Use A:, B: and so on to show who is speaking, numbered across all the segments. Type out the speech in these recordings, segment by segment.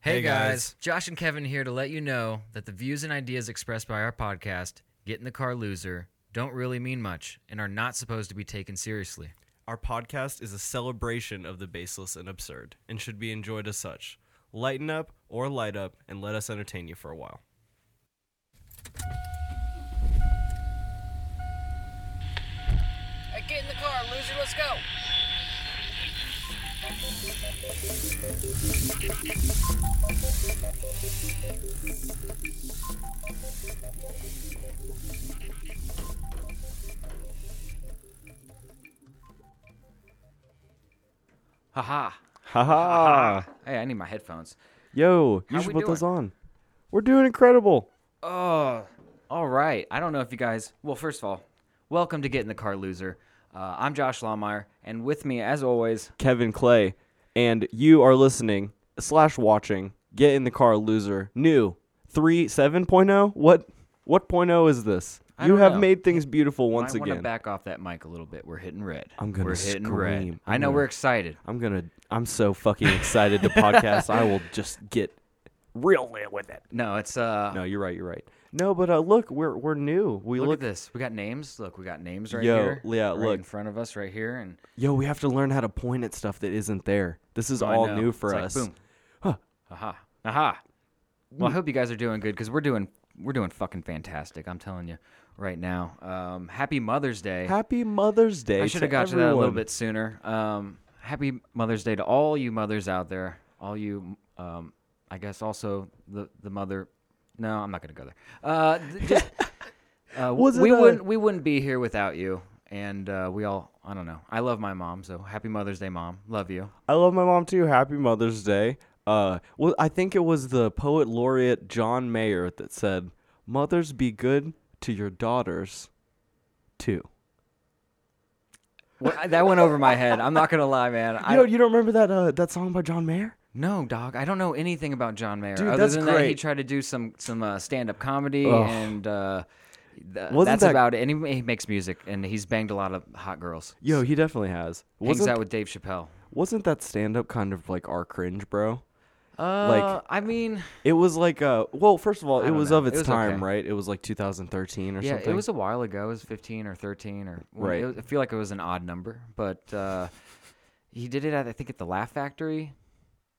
A: Hey guys, Josh and Kevin here to let you know that the views and ideas expressed by our podcast, Get in the Car Loser, don't really mean much and are not supposed to be taken seriously.
B: Our podcast is a celebration of the baseless and absurd and should be enjoyed as such. Lighten up or light up and let us entertain you for a while.
C: Hey, get in the car, loser. Let's go.
D: Haha.
E: Haha.
D: Hey, I need my headphones.
E: Yo,
D: How
E: you should
D: we
E: put those
D: doing?
E: on. We're doing incredible.
D: Oh, all right. I don't know if you guys. Well, first of all, welcome to Get in the Car Loser. Uh, I'm Josh Lawmeyer, and with me, as always,
E: Kevin Clay, and you are listening slash watching Get in the Car Loser new 3 7.0. oh? What what point oh is this?
D: I
E: You
D: don't
E: have
D: know.
E: made things beautiful once
D: I want to
E: again.
D: back off that mic a little bit. We're hitting red.
E: I'm gonna
D: We're hitting red.
E: scream.
D: I
E: I'm
D: know
E: gonna-
D: we're excited.
E: I'm going to I'm so fucking excited to podcast. I will just get real lit with it.
D: No, it's uh.
E: No, you're right, you're right. No, but uh, look, we're we're new. We
D: Look,
E: look,
D: at this. We got names. Look, we got names right
E: Yo,
D: here.
E: yeah,
D: right
E: look.
D: in front of us, right here, and
E: Yo, we have to learn how to point at stuff that isn't there. This is
D: Oh, I
E: all
D: know.
E: new for
D: It's like,
E: us.
D: boom. Aha. Aha. Well, I hope you guys are doing good because we're doing we're doing fucking fantastic. I'm telling you right now. Um, happy Mother's Day.
E: Happy Mother's Day.
D: I should have
E: to
D: got to that a little
E: everyone.
D: bit sooner. Um, happy Mother's Day to all you mothers out there. All you, um, I guess, also the the mother. No, I'm not gonna go there. Uh, th- just, uh,
E: Was
D: we
E: it a-
D: wouldn't we wouldn't be here without you. And uh, we all, I don't know. I love my mom, so happy Mother's Day, mom. Love you.
E: I love my mom too. Happy Mother's Day. Uh, well, I think it was the poet laureate John Mayer that said, "Mothers be good to your daughters, too."
D: What, that went over my head. I'm not gonna lie, man. I,
E: You know, you don't remember that uh, that song by John Mayer?
D: No, dog. I don't know anything about John Mayer.
E: Dude,
D: Other
E: that's
D: than that, he
E: great.
D: tried to do some some uh, stand up comedy,
E: Ugh.
D: and uh, th-
E: Wasn't
D: that's
E: that-
D: about it. And he, he makes music, and he's banged a lot of hot girls.
E: Yo, he definitely has.
D: hangs
E: Wasn't
D: out with Dave Chappelle.
E: wasn't that stand up kind of like our cringe, bro?
D: Uh,
E: Like-
D: I mean,
E: It was like uh, well, first of all, it
D: don't
E: was
D: know.
E: of
D: It
E: its
D: was
E: time,
D: okay.
E: right? It was like 2013 or
D: yeah,
E: something.
D: it was a while ago. It was fifteen or thirteen or when-
E: Right.
D: it was- I feel like it was an odd number, but uh, he did it at I think at the Laugh Factory.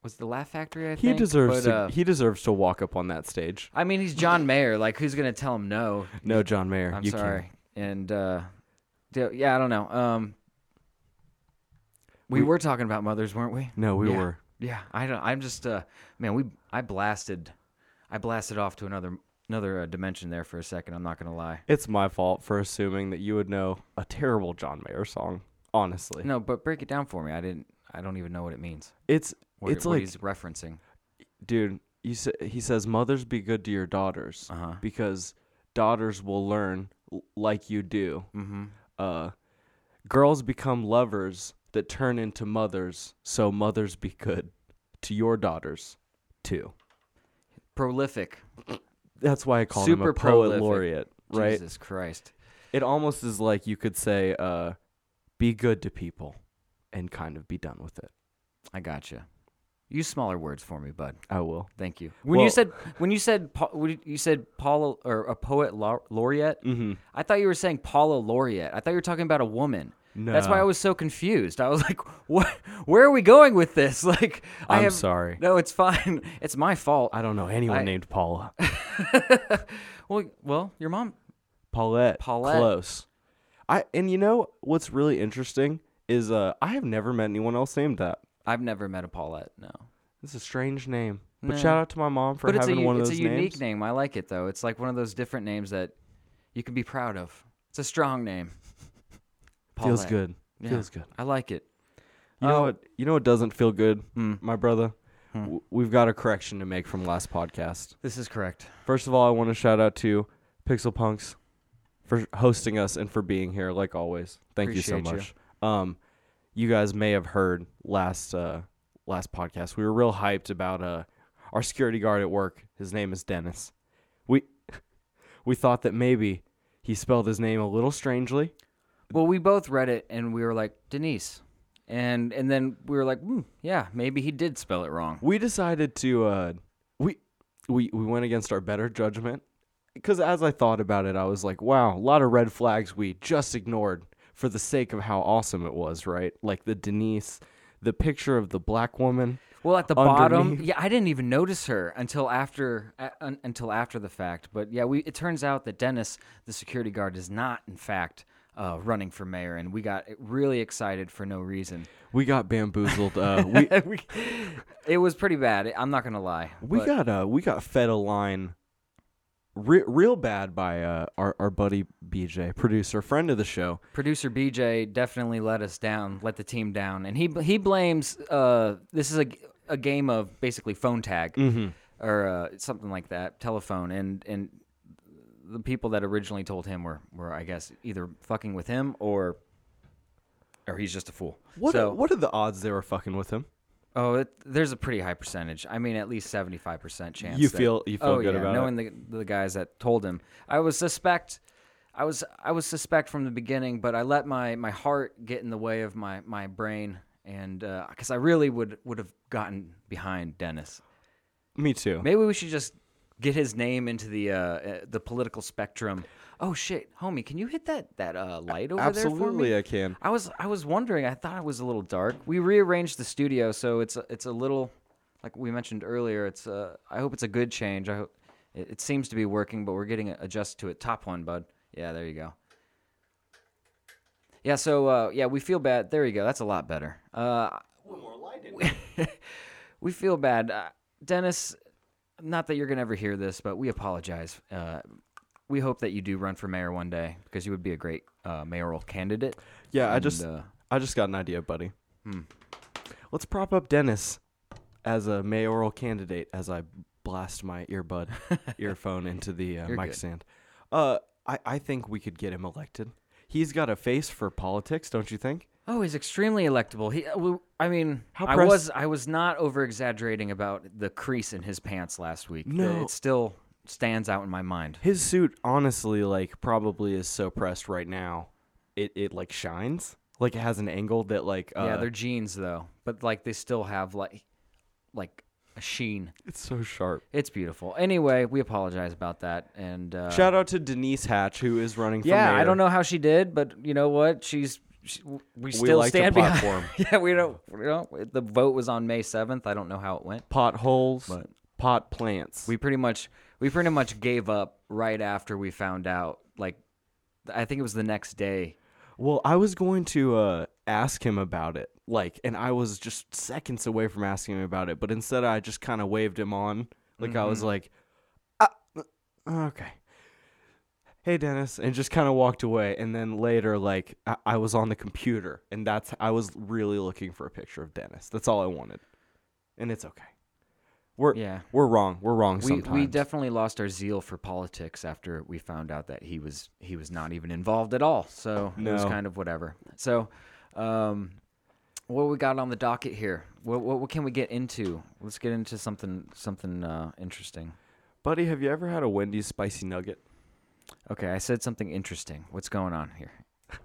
D: Was it the Laugh Factory? I
E: he
D: think?
E: deserves
D: But,
E: to,
D: uh,
E: he deserves to walk up on that stage.
D: I mean, he's John Mayer. Like, who's gonna tell him no?
E: No, John Mayer.
D: I'm
E: you can't.
D: sorry. And uh, d- yeah, I don't know. Um, we,
E: We-
D: were talking about mothers, weren't we?
E: No, we
D: Yeah.
E: were.
D: Yeah, I don't. I'm just uh, man. We I blasted, I blasted off to another another uh, dimension there for a second. I'm not gonna lie.
E: It's my fault for assuming that you would know a terrible John Mayer song. Honestly,
D: No, but break it down for me. I didn't. I don't even know what it means.
E: it's
D: What,
E: it's
D: what
E: like,
D: he's referencing.
E: dude, you sa- he says, "Mothers be good to your daughters
D: Uh-huh.
E: because daughters will learn l- like you do." Mm-hmm. Uh, girls become lovers that turn into mothers, so mothers be good to your daughters too.
D: Prolific.
E: That's why I call him
D: Super
E: a poet
D: prolific.
E: laureate, right?
D: Jesus Christ.
E: It almost is like you could say, uh, "Be good to people," and kind of be done with it.
D: I gotcha. Use smaller words for me, bud.
E: I will.
D: Thank you. When you
E: Well-
D: said when you said po- when you said Paula or a poet lau- laureate,
E: Mm-hmm.
D: I thought you were saying Paula laureate. I thought you were talking about a woman. That's why I
E: No.
D: was so confused. I was like, "What? Where are we going with this?" Like, I
E: I'm
D: have-
E: sorry.
D: No, it's fine. It's my fault.
E: I don't know anyone
D: I-
E: named Paula.
D: well, well, your mom.
E: Paulette.
D: Paulette.
E: Close. I and you know what's really interesting is uh I have never met anyone else named that.
D: I've never met a Paulette. No,
E: It's a strange name. But
D: No.
E: shout out to my mom for
D: but it's a
E: having
D: u-
E: one of
D: it's
E: those
D: a unique
E: names.
D: name. I like it though. It's like one of those different names that you can be proud of. It's a strong name.
E: Feels
D: Paulette.
E: good.
D: Yeah,
E: Feels good.
D: I like it.
E: You know
D: Oh.
E: what? You know what doesn't feel good,
D: Hmm.
E: my brother. W- we've got a correction to make from last podcast.
D: This is correct.
E: First of all, I want to shout out to Pixel Punks for hosting us and for being here, like always. Thank you so
D: Appreciate you.
E: much. Um, you guys may have heard last uh, last podcast. We were real hyped about uh, our security guard at work. His name is Dennis. We we thought that maybe he spelled his name a little strangely.
D: Well, we both read it and we were like, Denise. and and then we were like, hmm, yeah, maybe he did spell it wrong.
E: we decided to uh we we we went against our better judgment because as i thought about it i was like wow a lot of red flags we just ignored for the sake of how awesome it was right like the denise the picture of the black woman
D: Well, at the bottom,
E: Underneath.
D: yeah, I didn't even notice her until after uh, un, until after the fact. But yeah, we it turns out that Dennis, the security guard, is not in fact uh, running for mayor, and we got really excited for no reason.
E: we got bamboozled uh we
D: We- it was pretty bad. I'm not gonna lie.
E: we
D: but-
E: got uh we got fed a line re- real bad by uh our, our buddy bj producer friend of the show
D: producer BJ definitely let us down, let the team down, and he he blames uh, this is a, a game of basically phone tag or uh, something like that, telephone, and and the people that originally told him were were I guess either fucking with him or or he's just a fool.
E: what
D: so,
E: what are the odds they were fucking with him
D: Oh, it, there's a pretty high percentage. I mean, at least seventy five percent chance.
E: You
D: that-
E: feel- you feel
D: oh,
E: good
D: yeah,
E: about it?
D: knowing the the guys that told him. I was suspect. I was I was suspect from the beginning, but I let my my heart get in the way of my my brain, and because I really would would have gotten behind Dennis.
E: me too
D: Maybe we should just get his name into the uh, uh, the political spectrum. Oh shit, homie, can you hit that that uh, light over there for me?
E: absolutely i can
D: I was I was wondering. I thought it was a little dark. We rearranged the studio, so it's a, it's a little like we mentioned earlier. It's uh, I hope it's a good change. I hope it, it seems to be working, but we're getting adjusted to it. Top one, bud. Yeah, there you go. Yeah, so uh, yeah, we feel bad. There you go. That's a lot better. Uh, we feel bad, uh, Dennis. Not that you're gonna ever hear this, but we apologize. Uh, we hope that you do run for mayor one day because you would be a great uh, mayoral candidate.
E: Yeah, I
D: And,
E: just
D: uh,
E: I just got an idea, buddy.
D: Hmm.
E: Let's prop up Dennis as a mayoral candidate as I blast my earbud earphone into the uh,
D: You're
E: mic
D: good.
E: stand. Uh I I think we could get him elected. He's got a face for politics, don't you think?
D: Oh, he's extremely electable. He, uh, well, I mean,
E: How
D: I
E: press-
D: was I was not over exaggerating about the crease in his pants last week.
E: No.
D: it still stands out in my mind.
E: His suit honestly like probably is so pressed right now. It it like shines. Like it has an angle that like uh,
D: yeah, they're jeans though, but like they still have like like a sheen.
E: it's so sharp.
D: It's beautiful. Anyway, we apologize about that. And uh,
E: Shout out to Denise Hatch who is running for
D: yeah,
E: mayor.
D: I don't know how she did, but you know what? She's she, we still
E: liked her
D: stand behind-
E: platform.
D: yeah, we don't we don't. The vote was on May seventh. I don't know how it went.
E: potholes,
D: But-
E: pot plants.
D: we pretty much we pretty much gave up right after we found out like i think it was the next day
E: Well, I was going to uh, ask him about it, like, and I was just seconds away from asking him about it, but instead I just kind of waved him on, like I was like, ah, uh, okay, hey Dennis, and just kind of walked away. And then later, like, I-, I was on the computer, and that's I was really looking for a picture of Dennis. That's all I wanted, and it's okay. We're
D: Yeah.
E: we're wrong. We're wrong
D: we,
E: sometimes.
D: we definitely lost our zeal for politics after we found out that he was he was not even involved at all so it was
E: No.
D: kind of whatever so um what we got on the docket here what, what, what can we get into let's get into something something uh, interesting
E: Buddy, have you ever had a Wendy's spicy nugget?
D: okay i said something interesting what's going on here
E: Have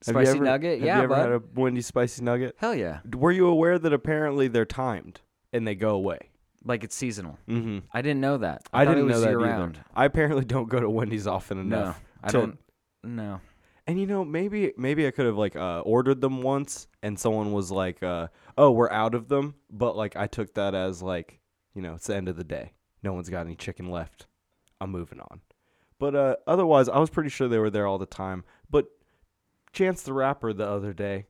D: spicy
E: you ever,
D: nugget
E: Have
D: yeah
E: you ever
D: bud.
E: had a Wendy's spicy nugget?
D: hell yeah
E: Were you aware that apparently they're timed and they go away?
D: like it's seasonal
E: Mm-hmm.
D: i didn't know that
E: I,
D: thought it
E: didn't know
D: was
E: that
D: year-round.
E: either. I apparently don't go to Wendy's often enough.
D: No, I
E: to-
D: don't. No.
E: And you know, maybe maybe I could have like uh, ordered them once, and someone was like, uh, "Oh, we're out of them," but like I took that as like, you know, it's the end of the day. No one's got any chicken left. I'm moving on. But uh, otherwise, I was pretty sure they were there all the time. But Chance the Rapper the other day,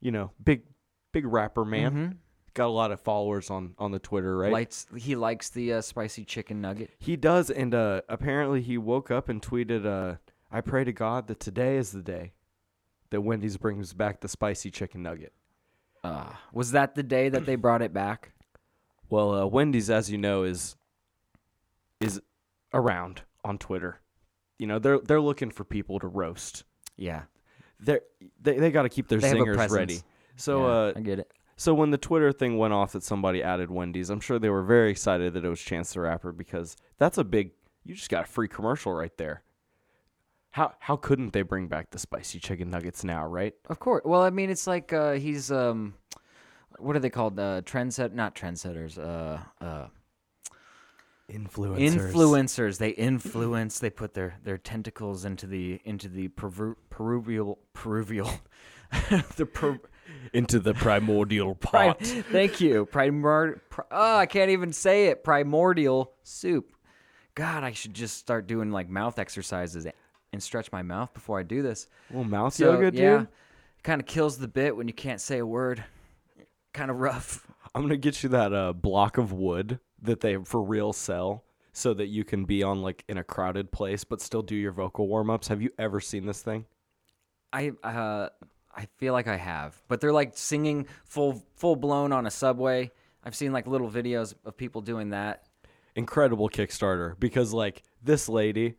E: you know, big big rapper man, got a lot of followers on on the Twitter, right?
D: Mm-hmm. Likes he likes the uh, spicy chicken nugget.
E: He does, and uh, apparently he woke up and tweeted, uh, "I pray to God that today is the day that Wendy's brings back the spicy chicken nugget."
D: Uh, was that the day that they brought it back?
E: Well, uh, Wendy's, as you know, is is around on Twitter. You know they're they're looking for people to roast.
D: Yeah.
E: They're, they they got to keep their
D: They have a
E: zingers
D: presence.
E: ready. So
D: Yeah,
E: uh,
D: I get it.
E: So when the Twitter thing went off that somebody added Wendy's, I'm sure they were very excited that it was Chance the Rapper because that's a big. You just got a free commercial right there. How how couldn't they bring back the spicy chicken nuggets now, right?
D: Of course. Well, I mean, it's like uh, he's um, what are they called? Uh, trendset, not trendsetters. Uh, uh,
E: Influencers.
D: influencers. They influence. They put their their tentacles into the into the perver- peruvial peruvial. the per-
E: into the primordial
D: pri-
E: pot.
D: thank you primor. Pri- oh, I can't even say it. Primordial soup. God, I should just start doing like mouth exercises and stretch my mouth before I do this.
E: Well, mouth
D: So,
E: yoga, dude.
D: kind of kills the bit when you can't say a word. Kind of rough.
E: I'm gonna get you that uh, block of wood that they for real sell, so that you can be on like in a crowded place but still do your vocal warm ups. Have you ever seen this thing?
D: I uh, I feel like I have, but they're like singing full full blown on a subway. I've seen like little videos of people doing that.
E: Incredible Kickstarter because like this lady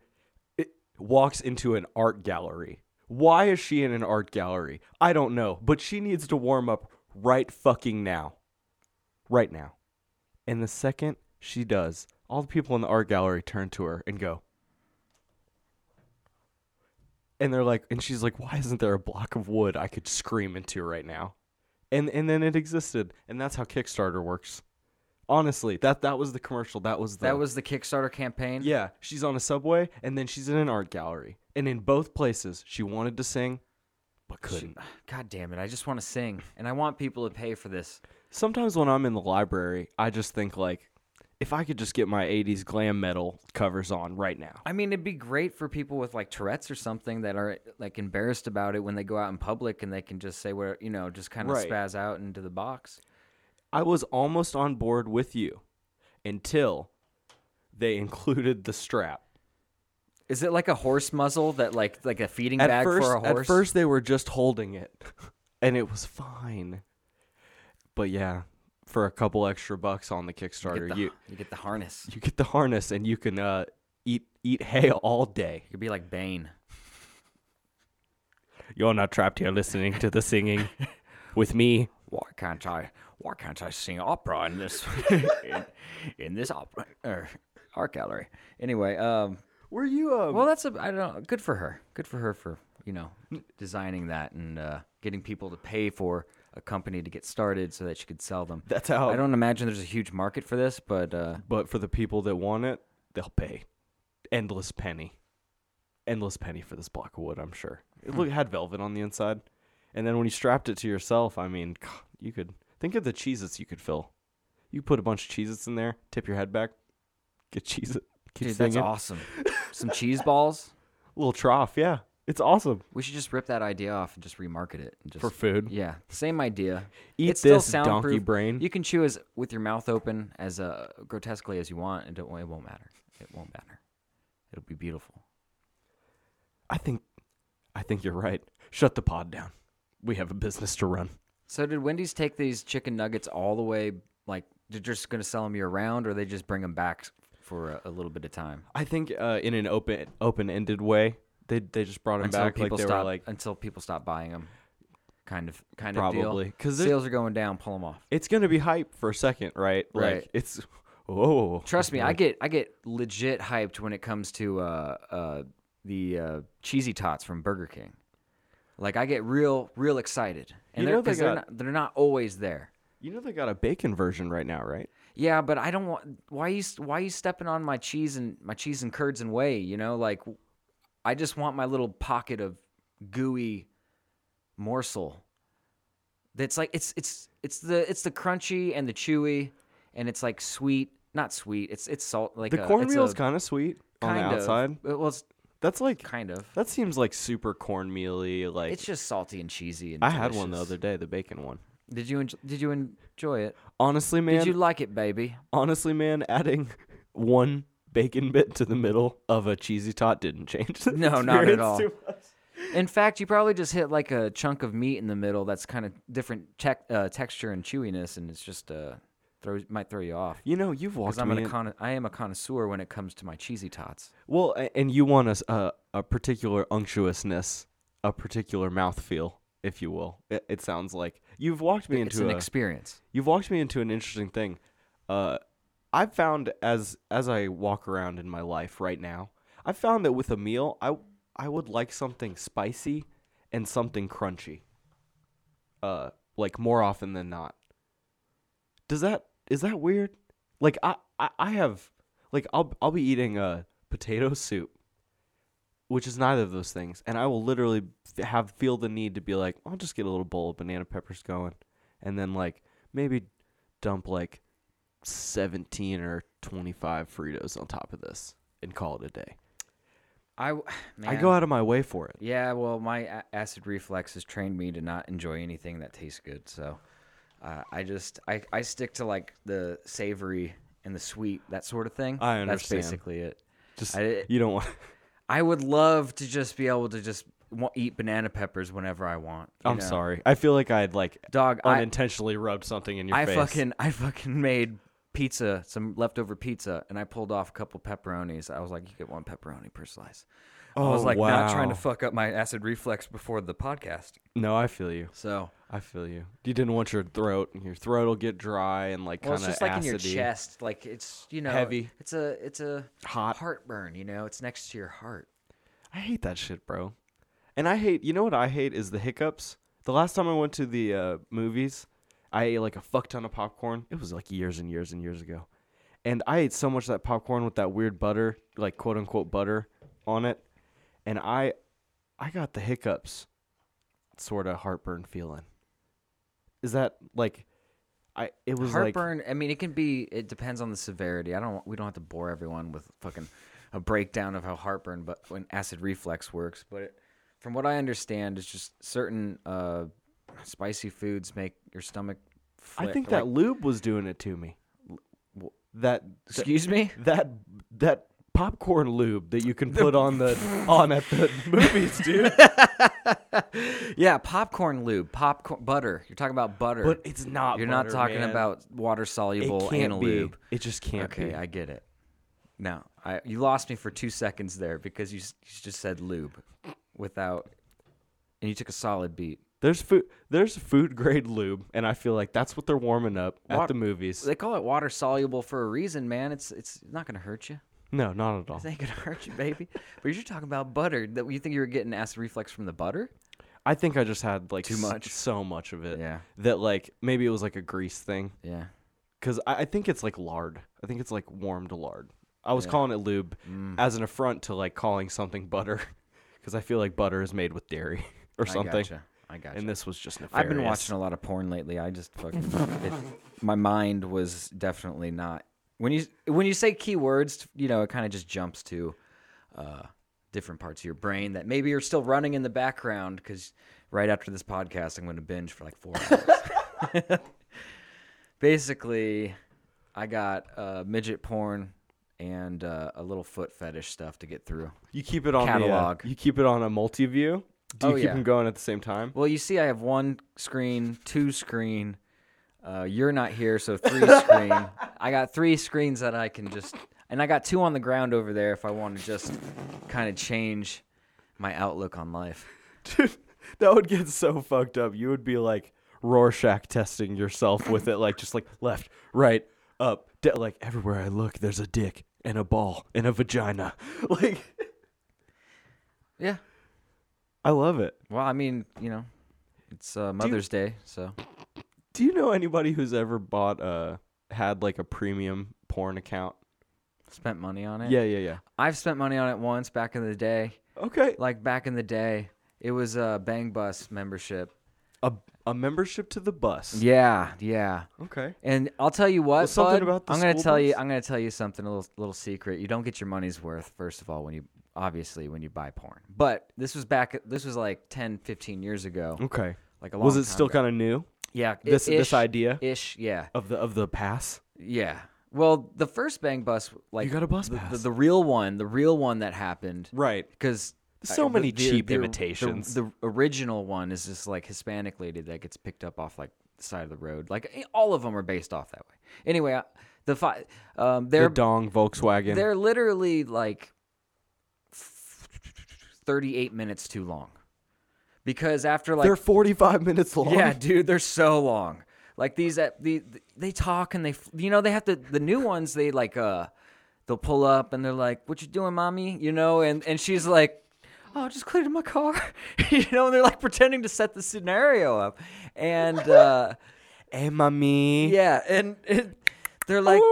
E: it, walks into an art gallery. Why is she in an art gallery? I don't know, but she needs to warm up right fucking now, right now. And the second she does, all the people in the art gallery turn to her and go. and they're like and she's like why isn't there a block of wood i could scream into right now and and then it existed and that's how kickstarter works honestly that that was the commercial that was the
D: That was the Kickstarter campaign.
E: yeah she's on a subway and then she's in an art gallery and in both places she wanted to sing but couldn't
D: God damn it! I just want to sing, and I want people to pay for this.
E: sometimes when i'm in the library i just think like if i could just get my 80s glam metal covers on right now
D: I mean, it'd be great for people with like Tourette's or something that are like embarrassed about it when they go out in public and they can just say where you know just kind of
E: Right.
D: spaz out into the box.
E: I was almost on board with you until they included the strap.
D: Is it like a horse muzzle that like like a feeding
E: At
D: bag
E: first,
D: for a horse?
E: at first they were just holding it, and it was fine. But yeah, for a couple extra bucks on the Kickstarter,
D: get the,
E: you
D: you get the harness.
E: you get the harness and you can uh, eat eat hay all day.
D: You'd be like Bane.
E: You're not trapped here listening to the singing with me.
D: why can't I why can't I sing opera in this in, in this opera or art gallery? Anyway, um,
E: Were you um,
D: well that's a I don't know, good for her. Good for her for you know designing that and uh, getting people to pay for a company to get started so that she could sell them.
E: That's how-
D: I don't imagine there's a huge market for this, but uh,
E: But for the people that want it, they'll pay endless penny, endless penny for this block of wood. I'm sure. It look, it had velvet on the inside, and then when you strapped it to yourself, I mean, God, you could think of the Cheez-Its you could fill. You put a bunch of Cheez-Its in there, tip your head back, get Cheez-It, keep
D: dude,
E: singing.
D: that's awesome. Some cheese balls.
E: Little trough, yeah, it's awesome
D: We should just rip that idea off and just remarket it. And just,
E: for food.
D: Yeah, same idea.
E: Eat
D: it's still
E: this, donkey
D: soundproof.
E: brain.
D: You can chew as with your mouth open as uh, grotesquely as you want, and it, won't- it won't matter. It won't matter. It'll be beautiful.
E: I think, I think you're right. Shut the pod down. We have a business to run.
D: So, did Wendy's take these chicken nuggets all the way? Like, they're just gonna sell them year round, or they just bring them back for a, a little bit of time
E: I think uh, in an open open ended way, they they just brought him
D: until
E: back like
D: people
E: they
D: stop
E: were like
D: until people stop buying them? Kind of, kind of
E: Probably.
D: deal.
E: 'Cause there's-
D: sales are going down. Pull them off.
E: it's gonna be hype for a second, right?
D: Right.
E: Like it's whoa.
D: Trust me, I get I get legit hyped when it comes to uh, uh, the uh, cheesy tots from Burger King. Like I get real real excited, and
E: You
D: they're,
E: know they
D: 'cause they're,
E: got-
D: not, they're not always there.
E: You know they got a bacon version right now, right?
D: Yeah, but I don't want why you why you stepping on my cheese and my cheese and curds and whey. You know, like I just want my little pocket of gooey morsel. That's like it's it's it's the it's the crunchy and the chewy, and it's like sweet, not sweet. It's it's salt like
E: The
D: a, it's
E: cornmeal's
D: a-
E: kind of sweet on the
D: Kind of.
E: outside.
D: Uh, Well, it's
E: That's like
D: kind of.
E: that seems like super cornmealy. Like
D: It's just salty and cheesy. And
E: I had one the
D: delicious.
E: other day, the bacon one.
D: Did you enjoy, did you enjoy it?
E: Honestly, man.
D: Did you like it, baby?
E: honestly, man, adding one bacon bit to the middle of a cheesy tot didn't change. The
D: No, not at
E: experience
D: all.
E: too much.
D: In fact, you probably just hit like a chunk of meat in the middle that's kind of different tec- uh, texture and chewiness, and it's just uh, throws might throw you off.
E: You know, you've walked
D: Because I'm
E: me
D: a
E: in-
D: con- I am a connoisseur when it comes to my cheesy tots.
E: Well, a- and you want a, s- a, a particular unctuousness, a particular mouthfeel, if you will. It, it sounds like you've walked me
D: It's
E: into
D: an
E: a,
D: experience.
E: you've walked me into an interesting thing. Uh, I've found as as I walk around in my life right now, I've found that with a meal, I I would like something spicy and something crunchy. Uh, like more often than not. Does that is that weird? Like I I, I have like I'll I'll be eating a potato soup, which is neither of those things, and I will literally f- have feel the need to be like I'll just get a little bowl of banana peppers going, and then like maybe dump like seventeen or twenty five Fritos on top of this and call it a day.
D: I w-
E: I
D: man.
E: go out of my way for it.
D: Yeah, well, my a- acid reflex has trained me to not enjoy anything that tastes good. So uh, I just I, I stick to like the savory and the sweet that sort of thing.
E: I understand.
D: That's basically it.
E: Just
D: I-
E: you don't want.
D: I would love to just be able to just wa- eat banana peppers whenever I want. you
E: I'm
D: know?
E: sorry. I feel like I'd like
D: dog. I,
E: unintentionally rubbed something in your
D: I
E: face.
D: fucking I fucking made pizza, some leftover pizza, and I pulled off a couple pepperonis. I was like, you get one pepperoni per slice. I was
E: Oh,
D: like, not trying to
E: wow.
D: fuck up my acid reflex before the podcast.
E: No, I feel you.
D: So
E: I feel you. You didn't want your throat. Your throat will get dry and like
D: Well,
E: kind
D: it's
E: of
D: just like in your chest, like it's you know
E: Heavy.
D: It's a it's a
E: Hot.
D: heartburn. You know, it's next to your heart.
E: I hate that shit, bro. And I hate. You know what I hate is the hiccups. The last time I went to the uh, movies, I ate like a fuck ton of popcorn. It was like years and years and years ago, and I ate so much of that popcorn with that weird butter, like quote unquote butter, on it, and I, I got the hiccups, sort of heartburn feeling. Is that like, I? It was like.
D: Heartburn. I mean, it can be. It depends on the severity. I don't. We don't have to bore everyone with fucking a breakdown of how heartburn, but when acid reflux works. But it, from what I understand, it's just certain uh, spicy foods make your stomach. Flick.
E: I think that
D: Like,
E: lube was doing it to me. That
D: excuse me.
E: that that popcorn lube that you can put on the on at the movies, dude.
D: Yeah, popcorn lube, popcorn butter. You're talking about butter.
E: But it's not
D: You're not
E: butter,
D: talking
E: man.
D: about water
E: It
D: soluble anal
E: can't be.
D: lube.
E: It just can't
D: Okay,
E: be.
D: I get it. No, I you lost me for two seconds there because you, s- you just said lube, without, and you took a solid beat.
E: there's food. There's food grade lube, and I feel like that's what they're warming up
D: Wa-
E: at the movies.
D: They call it water soluble for a reason, man. It's it's not gonna hurt you.
E: no, not at all.
D: It ain't gonna hurt you, baby. but you're talking about butter. That you think you were getting acid reflux from the butter?
E: I think I just had like
D: Too
E: s-
D: much.
E: so much of it.
D: Yeah.
E: That like maybe it was like a grease thing,
D: Yeah.
E: because I, I think it's like lard. I think it's like warmed lard. I was calling it lube
D: Mm.
E: as an affront to like calling something butter, because I feel like butter is made with dairy or something.
D: I gotcha. I gotcha.
E: And this was just nefarious.
D: I've been watching a lot of porn lately. I just fucking it, my mind was definitely not when you when you say keywords, you know, it kind of just jumps to uh, different parts of your brain that maybe you're still running in the background because right after this podcast, I'm going to binge for like four hours. Basically, I got uh, midget porn and uh, a little foot fetish stuff to get through.
E: You keep it on catalog.
D: Catalog.
E: you keep it on a multi view. Do you
D: Oh,
E: keep
D: yeah.
E: them going at the same time?
D: Well, you see, I have one screen, two screen. Uh, you're not here, so three screen. I got three screens that I can just, and I got two on the ground over there if I want to just kind of change my outlook on life.
E: Dude, that would get so fucked up. You would be like Rorschach testing yourself with it, like just like left, right, up, de- like everywhere I look, there's a dick and a ball and a vagina. Like
D: Yeah.
E: I love it.
D: Well, I mean, you know, it's uh, Mother's Day, so
E: Do you know anybody who's ever bought uh had like a premium porn account?
D: spent money on it.
E: Yeah, yeah, yeah.
D: I've spent money on it once back in the day.
E: Okay,
D: Like back in the day, it was a Bang Bus membership.
E: a a membership to the bus.
D: Yeah, yeah.
E: Okay.
D: And I'll tell you what,
E: Well, something
D: bud,
E: about the
D: I'm gonna
E: school
D: tell you.
E: bus?
D: I'm gonna tell you something a little, little secret. You don't get your money's worth first of all when you obviously when you buy porn. But this was back. This was like 10, 15 years ago.
E: Okay.
D: Like a long
E: Mm. Was
D: time
E: it still
D: ago.
E: kind of new?
D: yeah
E: this- this
D: ish-
E: idea?
D: ish yeah
E: of the of the pass.
D: yeah. Well, the first bang bus like
E: You got a bus
D: the, the,
E: pass.
D: the real one, the real one that happened
E: Right.
D: because.
E: So many cheap imitations.
D: The, original one is this like Hispanic lady that gets picked up off like the side of the road. Like eh, all of them are based off that way. Anyway, I, the five, um,
E: The
D: they're
E: dong Volkswagen.
D: They're literally like 38 minutes too long. Because after like
E: They're 45 minutes long.
D: yeah, dude, they're so long. Like these at the they talk and they f- you know they have to the new ones they like uh they'll pull up and they're like, "What you doing, mommy?" you know, and and she's like, oh, I just cleaning my car. you know, and they're like pretending to set the scenario up. And uh,
E: Hey, mommy.
D: yeah, and it, they're like,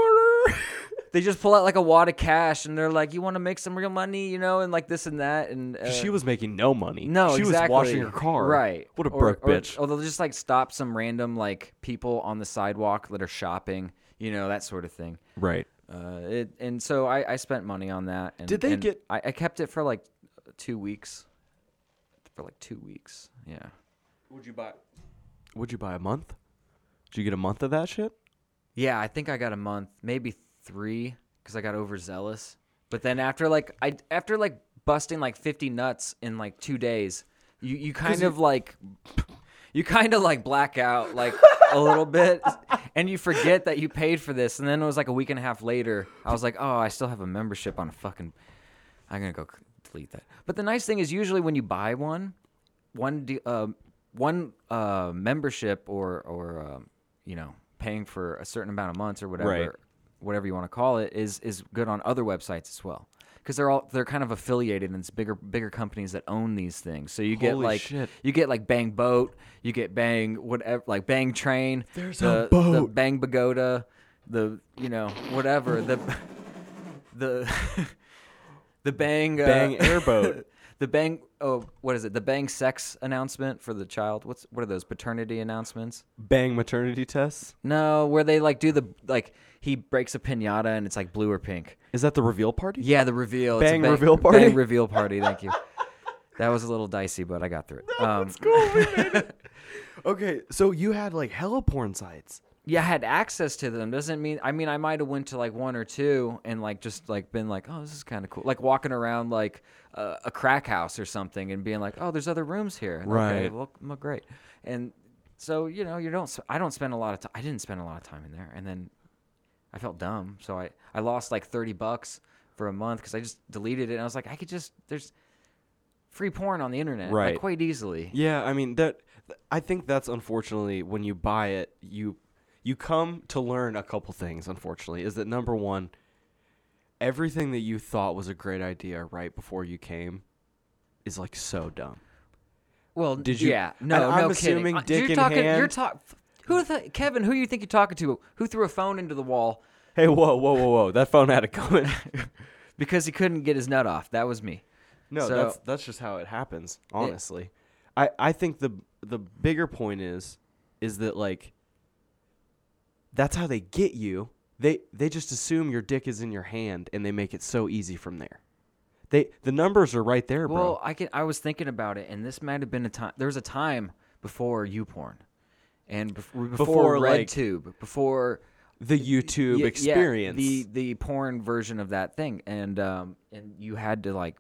D: they just pull out like a wad of cash and they're like, you want to make some real money, you know, and like this and that. And uh,
E: She was making no money.
D: no,
E: she
D: exactly.
E: was washing her car.
D: Right.
E: What a
D: Or-
E: broke
D: or-
E: bitch.
D: Or, they'll just like stop some random like people on the sidewalk that are shopping, you know, that sort of thing.
E: Right.
D: Uh, it, and so I, I spent money on that. And,
E: Did they
D: and
E: get-
D: I, I kept it for like two weeks. For like two weeks. Yeah.
E: Would you buy? Would you buy a month? Did you get a month of that shit?
D: Yeah, I think I got a month, maybe three, because I got overzealous. But then after like I after like busting like fifty nuts in like two days, you you kind of like you kind of like black out like a little bit, and you forget that you paid for this. And then it was like a week and a half later, I was like, oh, I still have a membership on a fucking. I'm gonna go c- delete that. But the nice thing is usually when you buy one, one de- uh, one uh, membership or or um, you know paying for a certain amount of months or whatever
E: Right.
D: whatever you want to call it is is good on other websites as well because they're all they're kind of affiliated and it's bigger bigger companies that own these things so you get
E: Holy
D: like
E: shit.
D: you get like Bang Boat you get Bang whatever like Bang Train there's the
E: a boat.
D: Bang Pagoda the you know whatever the the the Bang uh,
E: Bang airboat.
D: the bang oh what is it the bang sex announcement for the child what's what are those paternity announcements
E: Bang maternity tests.
D: no where they like do the like he breaks a piñata and it's like blue or pink
E: Is that the reveal party?
D: yeah the reveal it's a
E: Bang reveal party?
D: bang reveal party thank you that was a little dicey but i got through it um,
E: Okay, so you had like hella porn sites.
D: yeah i had access to them doesn't mean i mean i might have went to like one or two and like just like been like oh this is kind of cool like walking around like uh, a crack house or something and being like oh there's other rooms here And, okay,
E: Right.
D: well m- great and so you know you don't s- i don't spend a lot of time i didn't spend a lot of time in there and then i felt dumb so i i lost like 30 bucks for a month because i just deleted it and i was like i could just there's free porn on the internet like,
E: Right.
D: quite easily
E: Yeah, I mean that. I think that's unfortunately when you buy it, you you come to learn a couple things. Unfortunately, is that number one, everything that you thought was a great idea right before you came, is like so dumb.
D: Well,
E: Did you-
D: Yeah,
E: and
D: no,
E: I'm
D: no
E: assuming
D: kidding. Uh,
E: dick
D: you're
E: in
D: talking, You're
E: hand.
D: talking. Who the Kevin? Who you think you're talking to? Who threw a phone into the wall
E: Hey, whoa, whoa, whoa, whoa! That phone had it coming.
D: because he couldn't get his nut off? That was me.
E: No,
D: So-
E: that's that's just how it happens, honestly. I, I think the the bigger point is is that like that's how they get you. They they just assume your dick is in your hand and they make it so easy from there. They the numbers are right there, bro.
D: Well, I can. I was thinking about it, and this might have been a time. There was a time before YouPorn, and before, before
E: Before, like,
D: RedTube, before
E: the YouTube
D: Y- yeah,
E: experience.
D: the the porn version of that thing, and um, and you had to like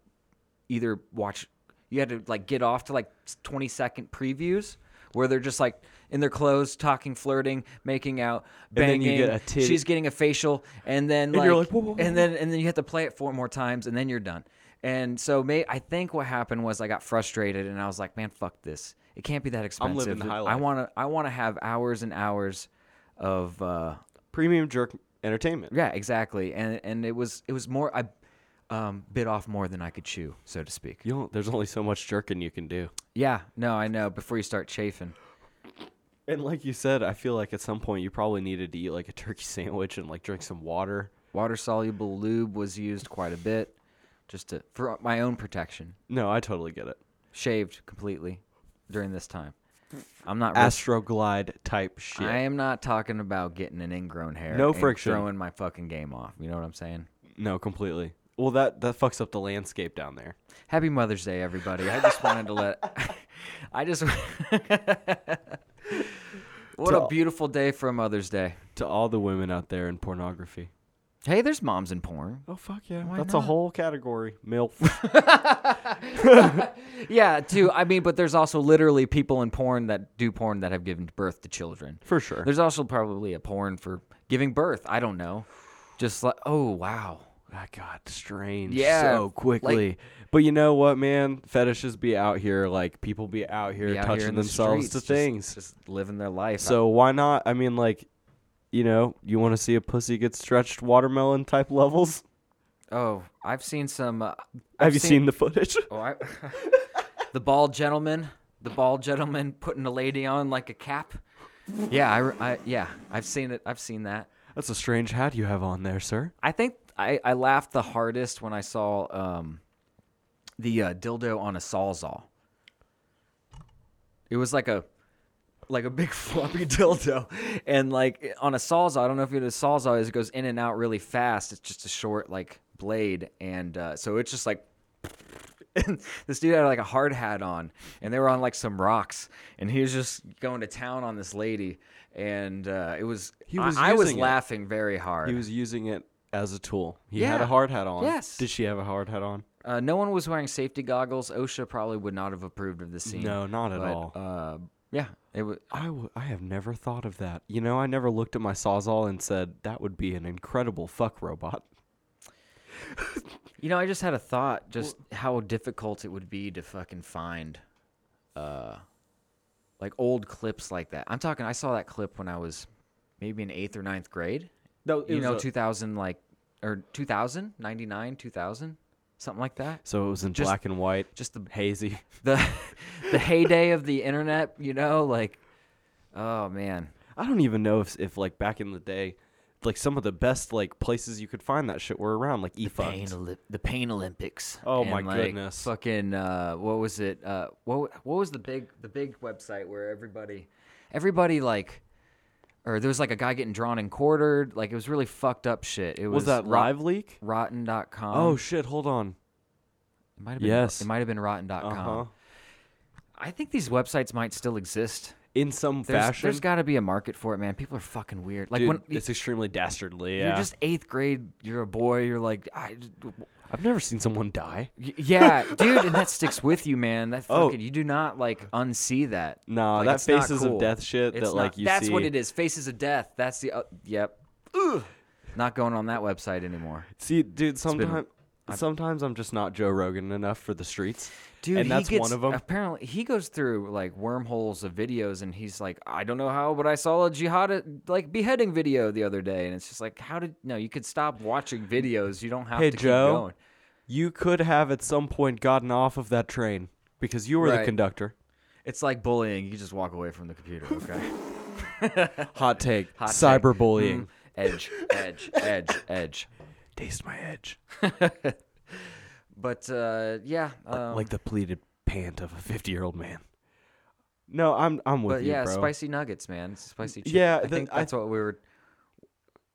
D: either watch, you had to like get off to like twenty second previews where they're just like in their clothes, talking, flirting, making out,
E: then
D: banging.
E: you get a titty-
D: She's getting a facial, and then like,
E: And you're like, "Whoa, whoa, whoa."
D: and then and then you have to play it four more times, and then you're done. And so, may I think what happened was I got frustrated, and I was like, man, fuck this. It can't be that expensive.
E: living the high
D: I
E: life.
D: want to. I want to have hours and hours of. Uh,
E: premium jerk entertainment.
D: yeah, exactly. And and it was it was more I um, bit off more than I could chew, so to speak.
E: You don't, there's only so much jerking you can do.
D: Yeah, no, I know. Before you start chafing,
E: And like you said, I feel like at some point you probably needed to eat like a turkey sandwich and like drink some water.
D: water soluble lube was used quite a bit, just to for my own protection.
E: No, I totally get it.
D: Shaved completely during this time. I'm not. risk-
E: Astroglide type shit.
D: I am not talking about getting an ingrown hair.
E: No
D: and
E: friction.
D: Throwing my fucking game off. You know what I'm saying?
E: No, completely. Well, that that fucks up the landscape down there.
D: Happy Mother's Day, everybody. I just wanted to let. I just. what a
E: To-
D: beautiful day for a Mother's Day.
E: To all the women out there in pornography.
D: Hey, there's moms in porn.
E: Oh fuck yeah!
D: Why
E: That's a
D: not?
E: whole category. Milf.
D: Yeah, too. I mean, but there's also literally people in porn that do porn that have given birth to children.
E: For sure.
D: There's also probably a porn for giving birth. I don't know. Just like, oh wow,
E: that got strange
D: Yeah,
E: so
D: like-
E: quickly. but you know what, man? Fetishes be out here. Like people be out here
D: Be out
E: touching
D: here in the
E: themselves
D: streets,
E: to
D: just-
E: things.
D: just living their life.
E: so why not? I mean, like, you know, you want to see a pussy get stretched watermelon type levels?
D: Oh, I've seen some. Uh,
E: Have
D: I've
E: you seen, the footage?
D: Oh, I, the bald gentleman, the bald gentleman putting a lady on like a cap. Yeah, I, re- I- yeah, I've seen it. I've seen that.
E: That's a strange hat you have on there, sir.
D: I think I, I laughed the hardest when I saw um, the uh, dildo on a sawzall. It was like a like a big floppy dildo, and like on a sawzall. I don't know if you know what a sawzall is. It goes in and out really fast. It's just a short like blade, and uh, so it's just like. And this dude had like a hard hat on, and they were on like some rocks, and he was just going to town on this lady, and uh, it was.
E: He
D: I-
E: was
D: I, was
E: using it.
D: laughing very hard.
E: He was using it as a tool. He had
D: Yeah.
E: a hard hat on.
D: Yes.
E: Did she have a hard hat on?
D: Uh, no one was wearing safety goggles. OSHA probably would not have approved of this scene.
E: No, not at
D: but,
E: all.
D: Uh, yeah, it was.
E: I, w- I have never thought of that. You know, I never looked at my sawzall and said that would be an incredible fuck robot.
D: You know, I just had a thought, just how difficult it would be to fucking find, uh, like old clips like that. I'm talking. I saw that clip when I was maybe in eighth or ninth grade.
E: No,
D: you know, 2000 like or 2000, 99, 2000, something like that.
E: so it was in
D: just-
E: black and white,
D: Just the
E: hazy.
D: the the heyday of the internet. You know, like, oh man.
E: I don't even know if if like back in the day, like some of the best like places you could find that shit were around, like
D: pain
E: eFucked.
D: Oli- the pain Olympics.
E: Oh my
D: like,
E: goodness.
D: Fucking uh, what was it? Uh, what wa- what was the big the big website where everybody everybody like or there was like a guy getting drawn and quartered. Like it was really fucked up shit. It was,
E: Was that
D: rot-
E: Live Leak?
D: Rotten.com.
E: Oh shit! Hold on.
D: it might have been,
E: yes.
D: It might have been Rotten.com.
E: Uh huh.
D: I think these websites might still exist.
E: In some
D: There's,
E: fashion,
D: there's got to be a market for it, man. People are fucking weird. Like
E: dude,
D: when
E: it's extremely dastardly.
D: you're
E: yeah.
D: just eighth grade, you're a boy. You're like, I,
E: I've never seen someone die.
D: Y- Yeah, dude, and that sticks with you, man. That
E: Oh.
D: fucking you do not like unsee that.
E: Nah,
D: Like,
E: that
D: it's not
E: Faces of Death shit
D: It's
E: that, like,
D: not-
E: you
D: That's what
E: see-
D: it is. Faces of Death. That's the uh, yep. Not going on that website anymore.
E: See, dude,
D: been-
E: sometimes sometimes I'm just not Joe Rogan enough for the streets.
D: Dude,
E: and that's
D: he gets,
E: one of them.
D: Apparently, he goes through like wormholes of videos, and he's like, "I don't know how, but I saw a jihad like beheading video the other day." And it's just like, "How did no? You could stop watching videos. You don't have
E: Hey,
D: to
E: Joe.
D: keep going."
E: You could have at some point gotten off of that train because you were the
D: Right.
E: conductor.
D: It's like bullying. You just walk away from the computer. Okay.
E: Hot take.
D: Hot take.
E: Cyberbullying.
D: Mm, edge, edge, edge, edge.
E: Taste my edge.
D: But uh, yeah, um,
E: like the pleated pant of a 50-year-old man. No, I'm I'm with
D: but
E: you,
D: yeah,
E: bro.
D: spicy nuggets, man, spicy. Chicken.
E: Yeah,
D: I
E: the-
D: think
E: I-
D: that's what we were.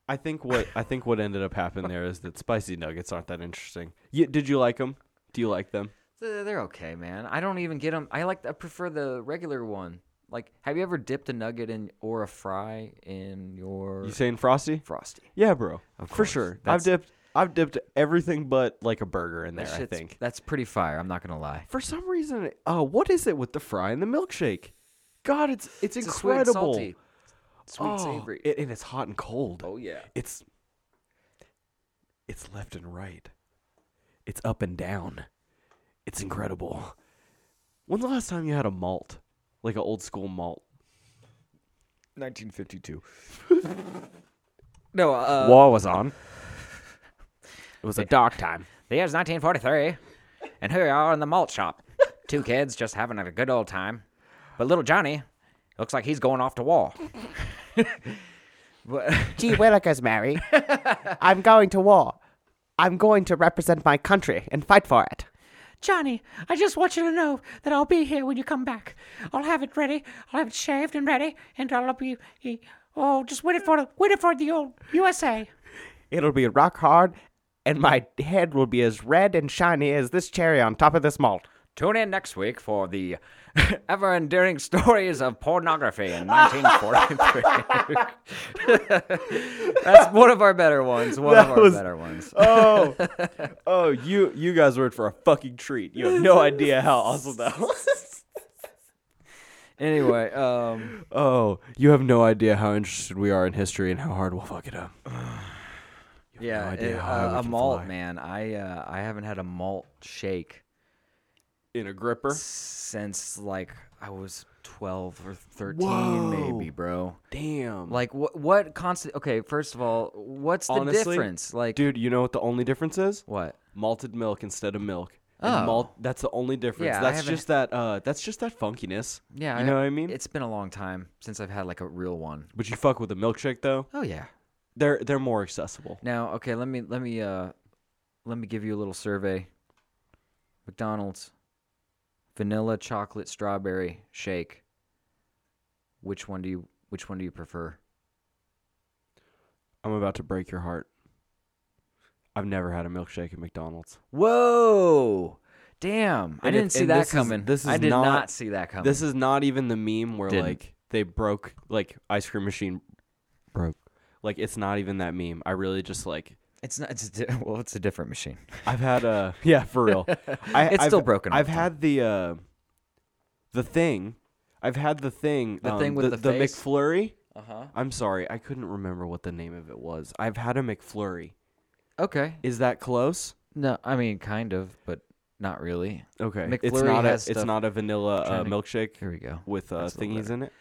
E: I think what I think what ended up happening there is that spicy nuggets aren't that interesting. You, did you like them? Do you like them?
D: They're they're okay, man. I don't even get them. I like. I prefer the regular one. Like, have you ever dipped a nugget in or a fry in your
E: You saying frosty?
D: frosty?
E: Yeah, bro. For
D: course.
E: sure.
D: That's-
E: I've dipped I've dipped everything but like a burger in there,
D: That
E: I
D: shit's-
E: think.
D: that's pretty fire. I'm not gonna lie.
E: For some reason, uh, what is it with the fry and the milkshake? God, it's it's,
D: It's a
E: incredible.
D: Sweet, and salty. sweet
E: oh,
D: savory.
E: It, and it's hot and cold.
D: oh yeah.
E: It's it's left and right. It's up and down. It's incredible. When's the last time you had a malt? Like an old school malt?
D: 1952. no, uh,
E: Wall was on.
D: Eh.
E: It was a dark time.
D: The year's 1943, and here we are in the malt shop. Two kids just having a good old time. But little Johnny looks like he's going off to war.
F: Gee Willikers, Mary. I'm going to war. I'm going to represent my country and fight for it.
G: Johnny, I just want you to know that I'll be here when you come back. I'll have it ready. I'll have it shaved and ready, and I'll be. Oh, just wait it for wait it for the old USA.
F: It'll be rock hard, and my head will be as red and shiny as this cherry on top of this malt.
D: Tune in next week for the ever endearing stories of pornography in 1943. That's one of our better ones. One of
E: That
D: our
E: was-
D: better ones.
E: Oh, oh, you you guys were in for a fucking treat. You have no idea how awesome that was.
D: Anyway, um.
E: Oh, you have no idea how interested we are in history and how hard we'll fuck it up.
D: Yeah,
E: idea
D: it-
E: how high
D: uh,
E: we
D: a
E: can
D: malt,
E: fly.
D: man. I uh, I haven't had a malt shake
E: in a gripper.
D: since like I was 12 or 13 maybe, bro.
E: Damn.
D: Like what what constant Okay, first of all, what's the
E: Honestly,
D: difference? Like
E: dude, you know what the only difference is?
D: what?
E: Malted milk instead of milk.
D: Oh.
E: And malt that's the only difference.
D: Yeah, I
E: that's
D: haven't-
E: just that uh that's just that funkiness.
D: Yeah,
E: You know what I mean?
D: It's been a long time since I've had like a real one.
E: But you fuck with a milkshake though.
D: Oh yeah.
E: They're they're more accessible.
D: Now, okay, let me let me uh let me give you a little survey. McDonald's vanilla chocolate strawberry shake. Which one do you which one do you prefer?
E: I'm about to break your heart. I've never had a milkshake at McDonald's.
D: Whoa. Damn. I
E: And if-
D: didn't see
E: and
D: that
E: this is-
D: coming.
E: this
D: I
E: is
D: did
E: not-
D: not, see that coming.
E: This is not even the meme where
D: Didn't.
E: like they broke like ice cream machine broke. Like it's not even that meme. I really just like
D: it's not it's a di- well, it's a different machine.
E: I've had a yeah for real. I,
D: It's
E: I've-
D: still broken all
E: I've
D: the time.
E: had the uh, the thing. I've had the thing.
D: The
E: um,
D: thing with the
E: the, the
D: face?
E: McFlurry.
D: Uh-huh.
E: I'm sorry, I couldn't remember what the name of it was. I've had a McFlurry.
D: Okay.
E: Is that close?
D: No, I mean kind of, but not really.
E: Okay, it's
D: McFlurry
E: not a
D: has
E: it's
D: stuff-
E: not a vanilla uh,
D: trying to-
E: milkshake
D: Here we go.
E: with uh,
D: That's a little
E: thingies
D: better.
E: in it,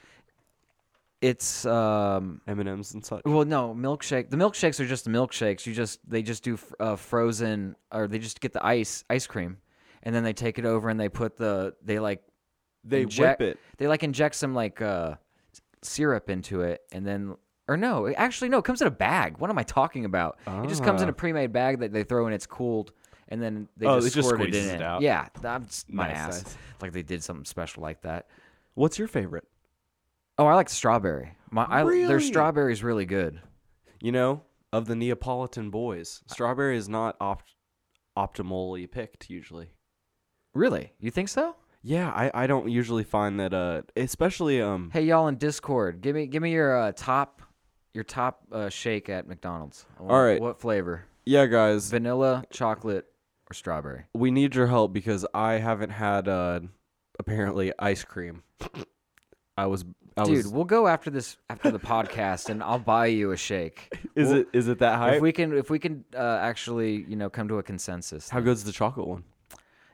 D: It's um
E: M and M's and such.
D: well no, milkshake. The milkshakes are just the milkshakes. You just they just do f- uh, frozen or they just get the ice ice cream and then they take it over and they put the they like
E: They
D: inject-
E: whip it.
D: They like inject some like uh, s- syrup into it, and then or no, it- actually no, it comes in a bag. What am I talking about? It just comes in a pre-made bag that they throw and it's cooled, and then they
E: Ah. Oh,
D: just
E: they just
D: squirt it in.
E: squeezes it out.
D: Yeah, that's my
E: Nice,
D: ass.
E: nice.
D: Like they did something special like that.
E: What's your favorite?
D: Oh, I like strawberry. My I, their
E: Really?
D: strawberry's really good.
E: You know, of the Neapolitan boys, strawberry is not op- optimally picked usually.
D: Really, you think so?
E: Yeah, I, I don't usually find that uh especially um
D: Hey, y'all in Discord, give me give me your uh, top your top uh, shake at McDonald's. I want-
E: All right.
D: what flavor?
E: yeah guys,
D: Vanilla, chocolate, or strawberry?
E: we need your help because I haven't had uh apparently ice cream. I was I
D: Dude,
E: was
D: we'll go after this after the podcast, and I'll buy you a shake.
E: Is
D: we'll-
E: it is it that high?
D: if we can, if we can uh, actually, you know, come to a consensus,
E: How good's the chocolate one?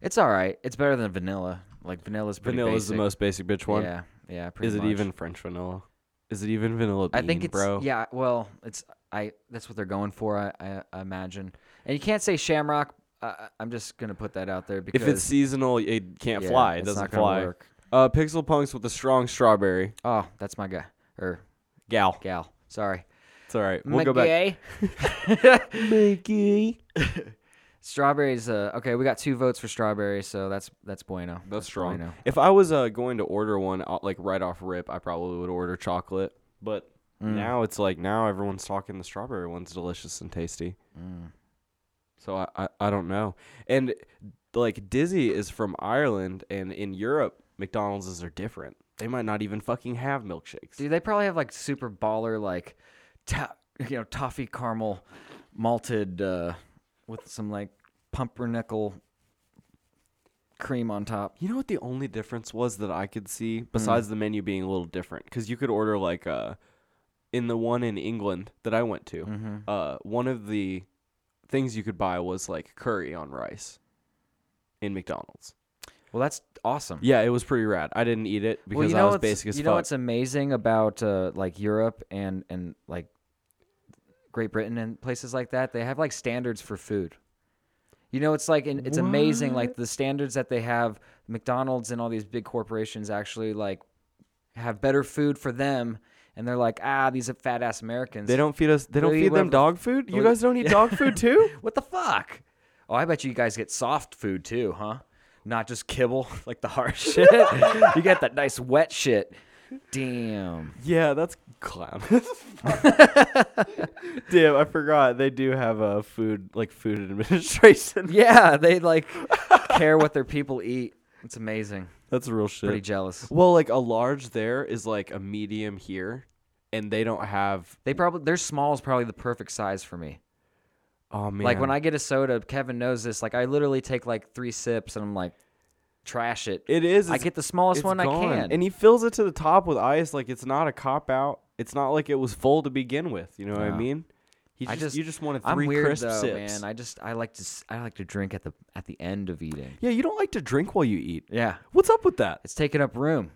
D: it's all right. It's better than vanilla. Like vanilla's pretty.
E: Vanilla is the
D: basic.
E: most basic bitch one.
D: Yeah, yeah. Pretty
E: is it
D: much.
E: even French vanilla? Is it even vanilla
D: I
E: bean,
D: think it's
E: bro?
D: yeah. Well, it's I. That's what they're going for. I, I, I imagine. And you can't say Shamrock. I- I, I'm just gonna put that out there because
E: If it's seasonal, it can't
D: yeah,
E: fly. It
D: it's
E: doesn't
D: not gonna
E: fly.
D: work.
E: Uh, Pixel Punks with a strong strawberry.
D: Oh, that's my guy or
E: Gal.
D: gal. Sorry.
E: It's all right. We'll go back.
D: Strawberries. Uh, okay, we got two votes for strawberry, so that's that's bueno.
E: That's strong.
D: Bueno.
E: If I was uh, going to order one, uh, like right off rip, I probably would order chocolate. But
D: Mm.
E: now it's like now everyone's talking the strawberry one's delicious and tasty.
D: Mm.
E: So I, I I don't know. And like Dizzy is from Ireland, and in Europe, McDonald's are different. They might not even fucking have milkshakes.
D: Dude, they probably have like super baller, like, ta- you know, toffee caramel malted uh, with some like pumpernickel cream on top.
E: You know what the only difference was that I could see besides the menu being a little different cuz you could order like uh in the one in England that I went to. Uh one of the things you could buy was like curry on rice in McDonald's.
D: Well, that's awesome.
E: Yeah, it was pretty rad. I didn't eat it because
D: well, you
E: I
D: know
E: was
D: what's-
E: basic as
D: You
E: fuck.
D: know what's amazing about uh, like Europe and and like Great Britain and places like that? They have like standards for food. You know, it's like and it's amazing like the standards that they have. McDonald's and all these big corporations actually like have better food for them, and they're like, ah, these are fat ass Americans.
E: they don't feed us they don't
D: Well, you
E: feed them
D: have-
E: dog food? You
D: well,
E: guys don't eat dog food too?
D: What the fuck? Oh, I bet you guys get soft food too, huh? Not just kibble like the hard shit. you get that nice wet shit. Damn.
E: yeah, that's clown. Damn, I forgot they do have a food like food administration.
D: Yeah, they like care what their people eat. It's amazing.
E: That's real shit.
D: Pretty jealous.
E: Well, like a large there is like a medium here, and they don't have.
D: They probably their small is probably the perfect size for me.
E: Oh man!
D: Like when I get a soda, Kevin knows this. Like I literally take like three sips and I'm like, trash it.
E: it is,
D: I
E: it's-
D: get the smallest
E: it's
D: one I
E: gone.
D: can.
E: and he fills it to the top with ice. Like it's not a cop out. It's not like it was full to begin with. You know what I mean? He
D: I
E: just,
D: just
E: you just wanted 3
D: I'm weird
E: crisp
D: though,
E: sips.
D: man. I just I like to s- I like to drink at the at the end of eating.
E: yeah, you don't like to drink while you eat.
D: Yeah,
E: What's up with that?
D: it's taking up room.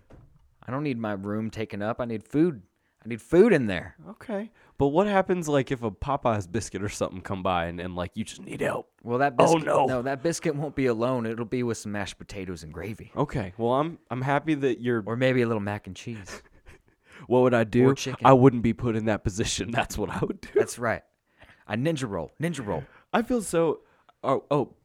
D: I don't need my room taken up. I need food. I need food in there.
E: Okay. But what happens like if a Popeyes biscuit or something come by and, and like you just need help?
D: Well, that biscuit, oh no, no, that biscuit won't be alone. It'll be with some mashed potatoes and gravy,
E: Okay. Well, I'm I'm happy that you're
D: or maybe a little mac and cheese.
E: What would I do?
D: chicken.
E: I wouldn't be put in that position. That's what I would do.
D: That's right. A ninja roll, ninja roll.
E: I feel so. Oh, oh.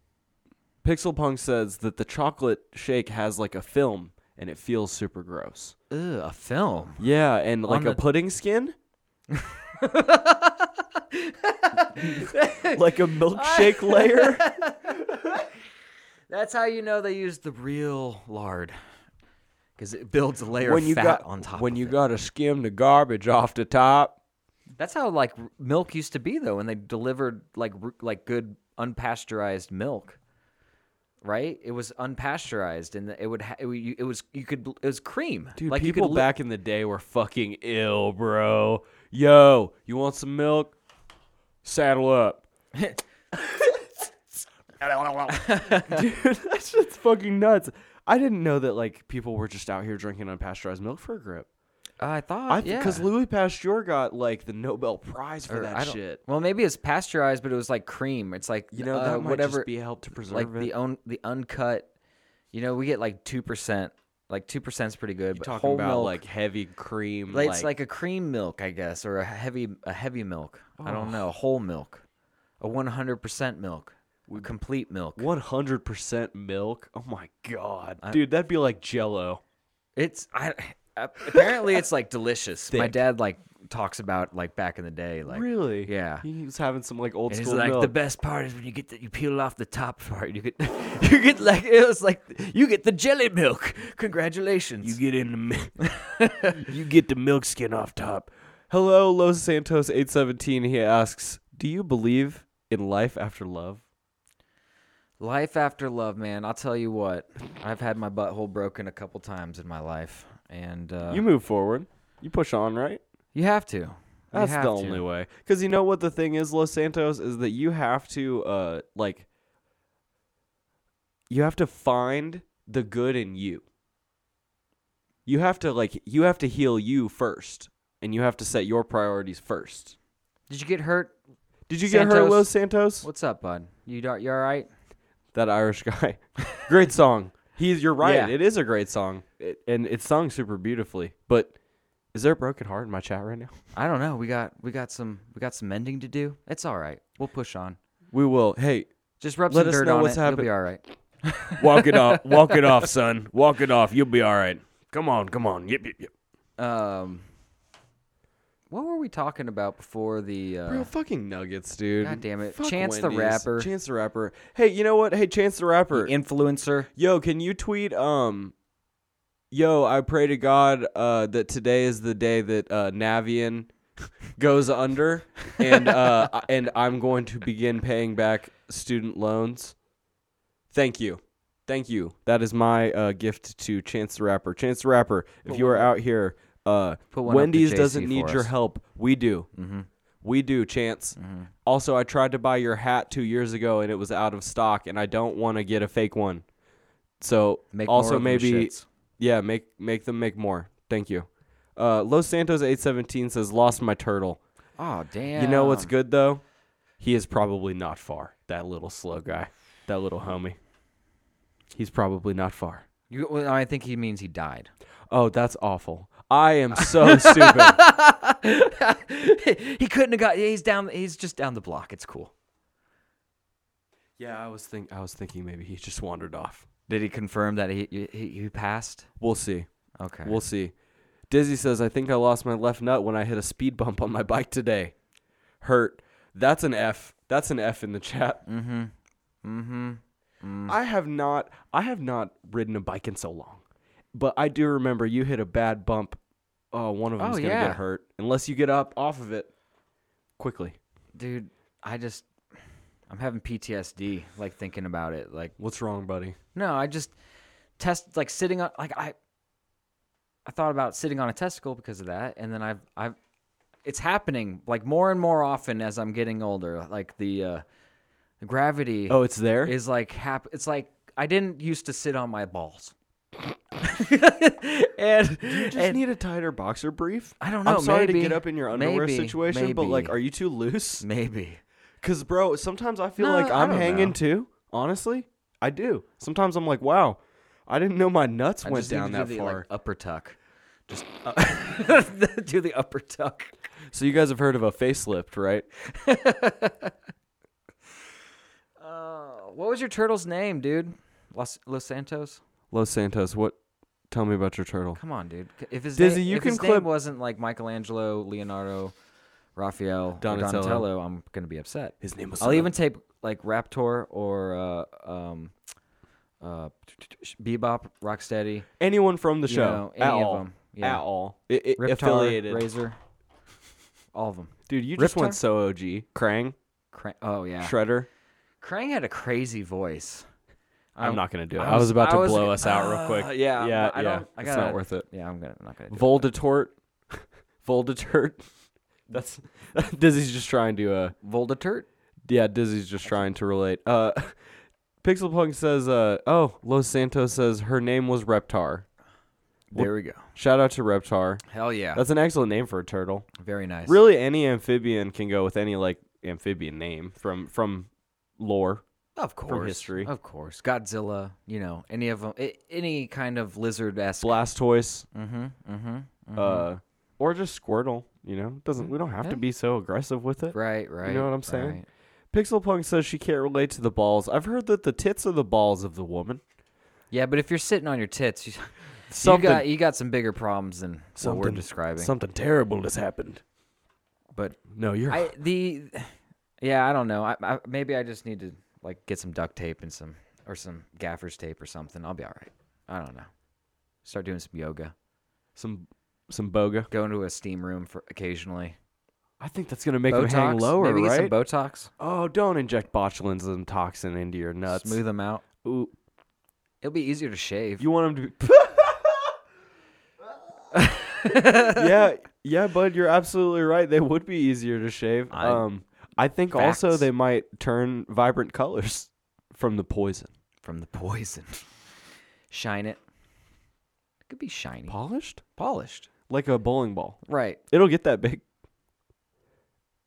E: Pixel Punk says that the chocolate shake has like a film and it feels super gross.
D: Ugh, a film.
E: Yeah, and like a
D: the-
E: pudding skin. like a milkshake layer.
D: That's how you know they used the real lard, because it builds a layer
E: when
D: of
E: you
D: fat
E: got
D: on top.
E: when
D: of
E: you
D: it.
E: gotta skim the garbage off the top.
D: That's how like r- milk used to be though, when they delivered like r- like good unpasteurized milk. Right? It was unpasteurized, and it would ha- it, w- it was you could it was cream.
E: Dude,
D: like you
E: people
D: could li-
E: back in the day were fucking ill, bro. Yo, you want some milk? Saddle up. Dude, that shit's fucking nuts. I didn't know that like people were just out here drinking unpasteurized milk for a grip.
D: I thought
E: I
D: yeah.
E: because Louis Pasteur got like the Nobel Prize for
D: Or I
E: that
D: don't-
E: shit.
D: Well, maybe it's pasteurized, but it was like cream. It's like
E: You know,
D: uh,
E: that might
D: whatever,
E: just be a help to preserve
D: like
E: it.
D: the own the uncut. You know, we get like two percent. Like two percent's pretty good, but
E: Talking
D: whole
E: about
D: milk,
E: like heavy cream,
D: like,
E: like,
D: it's like a cream milk, I guess, or a heavy a heavy milk. I don't know, whole milk, a one hundred percent milk, a complete milk.
E: one hundred percent milk. Oh my god, dude, that'd be like Jello.
D: It's I apparently it's like delicious. My
E: Thick.
D: dad like talks about like back in the day, like
E: really?
D: yeah.
E: he was having some like old
D: And he's
E: school
D: like,
E: milk.
D: the best part is when you get the, you peel off the top part. You get, you get like it was like you get the jelly milk. Congratulations.
E: You get in the mi- you get the milk skin off top. Hello, Los Santos eight seventeen. He asks, "Do you believe in life after love?"
D: life after love, man. I'll tell you what. I've had my butthole broken a couple times in my life, and uh,
E: you
D: you,
E: move forward. You push on, right?
D: have to. You
E: That's
D: have
E: the
D: to.
E: only way. Because you know what the thing is, Los Santos, is that you have to uh like you have to find the good in you. You have to like you have to heal you first, and you have to set your priorities first.
D: Did you get hurt?
E: Did you get hurt,
D: Santos.
E: Los Santos?
D: What's up, bud? You dar- you all right?
E: that Irish guy. great song. He's you're right.
D: Yeah.
E: It is a great song, it, and it's sung super beautifully. But is there a broken heart in my chat right now?
D: I don't know. We got we got some we got some mending to do. It's all right. We'll push on.
E: We will. Hey,
D: Just rub
E: Let
D: some
E: us
D: dirt
E: know
D: on
E: what's
D: it. You'll
E: happen-
D: be all right.
E: walk it off. Walk it off, son. Walk it off. You'll be all right. Come on, come on. Yep, yep, yep.
D: Um, what were we talking about before the? Uh,
E: Real fucking nuggets, dude.
D: God damn it. Chance the Rapper.
E: Chance the rapper. Hey, you know what? Hey, Chance the rapper.
D: influencer.
E: Yo, can you tweet um Yo, I pray to God uh that today is the day that uh Navian goes under and uh I- and I'm going to begin paying back student loans. Thank you. Thank you. That is my uh gift to Chance the Rapper. Chance the Rapper, if you are out here, uh
D: Put one up to
E: Wendy's
D: JC
E: doesn't need
D: for
E: your
D: us. Mm-hmm.
E: help. We do. We do, Chance. Also, I tried to buy your hat two years ago and it was out of stock, and I don't want to get a fake one. So
D: Make more
E: also
D: of them
E: maybe
D: shits.
E: yeah, make make them make more. Thank you. Uh, Los Santos eight seventeen says lost my turtle.
D: Oh damn!
E: You know what's good though? He is probably not far. That little slow guy, that little homie. He's probably not far.
D: You, well, I think he means he died.
E: Oh, that's awful. I am so stupid.
D: he couldn't have got. He's down. He's just down the block. It's cool.
E: Yeah, I was think I was thinking maybe he just wandered off.
D: Did he confirm that he he, he passed?
E: We'll see.
D: Okay.
E: We'll see. Dizzy says, I think I lost my left nut when I hit a speed bump on my bike today. Hurt. That's an F. That's an F in the chat. Mm-hmm.
D: Mm.
E: Mm-hmm. I have not I have not ridden a bike in so long. But I do remember you hit a bad bump. Oh, one of them's
D: Oh,
E: gonna
D: yeah.
E: get hurt. Unless you get up off of it quickly.
D: dude, I just I'm having PTSD like thinking about it. Like
E: What's wrong, buddy?
D: no, I just test like sitting on like I I thought about sitting on a testicle because of that, and then I've I've it's happening like more and more often as I'm getting older. Like the uh, the gravity
E: Oh, it's there.
D: is like hap- It's like I didn't used to sit on my balls. and
E: you just need a tighter boxer brief.
D: I don't know,
E: I'm sorry
D: maybe-
E: to get up in your underwear
D: maybe,
E: situation, but like,
D: maybe.
E: are you too loose?
D: maybe
E: Because, bro, sometimes I feel
D: No,
E: like
D: I
E: I'm
D: don't
E: hanging
D: know.
E: too. Honestly, I do. Sometimes I'm like, wow, I didn't know my nuts
D: I
E: went
D: just need
E: down
D: to do
E: that
D: the, like,
E: far.
D: upper tuck. Just uh, do the upper tuck.
E: so you guys have heard of a facelift, right? Oh.
D: Uh, what was your turtle's name, dude? Los Los Santos.
E: Los Santos, what? Tell me about your turtle.
D: Come on, dude. C- If his
E: Dizzy,
D: name,
E: you
D: if
E: can
D: his
E: clip-
D: name wasn't like Michelangelo, Leonardo, Raphael,
E: Donatello.
D: Donatello, Donatello I'm gonna be upset.
E: His name was.
D: I'll even tape like Raptor or uh, um, uh, Bebop, Rocksteady.
E: anyone from the
D: You
E: show
D: know,
E: at
D: any of
E: all.
D: them, yeah.
E: At all. I- I-
D: Riptar,
E: affiliated.
D: Razor, all of them.
E: Dude, you just went
D: Riptar?
E: so OG. Krang,
D: Krang, oh yeah,
E: Shredder.
D: Krang had a crazy voice. I
E: I'm
D: don't-
E: not gonna do it.
D: I
E: I
D: was-
E: was about to
D: I was-
E: blow us out real quick.
D: Uh, yeah, I'm
E: yeah,
D: not- I
E: yeah.
D: don't- I
E: it's not
D: gotta-
E: worth it.
D: Yeah, I'm gonna I'm not gonna do it.
E: Voldatort, Voldatort. That's Dizzy's just trying to. uh
D: Voldaturt.
E: Yeah, Dizzy's just trying to relate. Uh, Pixelpunk says, uh, "Oh, Los Santos says her name was Reptar.
D: There we go.
E: Shout out to Reptar.
D: Hell yeah,
E: That's an excellent name for a turtle.
D: very nice.
E: Really, any amphibian can go with any like amphibian name from from lore.
D: Of course.
E: history.
D: Of course. Godzilla, you know, any of them, any kind of lizard esque.
E: Blastoise,
D: Mm-hmm, mm-hmm.
E: uh, or just Squirtle. You know, doesn't we don't have to be so aggressive with it.
D: Right, right.
E: You know what I'm saying?
D: right.
E: Pixelpunk says she can't relate to the balls. I've heard that the tits are the balls of the woman.
D: Yeah, but if you're sitting on your tits, you, you
E: Something,
D: got you got some bigger problems than what we're
E: Something-
D: describing.
E: something terrible has happened.
D: But
E: No, you're.
D: I the yeah, I don't know. I, I maybe I just need to like get some duct tape and some or some gaffer's tape or something. I'll be all right. I don't know. Start doing some yoga.
E: some some boga.
D: Go into a steam room for occasionally.
E: I think that's gonna make
D: Botox.
E: them hang lower,
D: maybe
E: right?
D: get some Botox.
E: oh, don't inject botulism toxin into your nuts.
D: Smooth them out.
E: Ooh,
D: It'll be easier to shave.
E: you want them to. Be- yeah, yeah, bud, you're absolutely right. They would be easier to shave. um, I think also
D: Facts.
E: they might turn vibrant colors from the poison.
D: from the poison. Shine it. Could be shiny.
E: Polished,
D: polished.
E: like a bowling ball.
D: Right.
E: It'll get that big.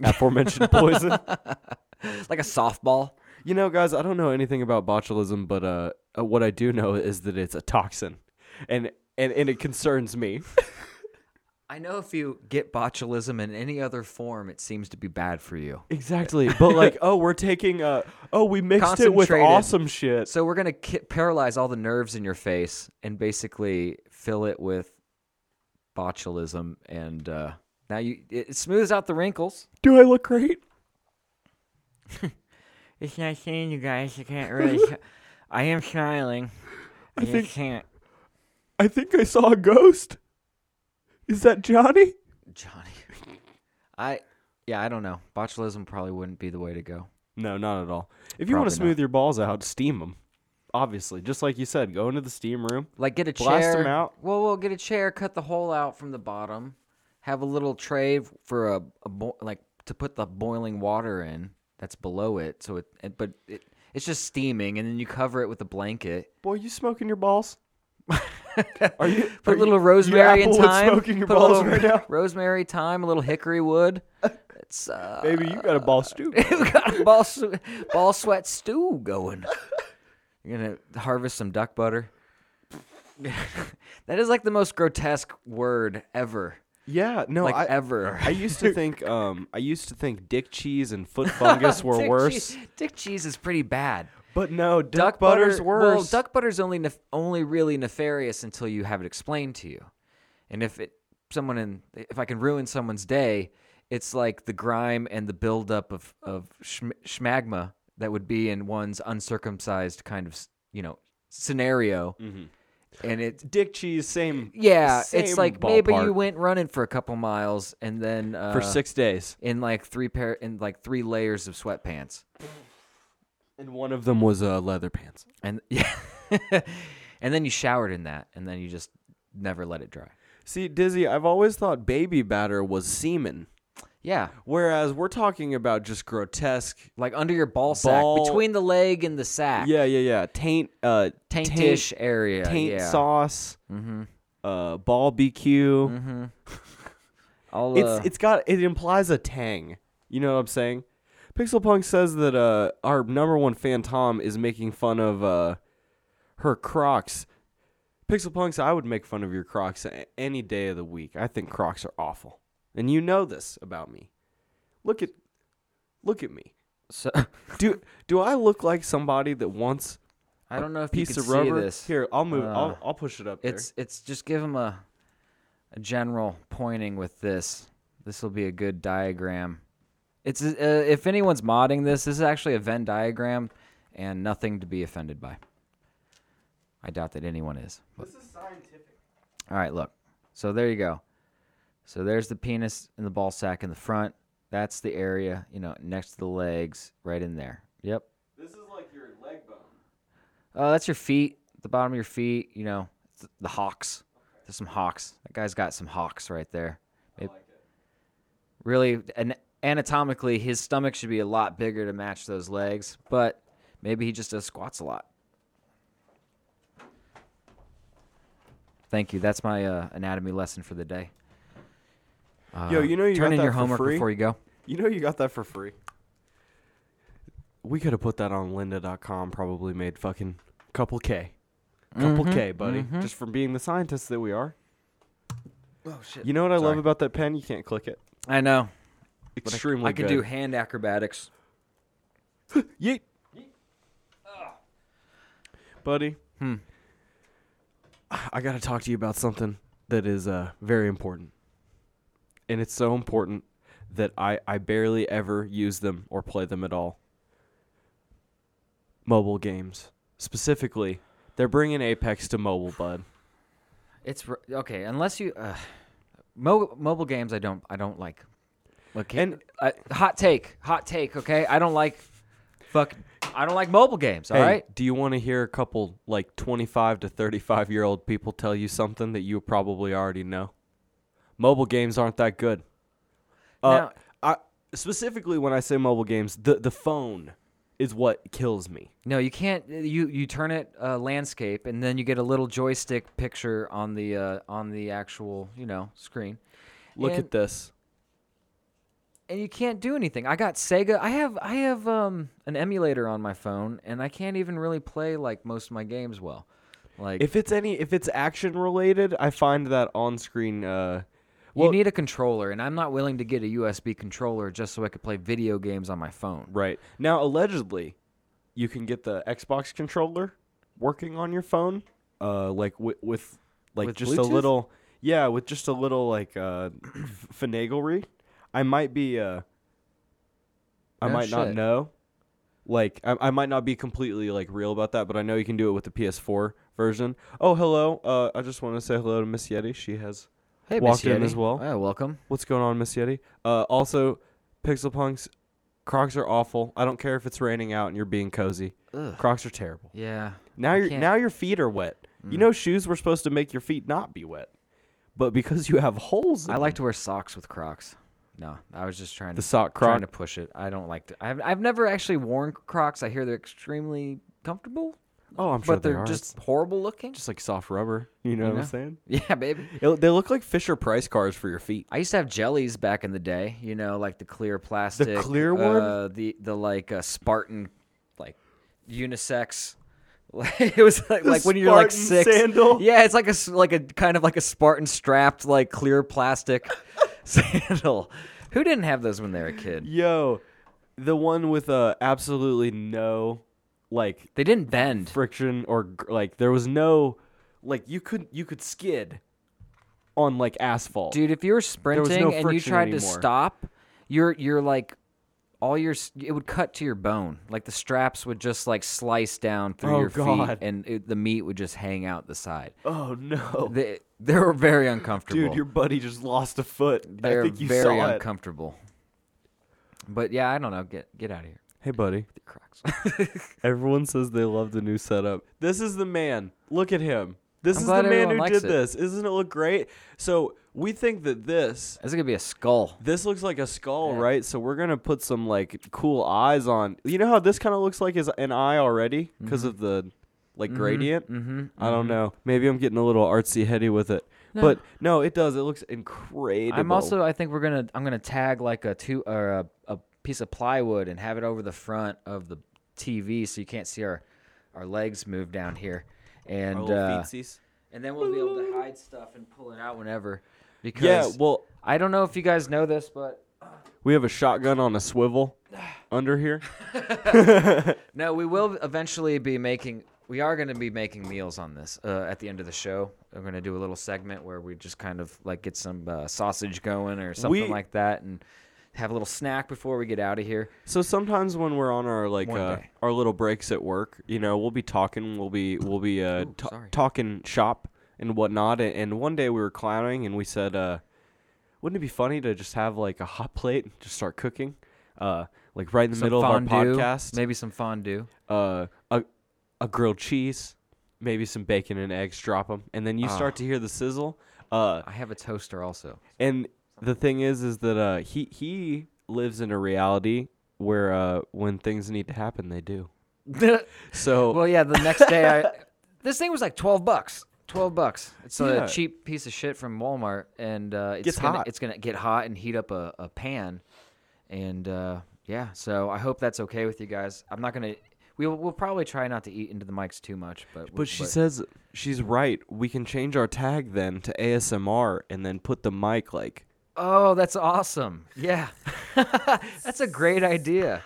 E: Aforementioned poison.
D: Like a softball.
E: You know, guys, I don't know anything about botulism, but uh, uh, what I do know is that it's a toxin, and and, and it concerns me.
D: I know if you get botulism in any other form, it seems to be bad for you.
E: exactly, but like, oh, we're taking uh, oh, we mixed it with
D: Concentrated.
E: awesome shit.
D: So we're going to ki- paralyze all the nerves in your face and basically fill it with botulism. And uh, now you it, it smooths out the wrinkles.
E: Do I look great?
D: It's not seeing you guys. I can't really. I am smiling. I, just
E: think-
D: can't.
E: I think I saw a ghost. Is that Johnny?
D: Johnny. I yeah, I don't know. Botulism probably wouldn't be the way to go.
E: No, not at all. If you want to
D: Probably
E: smooth your balls out, steam them. Obviously, just like you said, go into the steam room.
D: Like get a
E: Blast
D: chair.
E: 'em out.
D: Well, we'll get a chair, cut the hole out from the bottom, have a little tray for a, a bo- like to put the boiling water in that's below it. So it, it but it, it's just steaming, and then you cover it with a blanket.
E: Boy, you smoking your balls? Are you
D: Put
E: are
D: a little
E: you,
D: rosemary
E: you
D: in
E: Applewood
D: thyme.
E: Smoking your
D: Put a
E: balls
D: little
E: right now.
D: Rosemary, thyme, a little hickory wood. It's uh,
E: Baby, you got a ball stew.
D: we got a ball, swe- ball sweat stew going. You're gonna harvest some duck butter. that is like the most grotesque word ever,
E: yeah, no,
D: like
E: I,
D: ever.
E: I used to think um I used to think dick cheese and foot fungus were
D: Dick
E: worse,
D: cheese, dick cheese is pretty bad.
E: but no, duck,
D: Duck
E: butter's
D: butter, Well,
E: worse.
D: duck butter's only nef- only really nefarious until you have it explained to you, and if it someone in if I can ruin someone's day, it's like the grime and the buildup of of schm- schmagma that would be in one's uncircumcised kind of s- you know scenario, and it
E: dick cheese same
D: yeah,
E: Mm-hmm. same
D: it's like maybe you
E: ballpark
D: went running for a couple miles and then uh,
E: for 6 days
D: in like three pair in like three layers of sweatpants.
E: and one of them was uh leather pants.
D: and yeah, and then you showered in that, and then you just never let it dry.
E: See, Dizzy, I've always thought baby batter was semen.
D: Yeah.
E: Whereas we're talking about just grotesque.
D: Like under your ball sack,
E: Ball-
D: between the leg and the sack.
E: Yeah, yeah, yeah. Taint, uh, taint-
D: Taintish area.
E: taint
D: yeah. Mm-hmm.
E: sauce, uh, ball BQ.
D: All, uh,
E: It's it's got it implies a tang. You know what I'm saying? Pixel Punk says that uh, our number one fan Tom is making fun of uh, her Crocs. Pixel Punks, I would make fun of your Crocs a- any day of the week. I think Crocs are awful, and you know this about me. Look at look at me.
D: so,
E: Do do I look like somebody that wants
D: I don't know if
E: piece
D: you can
E: of rubber?
D: see this.
E: Here, I'll move.
D: Uh,
E: I'll, I'll push it up. there.
D: It's it's just give him a a general pointing with this. This will be a good diagram. It's uh, if anyone's modding this, this is actually a Venn diagram, and nothing to be offended by. I doubt that anyone is. This is scientific. All right, look. So there you go. So there's the penis and the ball sack in the front. That's the area, you know, next to the legs, right in there. Yep. Uh, that's your feet, the bottom of your feet. You know, th- the hawks. There's some hawks. That guy's got some hawks right there. Maybe- Really, an- anatomically, his stomach should be a lot bigger to match those legs, but maybe he just does squats a lot. Thank you. That's my uh, anatomy lesson for the day.
E: Yo,
D: Uh,
E: you know you
D: turn
E: got
D: in
E: that
D: your
E: for
D: homework
E: free?
D: before you go.
E: You know you got that for free. We could have put that on lynda.com probably made fucking couple K. Couple K, buddy. Just from being the scientists that we are. Oh shit. You know what I love
D: Sorry.
E: about that pen? You can't click it.
D: I know. but I-
E: Extremely
D: I could
E: good.
D: do hand acrobatics.
E: Yeet. Buddy.
D: Hmm.
E: I got to talk to you about something that is uh, very important. And it's so important that I, I barely ever use them or play them at all. Mobile games. Specifically, they're bringing Apex to mobile, bud.
D: It's r- okay unless you uh, mo- mobile games. I don't. I don't like. Okay.
E: And-
D: uh, hot take. Hot take. Okay. I don't like. Fuck. I don't like mobile games. All
E: hey,
D: right.
E: do you want to hear a couple, like, 25 to 35 year old people tell you something that you probably already know? Mobile games aren't that good. Uh,
D: Now-
E: I, specifically, when I say mobile games, the, the phone is what kills me.
D: No, you can't. You you turn it uh, landscape, and then you get a little joystick picture on the uh, on the actual you know screen.
E: Look
D: And-
E: at this.
D: and you can't do anything. I got Sega. I have I have um an emulator on my phone, and I can't even really play like most of my games well. Like
E: If it's any, if it's action related, I find that on screen. Uh, well,
D: you need a controller, and I'm not willing to get a USB controller just so I could play video games on my phone.
E: right now, allegedly, you can get the Xbox controller working on your phone, uh, like wi- with like
D: With
E: just a
D: Bluetooth?
E: little, yeah, with just a little like uh, f- finaglery. I might be, uh, I
D: No
E: might not
D: shit.
E: know. Like I, I might not be completely like real about that, but I know you can do it with the PS4 version. Oh, hello. Uh, I just want to say hello to Miss Yeti. She has
D: Hey,
E: walked
D: Miss
E: in
D: Yeti.
E: as well.
D: Oh, welcome.
E: What's going on, Miss Yeti? Uh, also, Pixel Punks, Crocs are awful. I don't care if it's raining out and you're being cozy. Crocs are terrible.
D: Yeah.
E: Now
D: I
E: your
D: can't-
E: now your feet are wet. You know shoes were supposed to make your feet not be wet, but because you have holes, in
D: I like
E: them-
D: to wear socks with Crocs. No, I was just trying
E: the
D: to
E: sock
D: trying
E: croc.
D: to push it. I don't like to. I've I've never actually worn Crocs. I hear they're extremely comfortable,
E: oh, I'm sure
D: but
E: they
D: they're
E: are. Just
D: just horrible looking.
E: just like soft rubber. You know what I'm saying?
D: yeah, baby.
E: It- they look like Fisher Price cars for your feet.
D: I used to have jellies back in the day, you know, like the clear plastic,
E: clear one?
D: uh, the the like uh, Spartan, like unisex. it was like, like when you're like
E: Spartan
D: six.
E: sandal?
D: Yeah, it's like a s- like a kind of like a Spartan strapped like clear plastic sandal. Who didn't have those when they were a kid?
E: Yo, the one with uh, absolutely no like
D: They didn't bend.
E: friction or gr- like there was no like you could you could skid on like asphalt.
D: Dude, if you were
E: no
D: sprinting and you
E: friction
D: tried to
E: anymore.
D: stop, you're you're like all your s- it would cut to your bone. Like the straps would just like slice down through
E: Oh,
D: your
E: God.
D: feet, and it, the meat would just hang out the side.
E: Oh no.
D: They they were very uncomfortable.
E: Dude, your buddy just lost a foot.
D: They're
E: I think you
D: very
E: saw it.
D: uncomfortable. But yeah, I don't know. Get get out of here,
E: Hey buddy,
D: Crocs.
E: everyone says they love the new setup. This is the man. Look at him. This
D: I'm
E: is
D: glad
E: the man
D: everyone
E: who
D: likes
E: did
D: it.
E: this. Isn't it look great? So we think that this
D: This is gonna be a skull.
E: this looks like a skull, right? So we're gonna put some like cool eyes on. You know how this kind of looks like is an eye already because of the like gradient. Mm-hmm, I don't know. Maybe I'm getting a little artsy heady with it, but no, it does. It looks incredible.
D: I'm also. I think we're gonna. I'm gonna tag like a two or a, a piece of plywood and have it over the front of the TV so you can't see our our legs move down here. And
E: Little
D: uh,
E: feetsies.
D: and then we'll be able to hide stuff and pull it out whenever. Because
E: yeah. Well,
D: I don't know if you guys know this, but
E: we have a shotgun on a swivel under here.
D: No, we will eventually be making. We are going to be making meals on this uh, at the end of the show. We're going to do a little segment where we just kind of like get some uh, sausage going or something
E: We-
D: like that, and have a little snack before we get out of here.
E: So sometimes when we're on our like
D: One
E: uh,
D: day.
E: our little breaks at work, you know, we'll be talking, we'll be we'll be uh, ta-
D: sorry.
E: talking shop and whatnot. And, and one day we were clowning and we said, uh, "Wouldn't it be funny to just have like a hot plate and just start cooking, uh, like right in the
D: Some
E: middle
D: fondue,
E: of our podcast?
D: maybe some fondue.
E: uh, a a grilled cheese, maybe some bacon and eggs, drop them, and then you start
D: Ah.
E: to hear the sizzle. Uh,
D: I have a toaster also.
E: and the thing is, is that uh, he he lives in a reality where uh, when things need to happen, they do. So
D: well, yeah. The next day, I this thing was like twelve bucks. Twelve bucks. It's
E: Yeah.
D: a cheap piece of shit from Walmart, and uh, it's
E: Gets
D: gonna,
E: hot.
D: It's gonna get hot and heat up a, a pan, and uh, yeah. So I hope that's okay with you guys. I'm not gonna. We'll, we'll probably try not to eat into the mics too much, but
E: but she says she's right. We can change our tag then to ASMR and then put the mic like
D: "Oh, that's awesome! Yeah, that's a great idea."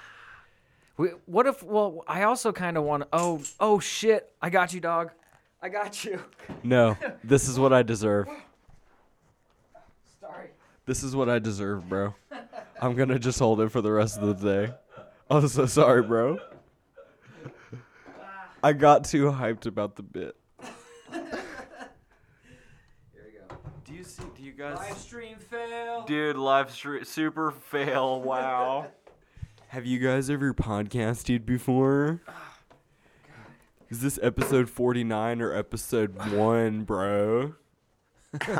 D: We, what if? Well, I also kind of want. to Oh, oh shit! I got you, dog. I got you.
E: no. This is what I deserve.
D: Sorry.
E: This is what I deserve, bro. I'm gonna just hold it for the rest of the day. I'm so sorry, bro. I got too hyped about the bit. Do you see? Do you guys? Live stream fail. Dude, live stream super fail. Wow. Have you guys ever podcasted before? Is this episode 49 or episode 1, bro? But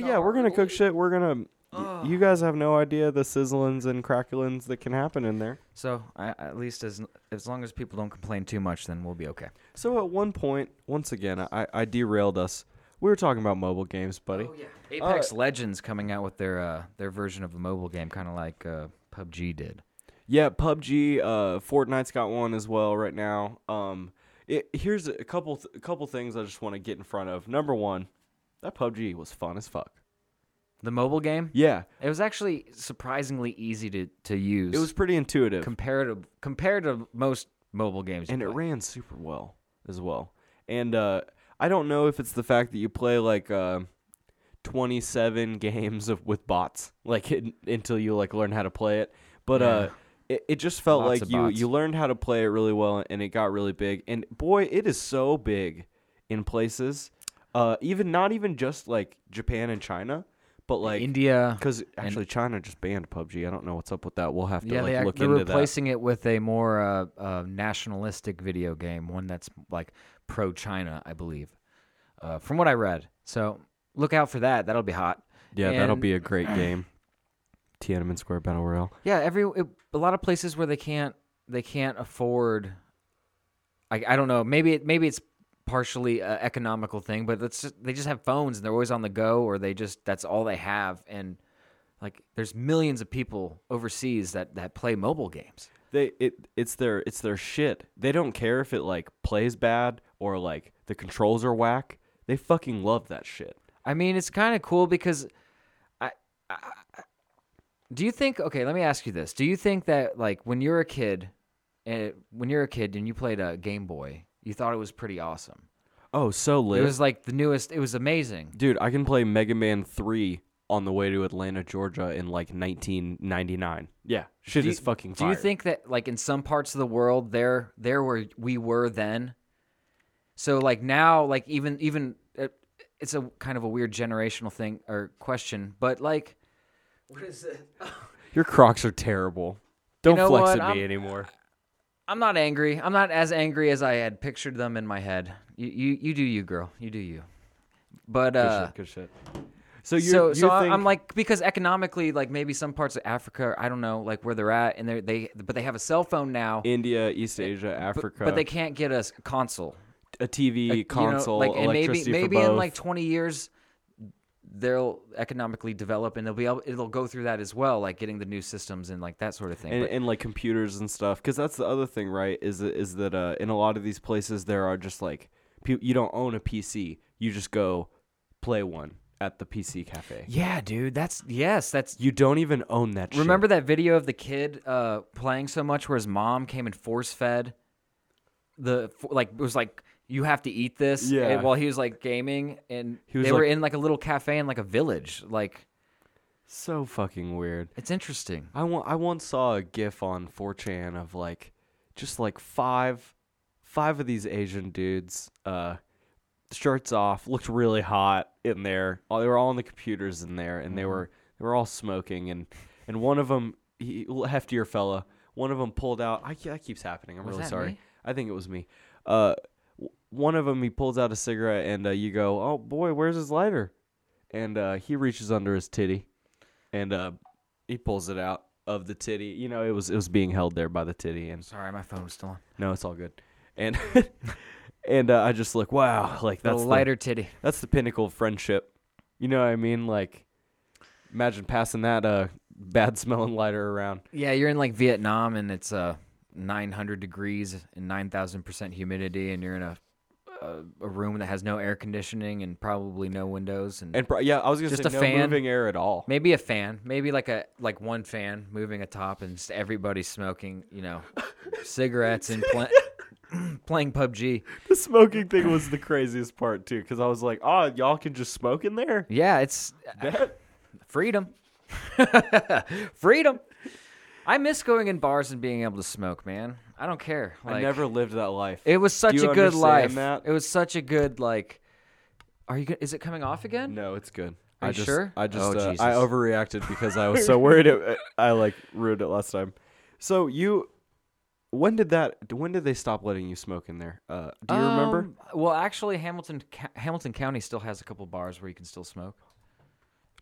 E: yeah, we're gonna cook shit. We're gonna. y- You guys have no idea the sizzlings and cracklings that can happen in there.
D: So I, at least as as long as people don't complain too much, then we'll be okay.
E: So at one point, once again, I, I derailed us. We were talking about mobile games, buddy.
D: Apex Legends coming out with their uh, their version of a mobile game, kind of like uh, PUBG did.
E: Yeah, PUBG, uh, Fortnite's got one as well right now. Um, it, here's a couple th- a couple things I just want to get in front of. Number one, that PUBG was fun as fuck.
D: The mobile game,
E: Yeah,
D: it was actually surprisingly easy to, to use.
E: it was pretty intuitive,
D: compared to compared to most mobile games. you
E: and it
D: play.
E: ran super well as well. And uh, I don't know if it's the fact that you play like uh, 27 games of with bots, like it, until you like learn how to play it. But uh, it, it just felt
D: Lots
E: like
D: of
E: you
D: bots.
E: you learned how to play it really well, and it got really big. And boy, it is so big in places. Uh, even not even just like Japan and China, but like
D: India.
E: Because actually, China just banned PUBG. I don't know what's up with that. We'll have to
D: Yeah,
E: like
D: they,
E: look
D: are
E: into that.
D: replacing it with a more uh, uh, nationalistic video game, one that's like pro China, I believe, uh, from what I read. So look out for that. That'll be hot.
E: Yeah, that'll
D: And-
E: be a great game. Tiananmen Square Battle Royale.
D: Yeah, every it, a lot of places where they can't they can't afford. I I don't know. Maybe it maybe it's partially a economical thing, but it's just, they just have phones and they're always on the go, or they just that's all they have. And like, there's millions of people overseas that that play mobile games.
E: They it it's their it's their shit. They don't care if it like plays bad or like the controls are whack. They fucking love that shit.
D: I mean, it's kind of cool because I, I- I- do you think okay, let me ask you this. Do you think that like when you're a kid uh, when you're a kid and you played a Game Boy, you thought it was pretty awesome.
E: Oh, so
D: It
E: lit.
D: was like the newest, it was amazing.
E: Dude, I can play Mega Man 3 on the way to Atlanta, Georgia in like 1999. Yeah, shit is fucking
D: Do you
E: fire.
D: think that like in some parts of the world there there where we were then? So like now like even even it, it's a kind of a weird generational thing or question, but like
E: your Crocs are terrible? Don't
D: know
E: flex
D: what?
E: at me
D: I'm-
E: anymore.
D: I'm not angry. I'm not as angry as I had pictured them in my head. You, you, you do you, girl. You do you. But
E: Good
D: uh,
E: shit. Good shit. So you
D: so
E: you
D: so I-
E: think,
D: I'm like because economically, like maybe some parts of Africa, I don't know, like where they're at, and they they but they have a cell phone now,
E: India, East Asia,
D: but,
E: Africa,
D: but they can't get us a console,
E: a TV
D: Like, you know,
E: console,
D: like and maybe
E: electricity
D: maybe
E: for
D: in
E: both.
D: like 20 years they'll economically develop and they'll be able it'll go through that as well, like getting the new systems and like that sort of thing.
E: and,
D: But-
E: and like computers and stuff because that's the other thing right is that- is that uh, in a lot of these places there are just like pe- you don't own a pc you just go play one at the pc cafe
D: yeah, dude, that's yes, that's
E: you don't even own that shit.
D: Remember that video of the kid uh, playing so much where his mom came and force fed the fo- like it was like you have to eat this and-
E: Yeah.
D: while he was like gaming and
E: He was
D: they were
E: like-
D: in like a little cafe in like a village like
E: so fucking weird
D: it's interesting
E: I on- I once saw a gif on 4chan of like just like five five of these Asian dudes uh shirts off looked really hot in there. Oh, they were all on the computers in there and they
D: Mm-hmm.
E: were they were all smoking and and one of them he l- heftier fella, one of them pulled out I that keeps happening. I'm
D: Was
E: really
D: that
E: sorry.
D: me?
E: I think it was me. Uh w- one of them he pulls out a cigarette and uh, you go, "Oh boy, where's his lighter?" And uh he reaches under his titty and uh he pulls it out of the titty. You know, it was it was being held there by the titty, and
D: sorry my phone was still on
E: no, it's all good. And and uh, I just look, wow, like that's
D: little
E: the,
D: lighter titty
E: that's the pinnacle of friendship. You know what I mean? Like, imagine passing that uh bad smelling lighter around.
D: yeah you're in like Vietnam and it's uh 900 degrees and 9000 percent humidity and you're in a a, a room that has no air conditioning and probably no windows and
E: And pro- yeah, I was gonna
D: Just
E: say
D: a
E: no
D: fan?
E: moving air at all.
D: Maybe a fan, maybe like a like one fan moving atop, and just everybody smoking, you know, cigarettes and pla- playing PUBG.
E: The smoking thing was the craziest part too, because I was like, oh, y'all can just smoke in there.
D: Yeah, it's
E: Bet.
D: freedom, freedom. I miss going in bars and being able to smoke, man. I don't care.
E: I
D: like,
E: never lived that life.
D: It was such
E: you
D: a good
E: understand
D: life.
E: that?
D: It was such a good like. Are you? go- Is it coming off again?
E: No, it's good.
D: Are
E: I
D: you
E: just,
D: sure?
E: I just
D: Oh,
E: uh,
D: Jesus.
E: I overreacted because I was so worried. It, I like ruined it last time. So you, when did that? When did they stop letting you smoke in there? Uh, do you remember?
D: Um, Well, actually, Hamilton Ca- Hamilton County still has a couple bars where you can still smoke.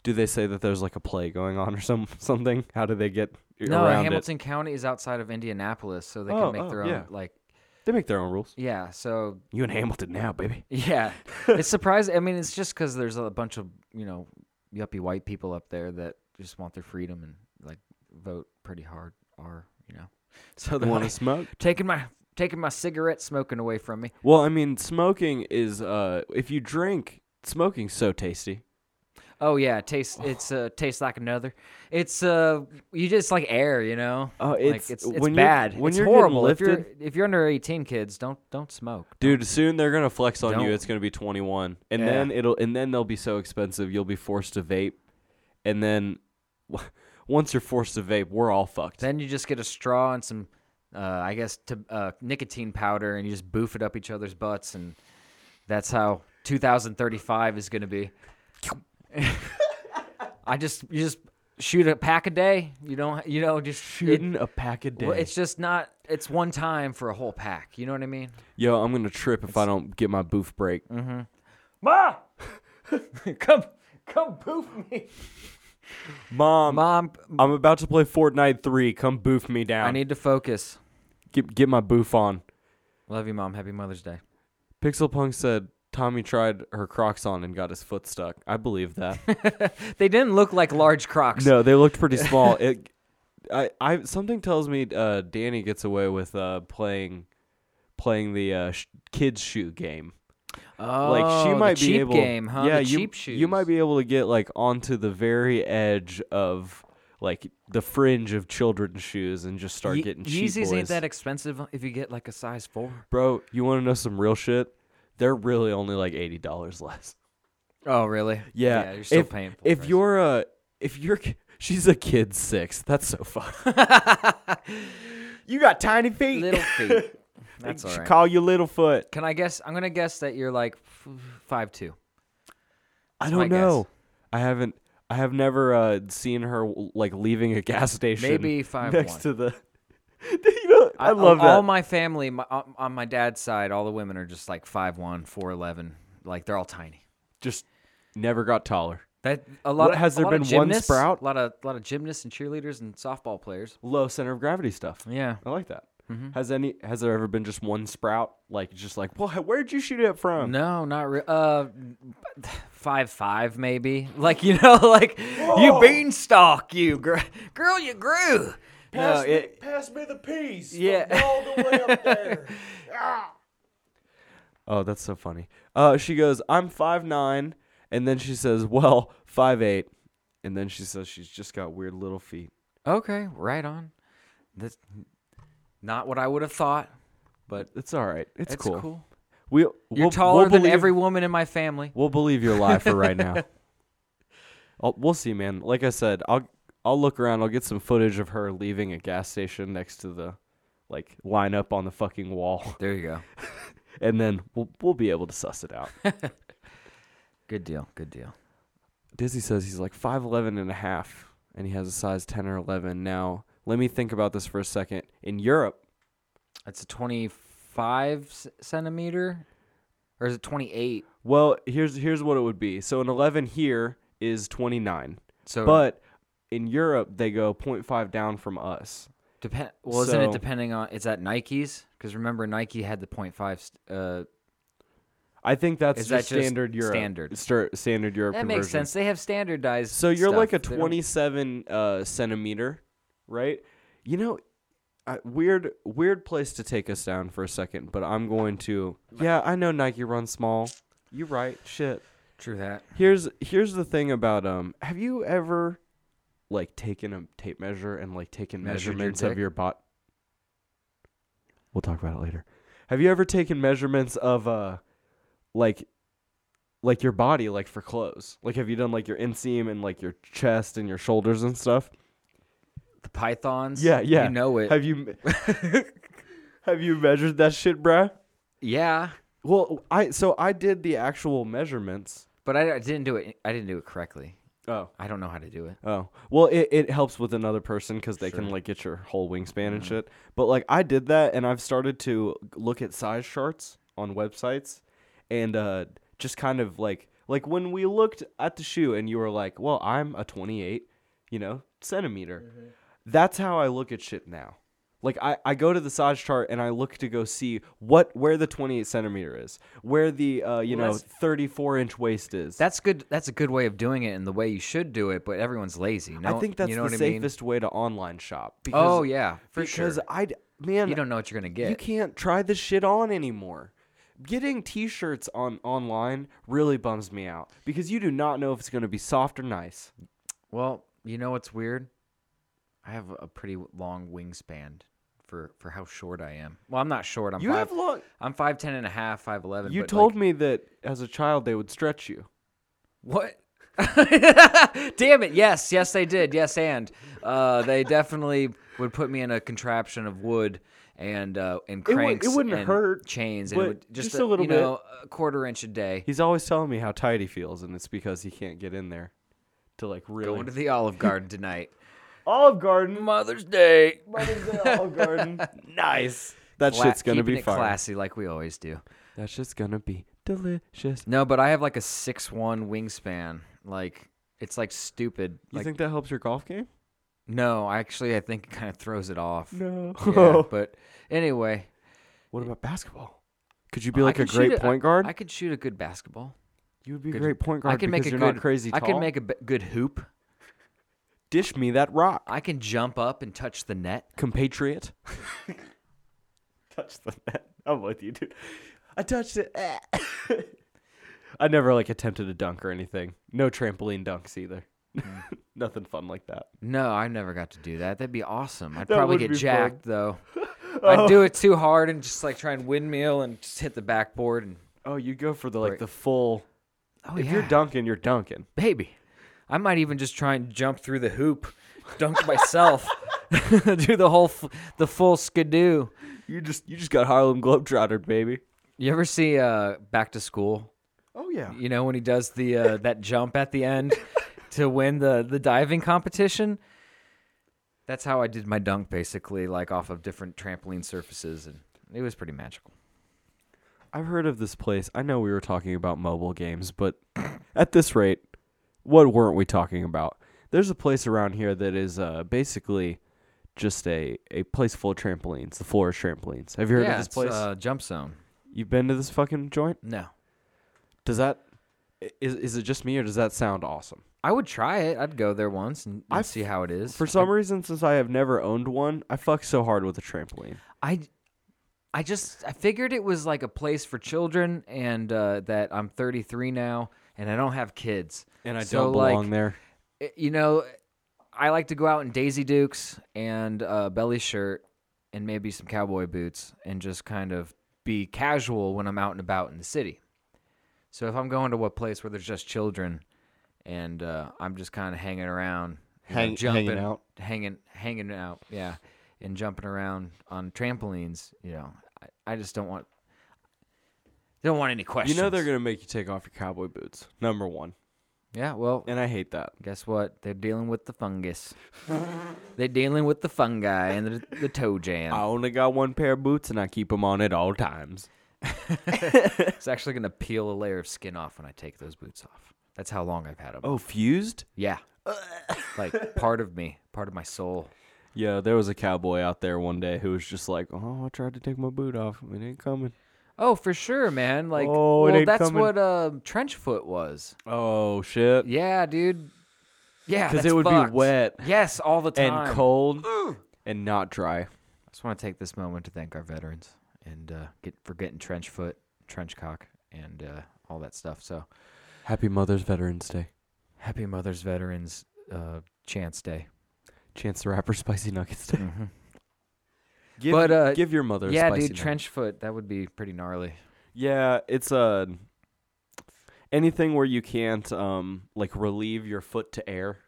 E: Do they say that there's like a play going on or some something? How do they get
D: No,
E: around
D: Hamilton County is outside of Indianapolis, so they
E: Oh,
D: can make
E: oh,
D: their own
E: yeah.
D: like
E: it? They make their own rules.
D: yeah. So
E: You in Hamilton now, baby.
D: yeah, it's surprising. I mean, it's just because there's a bunch of you know yuppie white people up there that just want their freedom and like vote pretty hard. Or you know, so
E: They
D: they're
E: want to
D: like,
E: smoke.
D: taking my taking my cigarette smoking away from me.
E: Well, I mean, smoking is uh, if you drink, smoking's so tasty.
D: Oh yeah, it tastes it's uh tastes like another. It's uh you just like air, you know.
E: Oh,
D: Like,
E: it's-
D: it's,
E: when you're-
D: bad.
E: when
D: it's
E: you're getting
D: horrible. If you're
E: lifted-
D: if you're under eighteen, kids, don't don't smoke.
E: Dude, soon they're gonna flex on
D: Don't.
E: you. It's gonna be twenty one, and
D: Yeah.
E: then it'll and then they'll be so expensive you'll be forced to vape, and then w- once you're forced to vape, we're all fucked.
D: Then you just get a straw and some, uh, I guess, to, uh, nicotine powder, and you just boof it up each other's butts, and that's how 2035 is going to be. I just you just shoot a pack a day. You don't you know just
E: Shooting
D: It,
E: a pack a day.
D: well, it's just not. It's one time for a whole pack. You know what I mean?
E: Yo, I'm gonna trip if I don't get my boof break.
D: Mm. Ma, come come boof me.
E: Mom,
D: Mom,
E: I'm about to play Fortnite three. Come boof me down.
D: I need to focus.
E: get get my boof on.
D: Love you, mom. Happy Mother's Day.
E: Pixel Punk said Tommy tried her Crocs on and got his foot stuck. I believe that.
D: They didn't look like large Crocs.
E: No, they looked pretty small. It, I, I, something tells me uh, Danny gets away with uh, playing, playing the uh, sh- kids shoe game.
D: oh,
E: like she
D: the
E: might
D: cheap
E: be able,
D: game, huh?
E: yeah,
D: the
E: you,
D: cheap shoes.
E: you might be able to get like onto the very edge of like the fringe of children's shoes and just start
D: Ye-
E: getting cheap
D: Yeezys ain't
E: boys.
D: that expensive if you get like a size four.
E: Bro, you want to know some real shit? They're really only like eighty dollars less.
D: Oh, really?
E: Yeah,
D: you're still
E: if,
D: paying. Full
E: If
D: price.
E: you're a, if you're, she's a kid six. That's so fun. you got tiny feet.
D: little feet, that's all
E: Should
D: right.
E: call you Littlefoot.
D: Can I guess? I'm gonna guess that you're like f- five two.
E: I
D: my
E: don't
D: guess.
E: know. I haven't. I have never uh, seen her like leaving a gas station.
D: Maybe 5'1".
E: next to the. you know, I, love
D: all,
E: that.
D: All my family, my, on on my dad's side, all the women are just like five one, four eleven. Like they're all tiny.
E: Just Never got taller.
D: That a lot
E: What-
D: of
E: has
D: a
E: there
D: lot
E: been
D: of
E: one
D: gymnasts,
E: sprout?
D: A lot of lot of gymnasts and cheerleaders and softball players.
E: Low center of gravity stuff.
D: Yeah.
E: I like that.
D: Mm-hmm.
E: Has any has there ever been just one sprout like just like well where'd you shoot it from?
D: No, not re- uh, five five maybe. Like you know, like you beanstalk, you gr- girl, you grew. no, it,
E: Pass me the peas.
D: yeah.
E: Oh, that's so funny. Uh, she goes, I'm five nine, and then she says, Well, five eight, and then she says she's just got weird little feet.
D: Okay, right on. That's not what I would have thought.
E: But it's all right. It's,
D: It's
E: cool.
D: cool.
E: We You're
D: You're taller than every woman in my family.
E: We'll believe you're live for right now. I'll, we'll see, man. Like I said, I'll I'll look around. I'll get some footage of her leaving a gas station next to the like line up on the fucking wall,
D: There you go.
E: and then we'll we'll be able to suss it out.
D: Good deal. Good deal.
E: Dizzy says he's like 5'11 and a half and he has a size 10 or 11. Now, let me think about this for a second. In Europe,
D: That's a 25 c- centimeter, or is it 28?
E: well, here's here's what it would be. So an 11 here is 29.
D: So,
E: But in Europe, they go 0.5 down from us.
D: depend. Well, isn't
E: so-
D: it depending on? It's at Nike's because remember Nike had the 0.5. st- Uh,
E: I think that's
D: Is that
E: just
D: just
E: standard Europe.
D: standard?
E: Stir- standard Europe
D: that
E: conversion.
D: makes sense. They have standardized.
E: So you're like a
D: stuff. They don't-
E: 27 uh, centimeter, right? You know, I, weird, weird place to take us down for a second, but I'm going to. Yeah, I know Nike runs small. You're right. Shit.
D: True that.
E: Here's here's the thing about um. Have you ever like taken a tape measure and like taken
D: Measured your
E: measurements of
D: dick?
E: your bot? We'll talk about it later. Have you ever taken measurements of uh, like, like your body, like for clothes? Like, have you done like your inseam and like your chest and your shoulders and stuff?
D: The pythons.
E: Yeah, yeah.
D: You know it.
E: Have you have you measured that shit, bruh?
D: yeah,
E: Well, I so I did the actual measurements.
D: but I, I didn't do it. I didn't do it correctly.
E: Oh,
D: I don't know how to do it.
E: Oh well, it, it helps with another person because they can like get your whole wingspan and shit. But like I did that, and I've started to look at size charts on websites, and uh, just kind of like like when we looked at the shoe, and you were like, "Well, I'm a 28, you know, centimeter." That's how I look at shit now. Like I, I go to the size chart and I look to go see what where the 28 centimeter is, where the uh, you know 34 inch waist is.
D: That's good. That's a good way of doing it, and the way you should do it. But everyone's lazy. No,
E: I think that's
D: you know
E: the
D: what I mean?
E: safest way to online shop.
D: Oh yeah, for
E: because
D: sure.
E: I man,
D: You don't know what you're gonna get.
E: You can't try this shit on anymore. Getting T-shirts on online really bums me out because you do not know if it's going to be soft or nice.
D: Well, you know what's weird? I have a pretty long wingspan for for how short I am. Well, I'm not short. I'm
E: You
D: five,
E: have long.
D: I'm five ten and a half, five eleven.
E: You
D: but
E: told
D: like,
E: me that as a child they would stretch you.
D: what? Damn it! Yes, yes, they did. Yes, and uh, they definitely would put me in a contraption of wood and uh, and
E: wou- it
D: cranks.
E: wouldn't
D: and
E: hurt,
D: Chains and it
E: but
D: would just,
E: just a little
D: you know, a quarter inch a day.
E: He's always telling me how tight he feels, and it's because he can't get in there to like really.
D: Going to the Olive Garden tonight.
E: Olive Garden,
D: Mother's Day.
E: Mother's Day Olive Garden, nice. That
D: Cla-
E: shit's gonna
D: keeping
E: be
D: it
E: fire.
D: classy like we always do.
E: That shit's gonna be delicious.
D: No, but I have like a six one wingspan. Like it's like stupid.
E: You
D: Like
E: think that helps your golf game?
D: no, actually I think it kind of throws it off.
E: No.
D: Yeah, but anyway,
E: what about basketball? Could you be
D: Oh, I
E: like a
D: could shoot
E: great
D: it- I-
E: point guard?
D: I could shoot a good basketball.
E: you would be a
D: could-
E: great point guard.
D: I can
E: because
D: make a
E: you're
D: good
E: not crazy.
D: I can
E: tall.
D: make a b- good hoop.
E: dish me that rock,
D: I can jump up and touch the net.
E: compatriot. Touch the net. I'm with you, dude. I touched it. Ah. I never like attempted a dunk or anything. No trampoline dunks either. Nothing fun like that.
D: No, I never got to do that. That'd be awesome. I'd
E: That
D: probably
E: would
D: get
E: be fun. Oh.
D: jacked though. I'd do it too hard and just like try and windmill and just hit the backboard and
E: Oh, you go for the like
D: Right.
E: the full.
D: oh
E: if
D: yeah,
E: you're dunking, you're dunking.
D: baby. I might even just try and jump through the hoop, dunk myself, do the whole f- the full skidoo.
E: You just you just got Harlem Globetrottered, baby.
D: You ever see uh, Back to School?
E: Oh yeah.
D: You know when he does the uh, that jump at the end to win the the diving competition. That's how I did my dunk, basically, like off of different trampoline surfaces, and it was pretty magical.
E: I've heard of this place. I know we were talking about mobile games, but at this rate, what weren't we talking about? There's a place around here that is uh, basically just a, a place full of trampolines. The floor is trampolines. Have you heard
D: yeah,
E: of this
D: it's,
E: place?
D: uh, Jump Zone.
E: You've been to this fucking joint?
D: No,
E: Does that i- is is it just me or does that sound awesome?
D: I would try it. I'd go there once and, and
E: I've-
D: see how it is.
E: For some reason, since I have never owned one, I fuck so hard with a trampoline.
D: I, I just I figured it was like a place for children, and uh, that I'm 33 now, and I don't have kids,
E: And I
D: So,
E: don't belong
D: like,
E: there.
D: i- Eh, You know, I like to go out in Daisy Dukes and a belly shirt, and maybe some cowboy boots, and just kind of be casual when I'm out and about in the city. So if I'm going to a place where there's just children, and uh, I'm just kind of hanging around, you know,
F: Hang- hanging out.
D: hanging, hanging out, yeah, and jumping around on trampolines, you know, I, I just don't want, don't want any questions.
E: You know they're gonna make you take off your cowboy boots. Number one,
D: yeah, well,
E: and I hate that.
D: Guess what? They're dealing with the fungus. They're dealing with the fungi and the, the toe jam.
E: I only got one pair of boots, and I keep them on at all times.
D: It's actually going to peel a layer of skin off when I take those boots off. That's how long I've had them.
E: Oh, fused?
D: Yeah. like part of me, part of my soul.
E: Yeah, there was a cowboy out there one day who was just like, "Oh, I tried to take my boot off, and it ain't coming."
D: Oh, for sure, man. Like,
E: Oh, it
D: well,
E: ain't
D: that's
E: coming.
D: what uh, trench foot was.
E: Oh shit!
D: Yeah, dude. Yeah,
E: Because
D: that's
E: it would
D: fucked.
E: be wet
D: Yes, all the time.
E: and cold and not dry.
D: I just want to take this moment to thank our veterans and uh, get for getting trench foot, trench cock, and uh, all that stuff. So.
E: Happy Mother's Veterans Day.
D: Happy Mother's Veterans uh, Chance Day.
E: Chance the Rapper Spicy Nuggets Day. Give,
D: But, uh,
E: give your mother. a
D: Mm-hmm. yeah,
E: spicy
D: dude,
E: nugget.
D: trench foot. That would be pretty gnarly.
E: Yeah, it's Uh, anything where you can't um like relieve your foot to air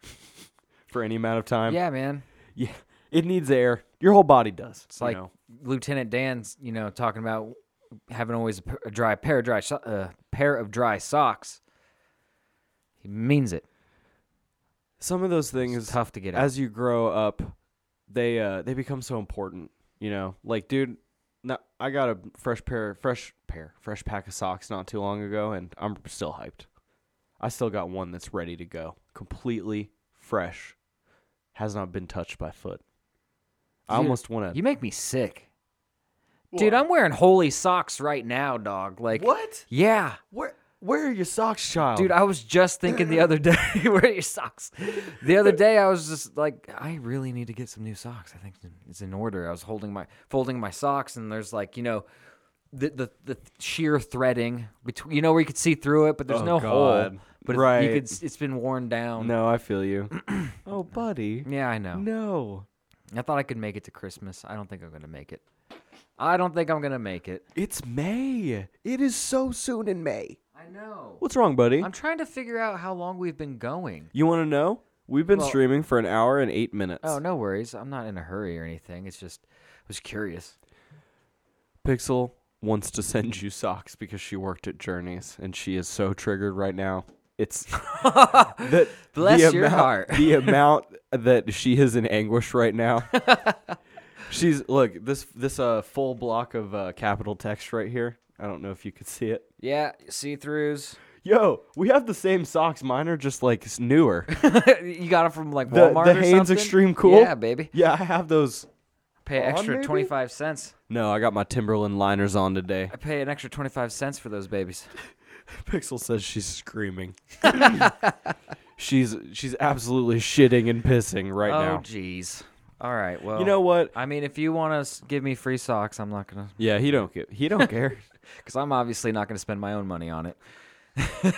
E: for any amount of time.
D: yeah, man.
E: Yeah, it needs air. Your whole body does.
D: It's like Lieutenant Dan's, you know, talking about having always a, p- a dry pair of dry so- uh, pair of dry socks. He means it.
E: some of those
D: It's
E: things
D: tough to get out.
E: as you grow up, they uh they become so important. You know, like dude, no, I got a fresh pair, fresh pair, fresh pack of socks not too long ago, and I'm still hyped. I still got one that's ready to go, completely fresh, has not been touched by foot. I
D: Dude,
E: almost want
D: You
E: to.
D: make me sick, dude. I'm wearing holy socks right now, dog. Like
E: What?
D: Yeah,
E: Where where are your socks, child?
D: dude. I was just thinking the other day. where are your socks? The other day, I was just like, I really need to get some new socks. I think it's in order. I was holding my folding my socks, and there's like you know, the the, the sheer threading between you know where you could see through it, but there's
E: Oh,
D: no
E: God.
D: hole. But
E: Right.
D: you could, s- it's been worn down.
E: no, I feel you. oh, buddy.
D: Yeah, I know.
E: No.
D: I thought I could make it to Christmas. I don't think I'm gonna make it. I don't think I'm gonna make it.
E: It's May.
F: It is so soon in May.
D: I know.
E: What's wrong, buddy?
D: I'm trying to figure out how long we've been going.
E: You want to know? We've been
D: Well-
E: streaming for an hour and eight minutes.
D: Oh, no worries. I'm not in a hurry or anything. It's just I was curious.
E: Pixel wants to send you socks because she worked at Journeys and she is so triggered right now. It's that
D: Bless
E: the
D: your
E: amount-
D: heart.
E: the amount that she is in anguish right now. She's look this this uh full block of uh, capital text right here. I don't know if you could see it.
D: Yeah, see-throughs.
E: Yo, we have the same socks. Mine are just like s- newer.
D: you got them from like
E: The-
D: Walmart
E: the
D: or
E: Hanes
D: something?
E: Extreme Cool?
D: Yeah, baby.
E: yeah, I have those.
D: Pay
E: On,
D: extra
E: maybe?
D: 25 cents.
E: No, I got my Timberland liners on today.
D: I pay an extra 25 cents for those babies.
E: Pixel says she's screaming. she's she's absolutely shitting and pissing right
D: oh,
E: now.
D: jeez. All right, well.
E: You know what?
D: I mean, if you want to s- give me free socks, I'm not going to
E: Yeah, he don't get he don't care.
D: cuz I'm obviously not going to spend my own money on it. cuz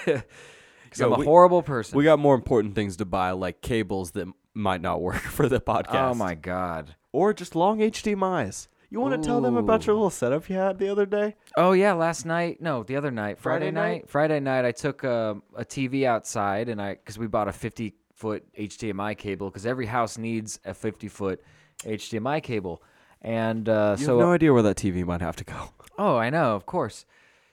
E: Yo,
D: I'm a
E: we-
D: horrible person.
E: We got more important things to buy, like cables that might not work for the podcast.
D: oh my god.
E: Or just long HDMI's. You want to tell them about your
D: Ooh.
E: little setup you had the other day?
D: Oh yeah, last night. No, the other night, Friday,
E: Friday
D: night?
E: night?
D: Friday night, I took um a TV outside, and I because we bought a fifty foot HDMI cable because every house needs a fifty foot HDMI cable, and uh,
E: You
D: so
E: have no idea where that TV might have to go.
D: oh, I know, of course.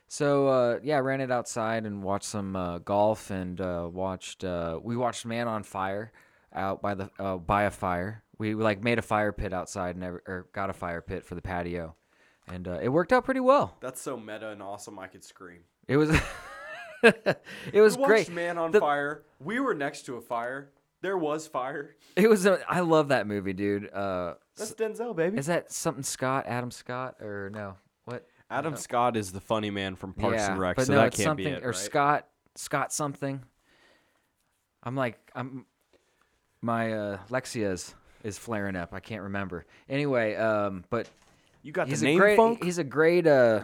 D: So uh, yeah, I ran it outside and watched some uh, golf, and uh, watched uh, we watched Man on Fire out by the uh, by a fire. We, we like made a fire pit outside and every, or got a fire pit for the patio, and uh, it worked out pretty well.
E: That's so meta and awesome. I could scream.
D: It was it was
E: We watched
D: great.
E: Man on
D: The-
E: Fire. We were next to a fire. There was fire.
D: It was a, I love that movie, dude. Uh,
E: That's Denzel, baby.
D: is that something Scott Adam Scott or no? What?
E: Adam Scott is the funny man from Parks
D: yeah,
E: and Rec,
D: but
E: so
D: no,
E: that
D: it's
E: can't be
D: something
E: it.
D: or
E: right?
D: Scott Scott something. I'm like I'm my uh, Lexia is is flaring up. I can't remember. Anyway, um, but
E: you got
D: he's
E: the
D: a
E: name
D: great
E: funk.
D: he's a great uh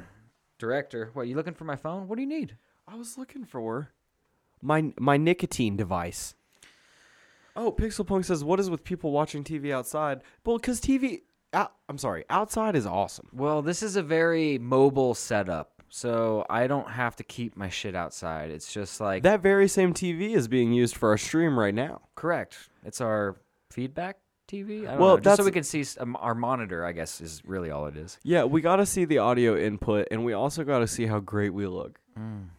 D: director. What you looking for my phone? What do you need?
E: I was looking for my my nicotine device. Oh, Pixel Punk says, "What is with people watching TV outside?" Well, because TV, out, I'm sorry, outside is awesome.
D: Well, this is a very mobile setup, so I don't have to keep my shit outside. It's just like
E: That very same TV is being used for our stream right now.
D: correct. It's our feedback TV. I don't
E: Well,
D: know. just so
E: that's-
D: we can see s- um, our monitor. I guess is really all it is.
E: Yeah, we got to see the audio input, and we also got to see how great we look.
D: Mm.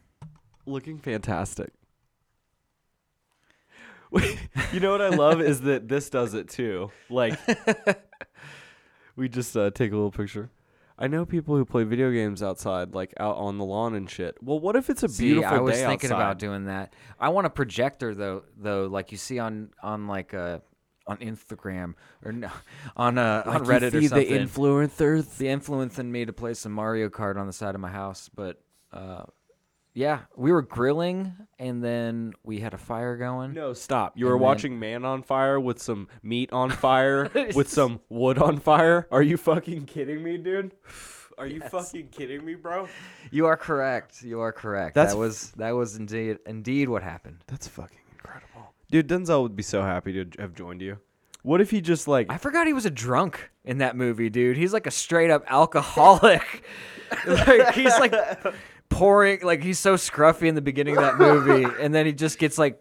E: Looking fantastic. you know what I love is that this does it too. Like, we just uh, take a little picture. I know people who play video games outside, like out on the lawn and shit. Well, what if it's a
D: See,
E: beautiful
D: I was
E: day
D: thinking
E: outside?
D: about doing that. I want a projector though, though, like you see on on like uh on Instagram or no, on uh on
E: Like,
D: Reddit
E: you
D: or
E: see
D: something.
E: the influencers
D: the influence in me to play some Mario Kart on the side of my house, but uh, yeah, we were grilling and then we had a fire going.
E: No, stop. You were
D: then-
E: watching Man on Fire with some meat on fire, with some wood on fire. Are you fucking kidding me, dude? Are you fucking kidding me, bro?
D: You are correct. You are correct.
E: That's-
D: that was that was indeed indeed what happened.
E: That's fucking incredible. Dude, Denzel would be so happy to have joined you. What if he just like
D: I forgot he was a drunk in that movie, dude. He's like a straight up alcoholic. like he's like pouring like he's so scruffy in the beginning of that movie and then he just gets like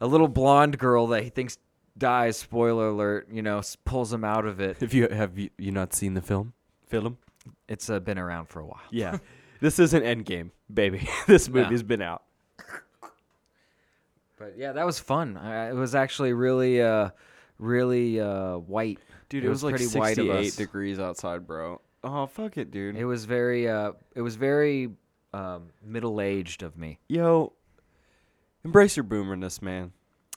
D: a little blonde girl that he thinks dies, spoiler alert, you know, s- pulls him out of it.
E: if you have you, you not seen the film? Film?
D: It's uh, been around for a while.
E: Yeah. this isn't Endgame, baby. this movie's been out.
D: But yeah, that was fun. I, it was actually really, uh, really uh, white.
E: Dude, it, was, like
D: pretty
E: 68
D: white of us.
E: degrees outside, bro. Oh, fuck it, dude.
D: It was very, uh, it was very um, middle aged of me.
E: Yo, embrace your boomerness, man.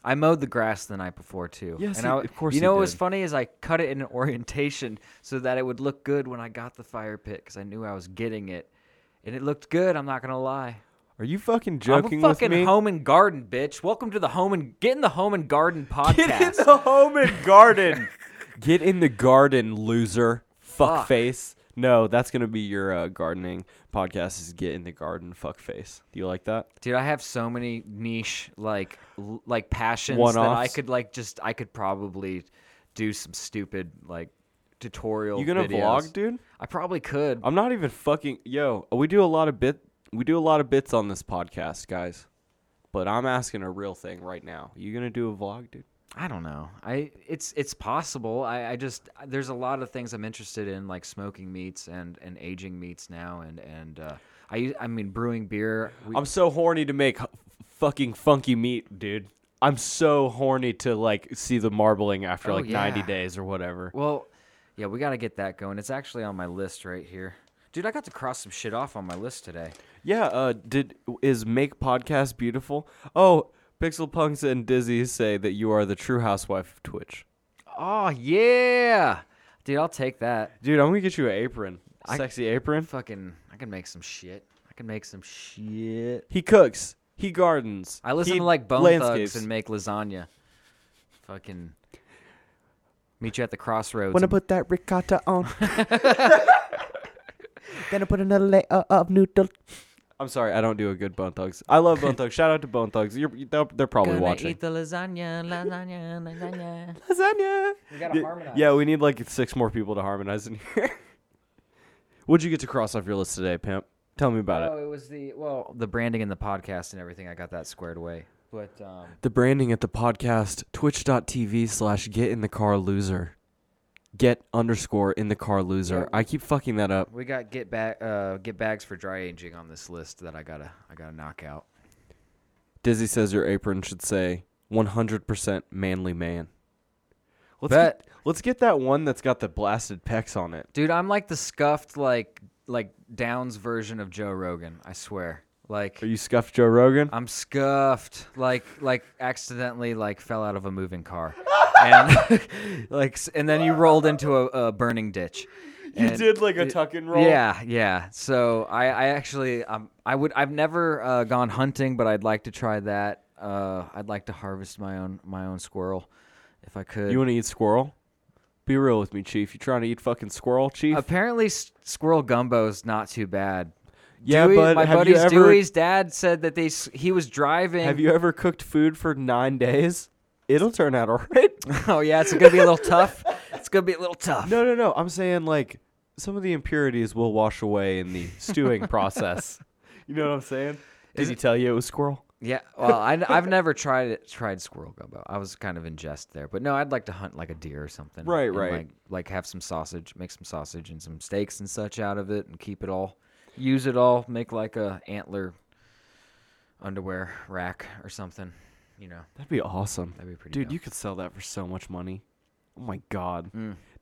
D: I mowed the grass the night before too.
E: Yes,
D: and
E: you-
D: I,
E: of course
D: You
E: you
D: know what was
E: did.
D: funny is I cut it in an orientation so that it would look good when I got the fire pit because I knew I was getting it, and it looked good. I'm not gonna lie.
E: Are you fucking joking
D: I'm a fucking
E: with me?
D: home and garden bitch. Welcome to the home and get in the home and garden podcast.
E: the home and garden. Get in the garden, loser. Fuck,
D: Fuck.
E: face. No, that's gonna be your uh, gardening podcast. Is get in the garden, fuck face. Do you like that?
D: Dude, I have so many niche like l- like passions that I
E: One-offs?
D: could like just I could probably do some stupid like tutorial.
E: You gonna
D: videos.
E: vlog, dude? Uh,
D: I probably could.
E: I'm not even fucking. Yo, we do a lot of bit. We do a lot of bits on this podcast, guys. But I'm asking a real thing right now. You gonna do a vlog, dude?
D: I don't know. I it's it's possible. I, I just there's a lot of things I'm interested in like smoking meats and and aging meats now and and uh, I I mean brewing beer. We,
E: I'm so horny to make h- fucking funky meat, dude. I'm so horny to like see the marbling after
D: Oh,
E: like 90
D: yeah.
E: days or whatever.
D: well, yeah, we got to get that going. It's actually on my list right here. Dude, I got to cross some shit off on my list today.
E: Yeah, uh did is make podcast beautiful? Oh, Pixel Punks and Dizzy say that you are the true housewife of Twitch.
D: Oh yeah, dude, I'll take that.
E: Dude, I'm going to get you an apron. Sexy apron.
D: fucking I can make some shit. I can make some shit.
E: He cooks. He gardens.
D: I listen
E: he
D: to like Bone
E: landscapes.
D: Thugs and make lasagna. Fucking meet you at the crossroads.
F: Wanna
D: and-
F: put that ricotta on? Gonna put another layer of noodle.
E: I'm sorry, I don't do a good Bone Thugs. I love Bone Thugs. Shout out to Bone Thugs. You're, they're, they're probably
D: Gonna
E: watching.
D: eat the lasagna, lasagna, lasagna.
E: Lasagna. We
D: gotta harmonize.
E: Yeah, we need like six more people to harmonize in here. What'd you get to cross off your list today, pimp? Tell me about
D: Oh,
E: it.
D: it was the well, the branding and the podcast and everything. I got that squared away. But um,
E: The branding at the podcast, twitch.tv slash get in the car loser. Get underscore in the car loser. I keep fucking that up.
D: we got get back, uh, get bags for dry aging on this list that I gotta, I gotta knock out.
E: Dizzy says your apron should say 100% manly man. Let's
D: Bet.
E: get, let's get that one that's got the blasted pecs on it.
D: Dude, I'm like the scuffed like like Downs version of Joe Rogan. I swear. Like
E: Are you scuffed, Joe Rogan?
D: I'm scuffed. Like like accidentally like fell out of a moving car, and like s- and then you rolled into a, a burning ditch.
E: You
D: And-
E: did like a tuck and roll.
D: Yeah, yeah. So I, I actually, um, I would, I've never uh, gone hunting, but I'd like to try that. Uh, I'd like to harvest my own, my own squirrel, if I could.
E: You want to eat squirrel? Be real with me, Chief. You trying to eat fucking squirrel, Chief?
D: Apparently, s- squirrel gumbo's not too bad.
E: yeah,
D: Dewey,
E: but
D: my
E: have
D: buddy's
E: you ever
D: Dewey's dad said that they s- he was driving.
E: have you ever cooked food for nine days? It'll turn out alright.
D: oh yeah, it's gonna be a little tough. It's gonna be a little tough.
E: no, no, no. I'm saying like some of the impurities will wash away in the stewing process. You know what I'm saying? Did he tell you it was squirrel?
D: Yeah, well, I, have never tried it, tried squirrel gumbo. I was kind of in jest there, but no, I'd like to hunt like a deer or something.
E: Right,
D: and,
E: right.
D: Like, like have some sausage, make some sausage and some steaks and such out of it, and keep it all, use it all, make like a antler underwear rack or something. You know,
E: That'd be awesome.
D: that'd be pretty.
E: Dude,
D: dope. Mm.
E: you could sell that for so much money. Oh my god.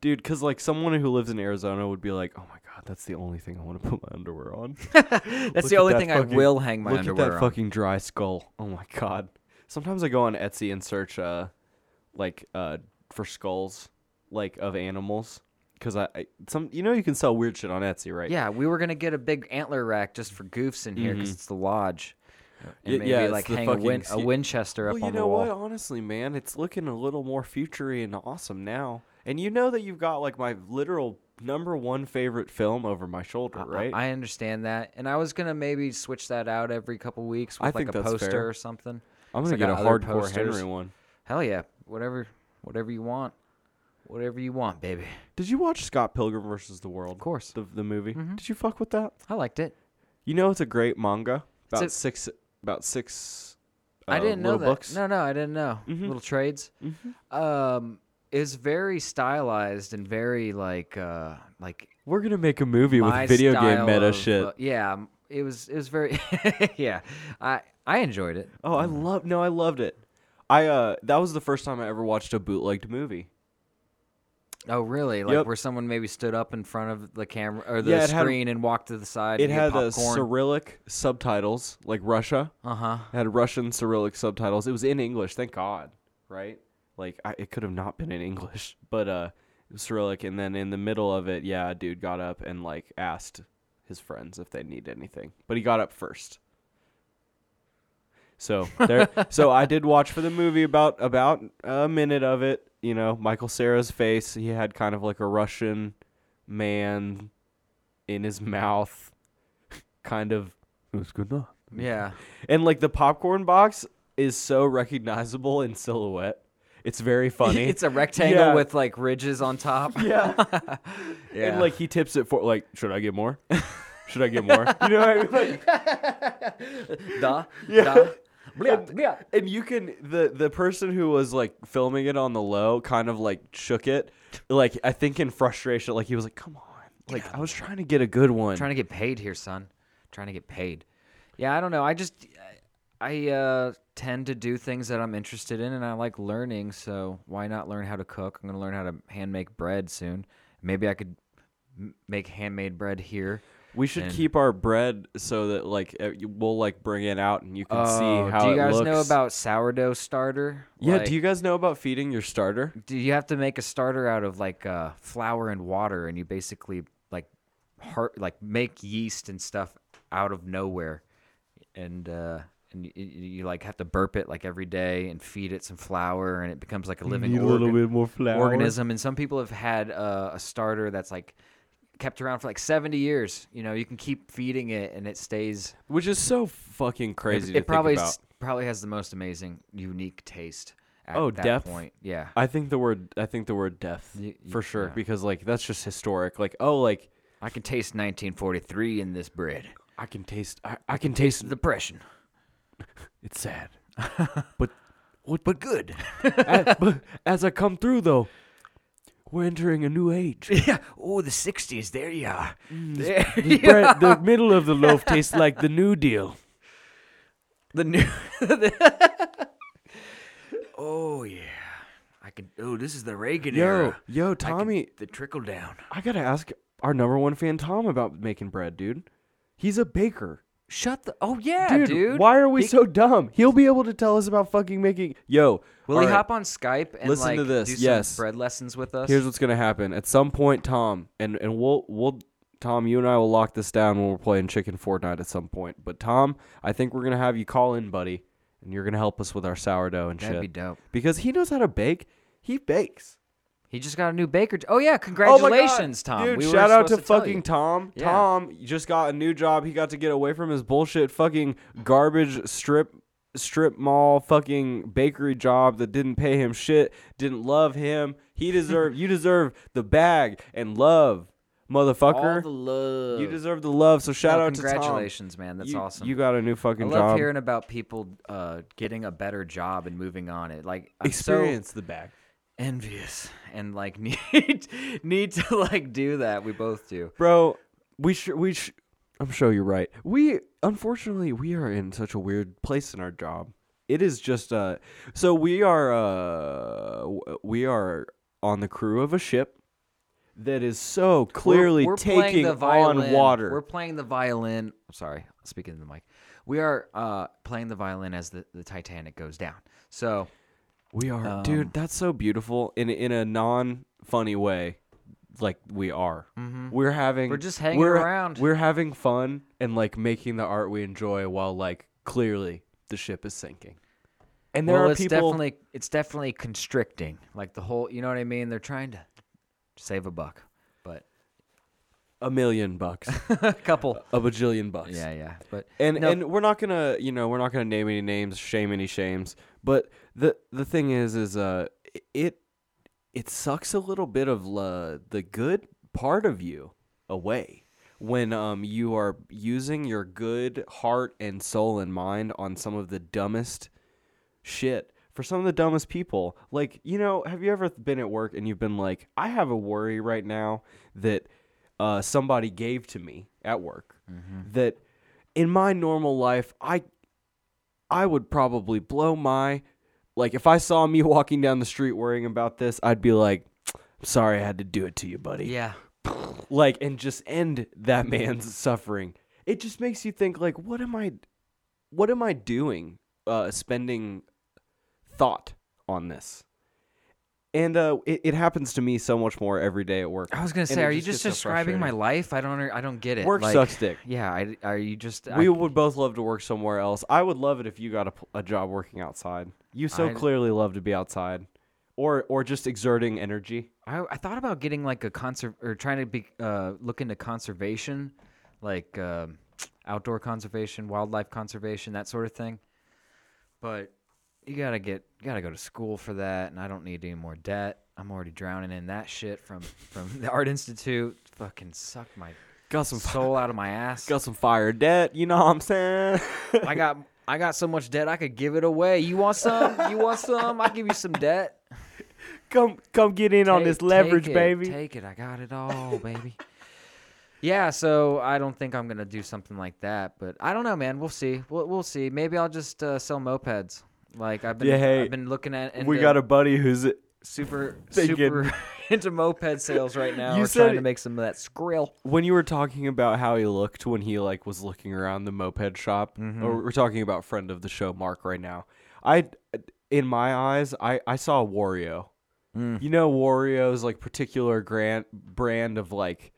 E: Dude, cuz like someone who lives in Arizona would be like, "Oh my god, that's the only thing I want to put my underwear on."
D: that's
E: Look
D: the
E: at
D: only
E: that
D: thing I
E: fucking-
D: will hang my
E: Look
D: underwear
E: at that
D: on.
E: fucking dry skull. Oh my god. Sometimes I go on Etsy and search uh like uh for skulls like of animals cuz I, I some you know you can sell weird shit on Etsy, right?
D: yeah, we were gonna get a big antler rack just for goofs in here because it's the lodge, and
E: Y-
D: maybe
E: Mm-hmm. yeah, it's
D: like
E: the
D: hang a,
E: fucking
D: win- a
E: se-
D: Winchester
E: Well,
D: up
E: you
D: on
E: know
D: the wall.
E: what? Honestly, man, it's looking a little more futury and awesome now. And you know that you've got like my literal number one favorite film over my shoulder,
D: I-
E: right?
D: I understand that, and I was gonna maybe switch that out every couple weeks with
E: I
D: like
E: think
D: a
E: that's
D: poster
E: fair.
D: or something.
E: am
D: 'Cause
E: gonna
D: I
E: get a
D: got other
E: hardcore
D: posters.
E: Henry one.
D: Hell yeah, whatever, whatever you want, whatever you want, baby.
E: Did you watch Scott Pilgrim versus the World? Of
D: course. Mm-hmm.
E: the, the movie. Did you fuck with that?
D: I liked it.
E: You know it's a great manga. About
D: a-
E: six, about six.
D: I
E: uh,
D: didn't know
E: little
D: that.
E: Books. Mm-hmm.
D: No, no, I didn't know. Little trades. Um, is very stylized and very like uh like
E: We're gonna make a movie
D: my
E: with video game
D: style
E: meta
D: of,
E: shit.
D: uh, yeah, m- it was it was very yeah. I I enjoyed it.
E: oh, I love. No, I loved it. I uh, that was the first time I ever watched a bootlegged movie.
D: Oh really? Like
E: Yep.
D: where someone maybe stood up in front of the camera or the
E: Yeah, it had-
D: screen and walked to the side.
E: It
D: and ate
E: had uh,
D: popcorn.
E: Cyrillic subtitles, like Russia.
D: Uh huh.
E: It had Russian Cyrillic subtitles. It was in English, thank God, right? Like I, it could have not been in English, but uh, it was Cyrillic. And then in the middle of it, yeah, a dude got up and like asked his friends if they need anything, but he got up first. So there, so I did watch for the movie about about a minute of it. You know, Michael Sarah's face. He had kind of like a Russian man in his mouth, kind of. It was good enough.
D: Yeah.
E: And like the popcorn box is so recognizable in silhouette. It's very funny.
D: it's a rectangle
E: Yeah.
D: with like ridges on top.
E: yeah.
D: Yeah.
E: And like he tips it for like, should I get more? should I get more? You know what I mean? Like,
D: duh. Duh.
E: and you can the the person who was like filming it on the low kind of like shook it. Like I think in frustration, like he was like, Come on. Like I was trying to get a good one.
D: Trying to get paid here, son. Trying to get paid. Yeah, I don't know. I just I uh tend to do things that I'm interested in and I like learning, so why not learn how to cook? I'm going to learn how to hand make bread soon. Maybe I could m- make handmade bread here.
E: we should
D: and-
E: keep our bread so that like uh, you- we'll like bring it out and you can
D: Oh,
E: see how
D: do you
E: it
D: guys know
E: looks.
D: about sourdough starter?
E: Yeah,
D: Like-
E: do you guys know about feeding your starter?
D: do you have to make a starter out of like uh, flour and water and you basically like heart like make yeast and stuff out of nowhere and uh and you, you like have to burp it like every day and feed it some flour and it becomes like a living organ-
E: more flour.
D: organism and some people have had uh, a starter that's like kept around for like 70 years you know you can keep feeding it and it stays
E: Which is so fucking
D: it-
E: crazy
D: it,
E: to
D: probably
E: think
D: s-
E: about.
D: probably has the most amazing unique taste at
E: Oh,
D: that
E: depth.
D: point yeah
E: I think the word I think the word death
D: Y- y-
E: for sure
D: yeah.
E: because like that's just historic. Like oh like
D: I can taste 1943 in this bread.
E: I can taste I, I can taste the
D: Depression,
E: it's sad.
D: but good.
E: as, but as I come through though, we're entering a new age.
D: yeah. Oh, the 60s. There you are. There
E: The, bread, the middle of the loaf tastes like the New Deal.
D: The new. oh yeah. I can. Oh, this is the Reagan
E: Yo,
D: era.
E: yo,
D: I can-
E: Tommy,
D: the trickle down.
E: I gotta ask our number one fan Tom about making bread, dude. He's a baker.
D: Shut the. Oh yeah,
E: Dude,
D: dude.
E: why are we
D: He-
E: so dumb? He'll be able to tell us about fucking making. Yo,
D: Will he
E: alright,
D: hop on Skype and
E: Listen
D: like
E: to this,
D: do some
E: yes.
D: bread lessons with us?
E: Here's what's gonna happen. At some point, Tom and and we'll we'll Tom, you and I will lock this down when we're playing Chicken Fortnite at some point. But Tom, I think we're gonna have you call in, buddy, and you're gonna help us with our sourdough and
D: That'd
E: shit.
D: be dope.
E: Because he knows how to bake. He bakes.
D: He just got a new baker. j- Oh yeah,
E: Oh my God.
D: congratulations, Tom.
E: Dude,
D: We were
E: shout out to,
D: supposed tell
E: fucking
D: you.
E: Tom.
D: Yeah.
E: Tom just got a new job. He got to get away from his bullshit fucking garbage strip strip mall fucking bakery job that didn't pay him shit, didn't love him. He deserve you deserve the bag and love,
D: All
E: motherfucker.
D: the love.
E: you deserve the love. So shout
D: No,
E: out to Tom.
D: congratulations, man. That's
E: You-
D: awesome.
E: You got a new fucking
D: I love
E: job.
D: hearing about people uh, getting a better job and moving on. It like I'm
E: Experience the bag.
D: so envious and like need need to like do that. We both do.
E: bro. We sh- we sh- I'm sure you're right. We unfortunately we are in such a weird place in our job. It is just uh so we are uh w- we are on the crew of a ship that is so clearly
D: we're, we're playing
E: taking
D: the
E: on
D: violin.
E: water.
D: We're playing the violin. I'm sorry, speaking to the mic. We are uh, playing the violin as the, the Titanic goes down. So
E: We are,
D: um,
E: dude. That's so beautiful in in a non funny way, like we are.
D: mm-hmm.
E: We're having
D: We're just hanging
E: we're-
D: around.
E: We're having fun and like making the art we enjoy while like clearly the ship is sinking. And there
D: well,
E: are
D: it's
E: people.
D: definitely it's definitely constricting. Like the whole, you know what I mean? They're trying to save a buck, but
E: a million bucks,
D: a couple.
E: a bajillion bucks.
D: Yeah, yeah. But
E: And
D: no,
E: and we're not gonna you know we're not gonna name any names, shame any shames. But the the thing is is uh it it sucks a little bit of uh, the good part of you away when um you are using your good heart and soul and mind on some of the dumbest shit for some of the dumbest people. Like, you know, have you ever been at work and you've been like, I have a worry right now that uh, somebody gave to me at work that in my normal life, I I would probably blow my like if I saw me walking down the street worrying about this, I'd be like, I'm sorry I had to do it to you, buddy
D: yeah,
E: like and just end that man's suffering it just makes you think like what am i what am i doing uh spending thought on this and uh it, it happens to me so much more every day at work
D: I was gonna
E: and
D: say,
E: it
D: are you just
E: gets so
D: describing my
E: frustrating.
D: life? I don't, I don't get it.
E: Work
D: like,
E: sucks dick.
D: Yeah, I, are you just?
E: we
D: I,
E: would both love to work somewhere else i would love it if you got a, pl- a job working outside you so
D: I-
E: clearly love to be outside or or just exerting energy
D: I, I thought about getting like a conserv or trying to be uh, look into conservation, like um outdoor conservation, wildlife conservation, that sort of thing. But you gotta get you gotta go to school for that, and I don't need any more debt. I'm already drowning in that shit from from the art institute. Fucking suck my
E: got some
D: soul out of my ass.
E: got some fire debt you know what i'm saying
D: I got I got so much debt I could give it away. You want some? You want some? I give you some debt.
E: come come get in on this
D: Take-
E: leverage
D: take it,
E: baby
D: Take it. I got it all, baby. Yeah, so I don't think I'm gonna do something like that, but I don't know, man. We'll see. We'll, we'll see. Maybe I'll just uh, sell mopeds. Like I've been,
E: Yeah, hey,
D: I've been looking at.
E: we
D: into
E: got a buddy who's
D: super,
E: thinking.
D: super into moped sales right now.
E: You
D: We're
E: said
D: trying
E: it-
D: to make some of that skrill.
E: when you were talking about how he looked when he like was looking around the moped shop
D: Mm-hmm.
E: or we're talking about friend of the show mark right now i in my eyes i i saw wario
D: Mm.
E: you know wario's like particular grant brand of like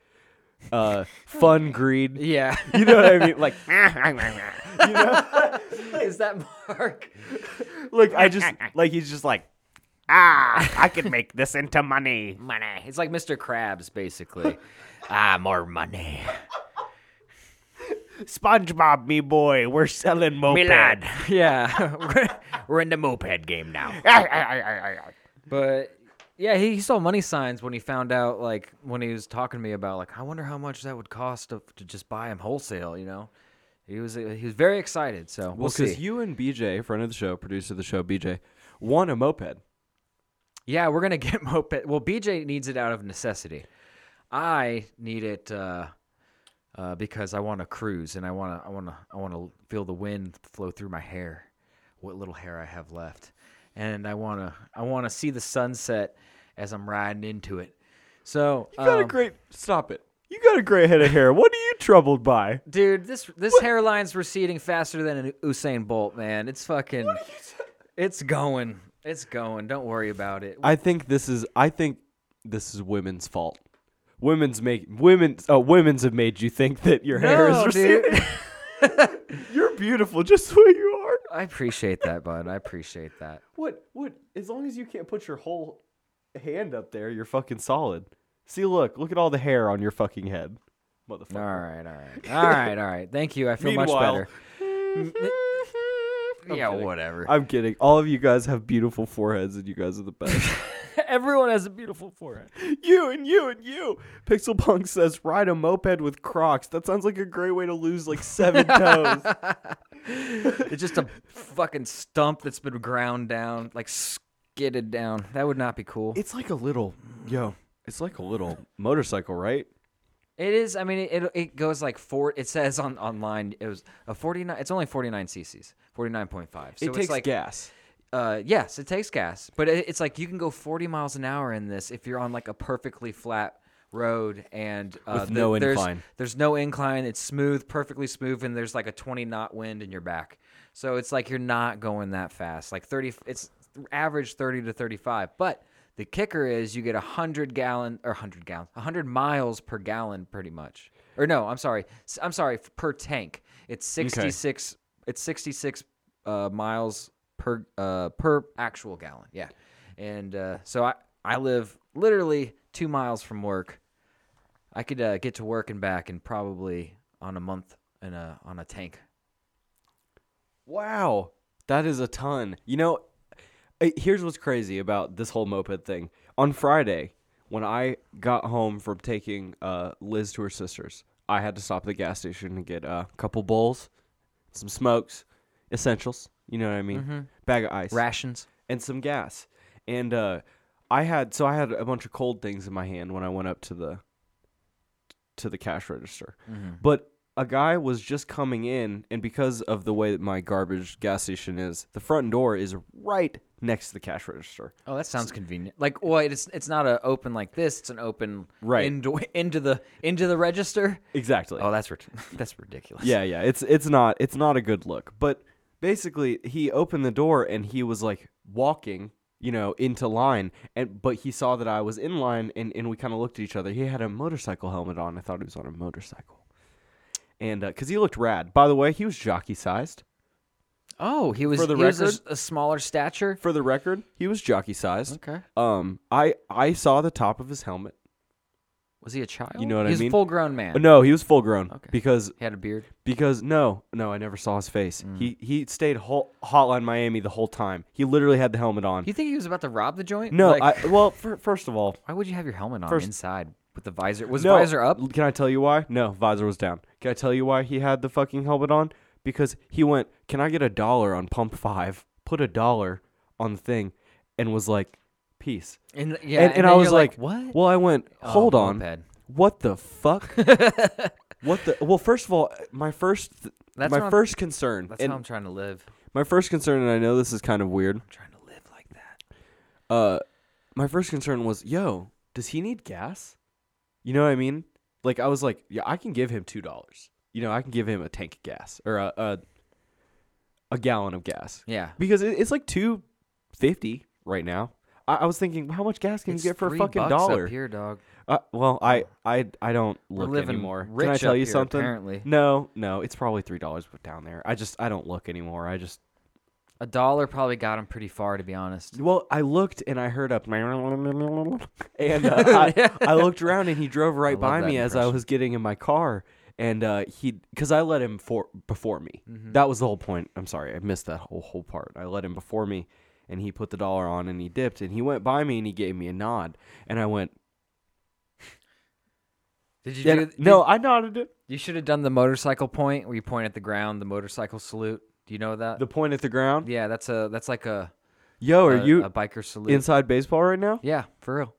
E: uh fun greed
D: Yeah,
E: you know what i mean like
D: is that Mark?
E: like i just like he's just like
F: Ah, I could make this into money.
D: Money. It's like Mr. Krabs, basically.
F: Ah, more money. SpongeBob, me boy, we're selling moped.
D: yeah, we're- we're in the moped game now. But yeah, he, he saw money signs when he found out, like when he was talking to me about, like I wonder how much that would cost to, to just buy him wholesale. You know, he was he was very excited. So we'll,
E: well
D: see.
E: because you and bj friend of the show producer of the show bj won a moped
D: yeah, we're gonna get moped. Well, BJ needs it out of necessity. I need it uh, uh, because I want to cruise and I want to I want to I want to feel the wind flow through my hair, what little hair I have left, and I wanna I wanna see the sunset as I'm riding into it. So
E: You got a
D: um,
E: great. Stop it. You got a great head of hair. What are you troubled by?
D: dude, this this hairline's receding faster than an Usain Bolt, man. It's fucking. it's going. It's going. Don't worry about it.
E: I think this is. I think this is women's fault. Women's make women's. Oh, women's have made you think that your hair is
D: No,
E: receding.
D: dude.
E: You're beautiful, just the way you are.
D: I appreciate that, bud. I appreciate that.
E: What? What? As long as you can't put your whole hand up there, you're fucking solid. See, look, look at all the hair on your fucking head, motherfucker.
D: All right, all right, all right, all right. Thank you. I feel
E: Meanwhile-
D: much better. yeah, whatever.
E: I'm kidding. All of you guys have beautiful foreheads, and you guys are the best.
D: Everyone has a beautiful forehead.
E: you and you and you. Pixel Punk says, "Ride a moped with Crocs." That sounds like a great way to lose like seven toes.
D: It's just a fucking stump that's been ground down, like skidded down. That would not be cool.
E: It's like a little, yo. It's like a little motorcycle, right?
D: It is. I mean, it it goes like four. It says on online it was a forty nine. It's only forty nine cc's, forty nine point five. So
E: it takes
D: it's like,
E: gas.
D: Uh, yes, it takes gas, but it, it's like you can go forty miles an hour in this if you're on like a perfectly flat road and uh,
E: With no
D: there's,
E: incline.
D: There's no incline. It's smooth, perfectly smooth, and there's like a twenty knot wind in your back. So it's like you're not going that fast. Like thirty. It's average thirty to thirty five, but. The kicker is you get a hundred gallon or hundred gallon, hundred miles per gallon, pretty much. Or no, I'm sorry, S- I'm sorry, f- per tank. It's sixty six. It's sixty six uh, miles per uh, per actual gallon. Yeah, and uh, so I I live literally two miles from work. I could uh, get to work and back in probably on a month and a on a tank.
E: Wow, that is a ton. You know, eh, here's what's crazy about this whole moped thing. On Friday, when I got home from taking uh, Liz to her sister's, I had to stop at the gas station and get uh, a couple bowls, some smokes, essentials. You know what I mean? Bag of ice,
D: Rations.
E: and some gas. And uh, I had so I had a bunch of cold things in my hand when I went up to the to the cash register. But a guy was just coming in, and because of the way that my garbage gas station is, the front door is right next to the cash register.
D: Oh, that sounds convenient. Like, well, it's it's not a open like this. It's an open
E: Right.
D: into into the into the register.
E: Exactly.
D: Oh, that's rit- that's ridiculous.
E: Yeah, yeah. It's it's not it's not a good look. But basically, he opened the door and he was like walking, you know, into line. And but he saw that I was in line, and and we kind of looked at each other. He had a motorcycle helmet on. I thought he was on a motorcycle, and because he looked rad. By the way, he was jockey sized.
D: Oh, he was
E: For the
D: he was a
E: record-
D: s- a, smaller stature.
E: For the record, he was jockey sized.
D: Okay.
E: Um, I I saw the top of his helmet.
D: Was he a child?
E: You know what I
D: He's
E: mean?
D: a full grown man.
E: No, he was full grown. Because
D: He had a beard.
E: Because no, no, I never saw his face. He he stayed whole, hotline Miami the whole time. He literally had the helmet on.
D: You think he was about to rob the joint?
E: Um, no,
D: Like-
E: I, well, fir- first of all,
D: Why would you have your helmet on
E: First-
D: inside with the visor? Was
E: no,
D: the visor up?
E: Can I tell you why? No, visor was down. Can I tell you why he had the fucking helmet on? Because he went, "Can I get a dollar on pump 5?" Put a dollar on the thing and was like, "Peace."
D: And yeah,
E: and, and I
D: then
E: was
D: you're
E: like,
D: "What?"
E: Well, I went,
D: Oh,
E: hold on,
D: moped.
E: what the fuck? what the? Well, first of all, my first,
D: That's what
E: my
D: I'm-
E: first concern,
D: That's
E: and
D: how I'm trying to live.
E: My first concern, and I know this is kind of weird.
D: I'm trying to live like that.
E: Uh, my first concern was, yo, does he need gas? You know what I mean? Like I was like, yeah, I can give him two dollars. You know, I can give him a tank of gas or a a, a gallon of gas.
D: Yeah.
E: because it, it's like two fifty right now. I, I was thinking, how much gas can
D: It's
E: you get for a
D: three
E: fucking
D: bucks
E: dollar?
D: up here, dog.
E: Uh, well, I I I don't look
D: living
E: anymore. Can I
D: rich
E: tell
D: up
E: you
D: here,
E: something?
D: apparently.
E: No, no, it's probably three dollars down there. I just I don't look anymore. I just
D: A dollar probably got him pretty far, to be honest.
E: Well, I looked and I heard up, and uh, I, I looked around and he drove right
D: love
E: by
D: that
E: me as I
D: impression.
E: was getting in my car, and uh, he because I let him for before me.
D: Mm-hmm.
E: That was the whole point. I'm sorry, I missed that whole whole part. I let him before me, and he put the dollar on and he dipped and he went by me and he gave me a nod, and I went,
D: Did you
E: "Yeah,
D: do? did-
E: no, I nodded it.
D: you should have done the motorcycle point where you point at the ground, the motorcycle salute. Do you know that?
E: The point at the ground.
D: yeah, Uh, that's a that's like a
E: Yo, are
D: a,
E: you
D: a biker salute?
E: inside baseball right now?
D: yeah, for real.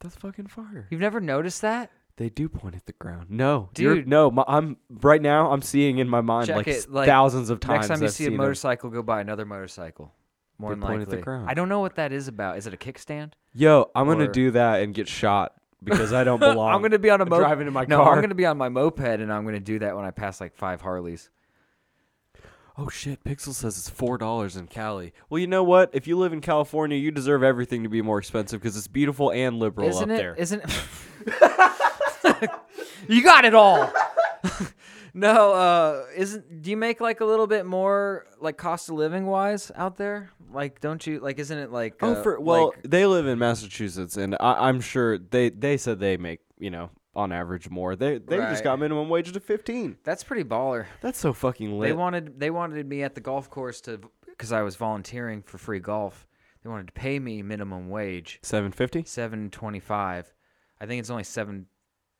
E: That's fucking fire.
D: You've never noticed that?
E: They do point at the ground. No, you're-
D: Dude.
E: no. My, I'm right now. I'm seeing in my mind
D: Check
E: like,
D: it,
E: s-
D: like,
E: thousands of
D: Next
E: times.
D: time you
E: I've
D: see a
E: seen 'em.
D: motorcycle, go buy another motorcycle. More
E: They
D: than
E: point at the
D: likely.
E: ground.
D: I don't know what that is about. Is it a kickstand?
E: Yo, I'm
D: Or-
E: gonna do that and get shot because I don't belong.
D: I'm gonna be on a moped.
E: driving in my
D: no,
E: car.
D: I'm gonna be on my moped, and I'm gonna do that when I pass like five Harleys.
E: Oh shit, Pixel says it's four dollars in Cali. Well, you know what? If you live in California, you deserve everything to be more expensive because it's beautiful and liberal
D: isn't
E: up
D: it?
E: there.
D: Isn't it? you got it all. no, uh, isn't? Do you make like a little bit more like cost of living wise out there? Like, don't you like? Isn't it like?
E: oh,
D: uh,
E: for well,
D: like-
E: they live in Massachusetts, and I, I'm sure they they said they make you know on average more. They they
D: Right.
E: just got minimum wage to fifteen.
D: that's pretty baller.
E: That's so fucking lit.
D: They wanted they wanted me at the golf course to because I was volunteering for free golf. They wanted to pay me minimum wage
E: Seven fifty.
D: seven twenty five. I think it's only seven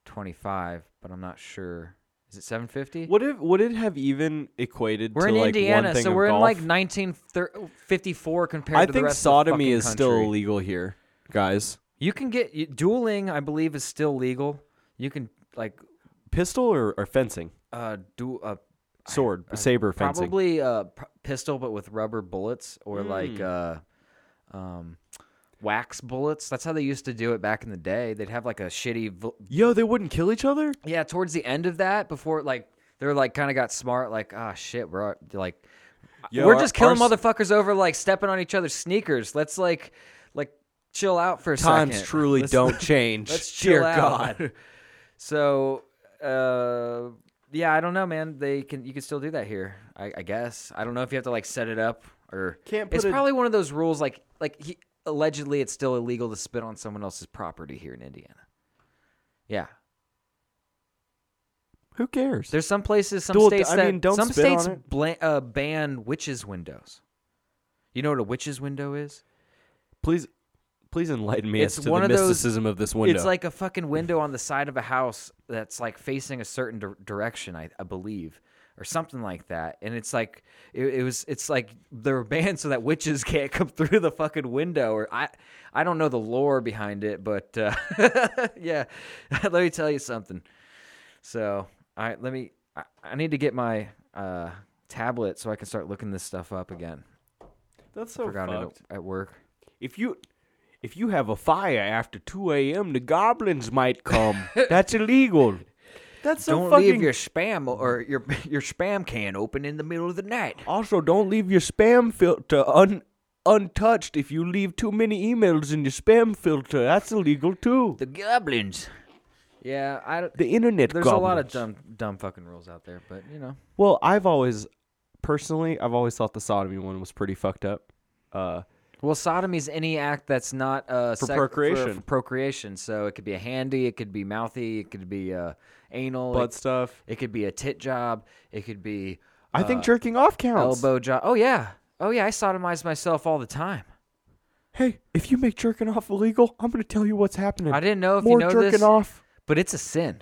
D: twenty five, but I'm not sure. Is it seven fifty?
E: Would it would it have even equated
D: We're
E: to
D: in
E: like
D: Indiana,
E: one thing
D: so
E: of
D: we're in
E: golf?
D: like 1954 compared
E: I
D: to the
E: think
D: rest
E: sodomy
D: of
E: is
D: the fucking
E: still
D: country.
E: illegal here, guys.
D: You can get you, dueling. I believe is still legal. You can like
E: Pistol or, or fencing,
D: uh do uh,
E: sword, saber fencing.
D: probably uh p- pistol, but with rubber bullets or
E: Hmm.
D: like uh um wax bullets. That's how they used to do it back in the day. They'd have like a shitty vo-
E: Yo, they wouldn't kill each other.
D: Yeah, towards the end of that, before like they're like kind of got smart, like ah shit, we're all- like
E: Yo,
D: we're
E: our-
D: just killing
E: our s-
D: motherfuckers over like stepping on each other's sneakers. Let's like like chill out for a
E: Times
D: second.
E: truly
D: Let's-
E: don't change.
D: Let's chill
E: Dear
D: out.
E: God.
D: So uh, yeah, I don't know, man. They can you can still do that here, I, I guess. I don't know if you have to like set it up or
E: Can't
D: it's
E: put a-
D: probably one of those rules like like he, allegedly it's still illegal to spit on someone else's property here in Indiana. Yeah,
E: Who cares?
D: There's some places, some
E: Dude,
D: states
E: I
D: that
E: mean, don't
D: some
E: spit on
D: states
E: it.
D: bla- uh, ban witches' windows. You know what a witch's window is?
E: please, please enlighten me
D: It's
E: as to
D: one
E: the
D: of those-
E: mysticism of this window.
D: It's like a fucking window on the side of a house that's like facing a certain dir- direction, I, I believe, or something like that. And it's like it, it was, it's like they were banned so that witches can't come through the fucking window. Or I, I don't know the lore behind it, but uh, yeah, let me tell you something. So I let me. I, I need to get my uh, tablet so I can start looking this stuff up again.
E: that's so
D: Forgot it at, at work.
E: If you, if you have a fire after two a.m., the goblins might come. That's illegal. That's so
D: Don't
E: fucking.
D: leave your spam or your your spam can open in the middle of the night.
E: Also, don't leave your spam filter un untouched. If you leave too many emails in your spam filter, that's illegal too.
D: The goblins. Yeah, I. don't-
E: The internet.
D: There's a lot of
E: goblins.
D: dumb, dumb fucking rules out there, but you know,
E: Well, I've always, personally, I've always thought the sodomy one was pretty fucked up. Uh,
D: well, sodomy's any act that's not uh,
E: For
D: sex-
E: procreation.
D: for procreation, so it could be a handy, it could be mouthy, it could be uh, anal,
E: butt
D: it,
E: stuff. Uh,
D: it could be a tit job, it could be uh,
E: I think jerking off counts.
D: elbow job. Oh yeah, oh yeah, I sodomize myself all the time.
E: Hey, if you make jerking off illegal, I'm gonna tell you what's happening.
D: I didn't know if you
E: More
D: know
E: jerking
D: this.
E: off.
D: But it's a sin.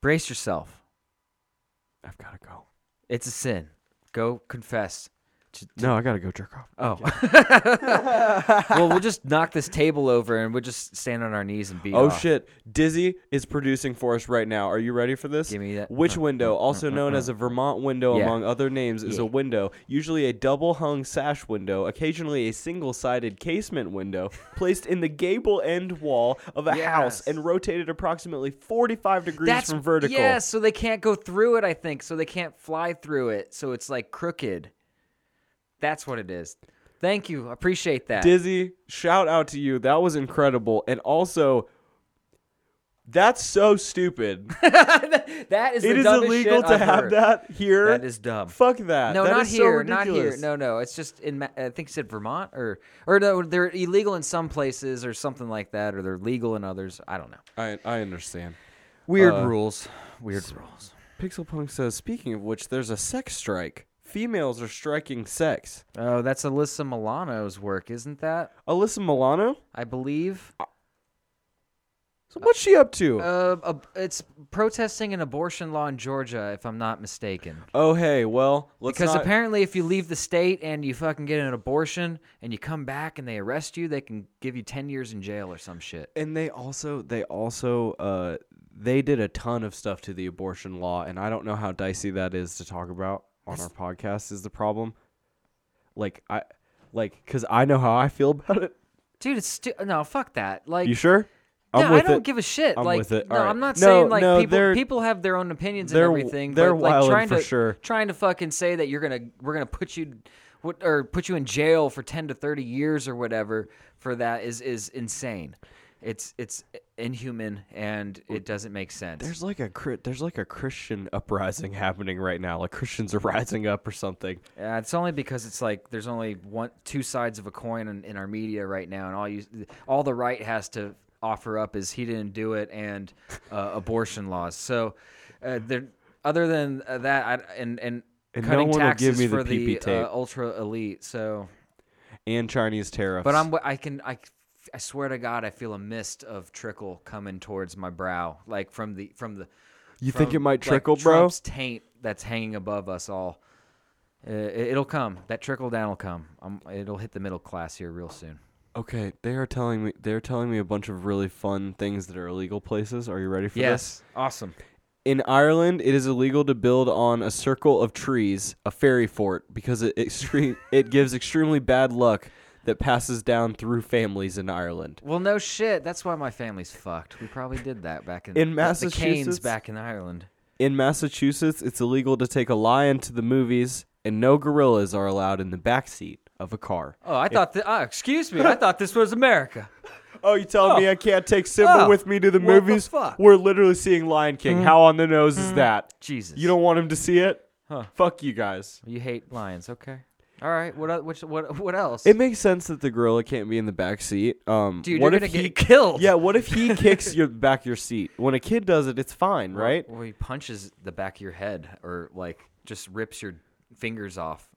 D: Brace yourself.
E: I've gotta go.
D: It's a sin. Go confess. to- to-
E: No, I gotta go jerk off.
D: Oh. well, we'll just knock this table over and we'll just stand on our knees and be.
E: Oh shit! Dizzy is producing for us right now. Are you ready for this?
D: Give me that- Uh,
E: Which window, also known as a Vermont window
D: Yeah.
E: among other names, is a window, usually a double-hung sash window, occasionally a single-sided casement window, placed in the gable end wall of a house
D: Yes.
E: and rotated approximately 45 degrees
D: That's
E: from vertical.
D: Yeah, so they can't go through it, I think. So they can't fly through it. So it's like crooked. That's what it is. Thank you. Appreciate that.
E: Dizzy, shout out to you. That was incredible. And also, that's so stupid.
D: that is the
E: it is
D: dumbest
E: illegal
D: shit
E: to
D: I've
E: have
D: heard.
E: that here.
D: That is dumb.
E: Fuck that.
D: No,
E: That
D: not
E: is so
D: here, not here.
E: ridiculous.
D: No, no, it's just in. Ma- I think it said Vermont or or no, they're illegal in some places or something like that, or they're legal in others. I don't know.
E: I I understand.
D: Weird rules. Uh, Weird rules.
E: Pixel Punk says, speaking of which, there's a sex strike. Females are striking sex.
D: Oh, that's Alyssa Milano's work, isn't that?
E: Alyssa Milano?
D: I believe.
E: Oh. So what's she up to?
D: Uh, ab- it's protesting an abortion law in Georgia, if I'm not mistaken.
E: oh hey, well let's
D: Because
E: not-
D: apparently, if you leave the state and you fucking get an abortion and you come back and they arrest you, they can give you ten years in jail or some shit.
E: and they also they also uh they did a ton of stuff to the abortion law, and I don't know how dicey that is to talk about on our podcast. Is the problem? Like I Like, cause I know how I feel about it.
D: dude. It's stu- no, fuck that. Like,
E: You sure? I'm
D: yeah,
E: with
D: I don't
E: it.
D: give a shit.
E: I'm
D: like,
E: with it.
D: no,
E: Alright.
D: I'm not
E: No,
D: saying like
E: no,
D: people
E: they're-
D: people have their own opinions
E: they're-
D: and everything.
E: they're
D: but, like,
E: wildin'
D: trying
E: for
D: to
E: sure.
D: trying to fucking say that you're gonna we're gonna put you what or put you in jail for ten to thirty years or whatever for that is is insane. It's it's inhuman and it doesn't make sense.
E: There's like a cri- there's like a Christian uprising happening right now. Like Christians are rising up or something.
D: Yeah, Uh, it's only because it's like there's only one two sides of a coin in, in our media right now, and all you all the right has to offer up is he didn't do it and uh, abortion laws. So uh, there, other than uh, that, I, and and,
E: And no
D: cutting
E: one will
D: taxes
E: give me the
D: for the,
E: PP tape.
D: uh, ultra elite. So,
E: And Chinese tariffs.
D: but I'm I can I. I swear to God, I feel a mist of trickle coming towards my brow, like from the from the.
E: You think
D: from,
E: it might
D: like,
E: trickle, bro?
D: Trump's taint that's hanging above us all. Uh, it- it'll come. That trickle down will come. Um, it'll hit the middle class here real soon.
E: Okay, they are telling me they're telling me a bunch of really fun things that are illegal places. Are you ready for this?
D: Yes, awesome.
E: In Ireland, it is illegal to build on a circle of trees, a fairy fort, because it extreme it gives extremely bad luck that passes down through families in Ireland.
D: Well, no shit. That's why my family's fucked. We probably did that back in
E: In
D: the- the Canes
E: Massachusetts?
D: back in Ireland.
E: In Massachusetts, it's illegal to take a lion to the movies, and no gorillas are allowed in the backseat of a car.
D: Oh, I thought. Th- uh, excuse me. I thought this was America.
E: Oh, you telling me I can't take Simba
D: Oh.
E: with me to the
D: What the
E: movies?
D: fuck?
E: We're literally seeing Lion King.
D: Mm.
E: How on the nose is that?
D: Jesus.
E: You don't want him to see it? Fuck you guys.
D: You hate lions, okay? All right. What? el- Which? What? What else?
E: It makes sense that the gorilla can't be in the back seat. Um,
D: Dude,
E: what
D: you're
E: if
D: gonna
E: he,
D: get killed.
E: Yeah, what if he kicks your back of your seat? When a kid does it, it's fine, right?
D: Or he punches the back of your head, or like just rips your fingers off.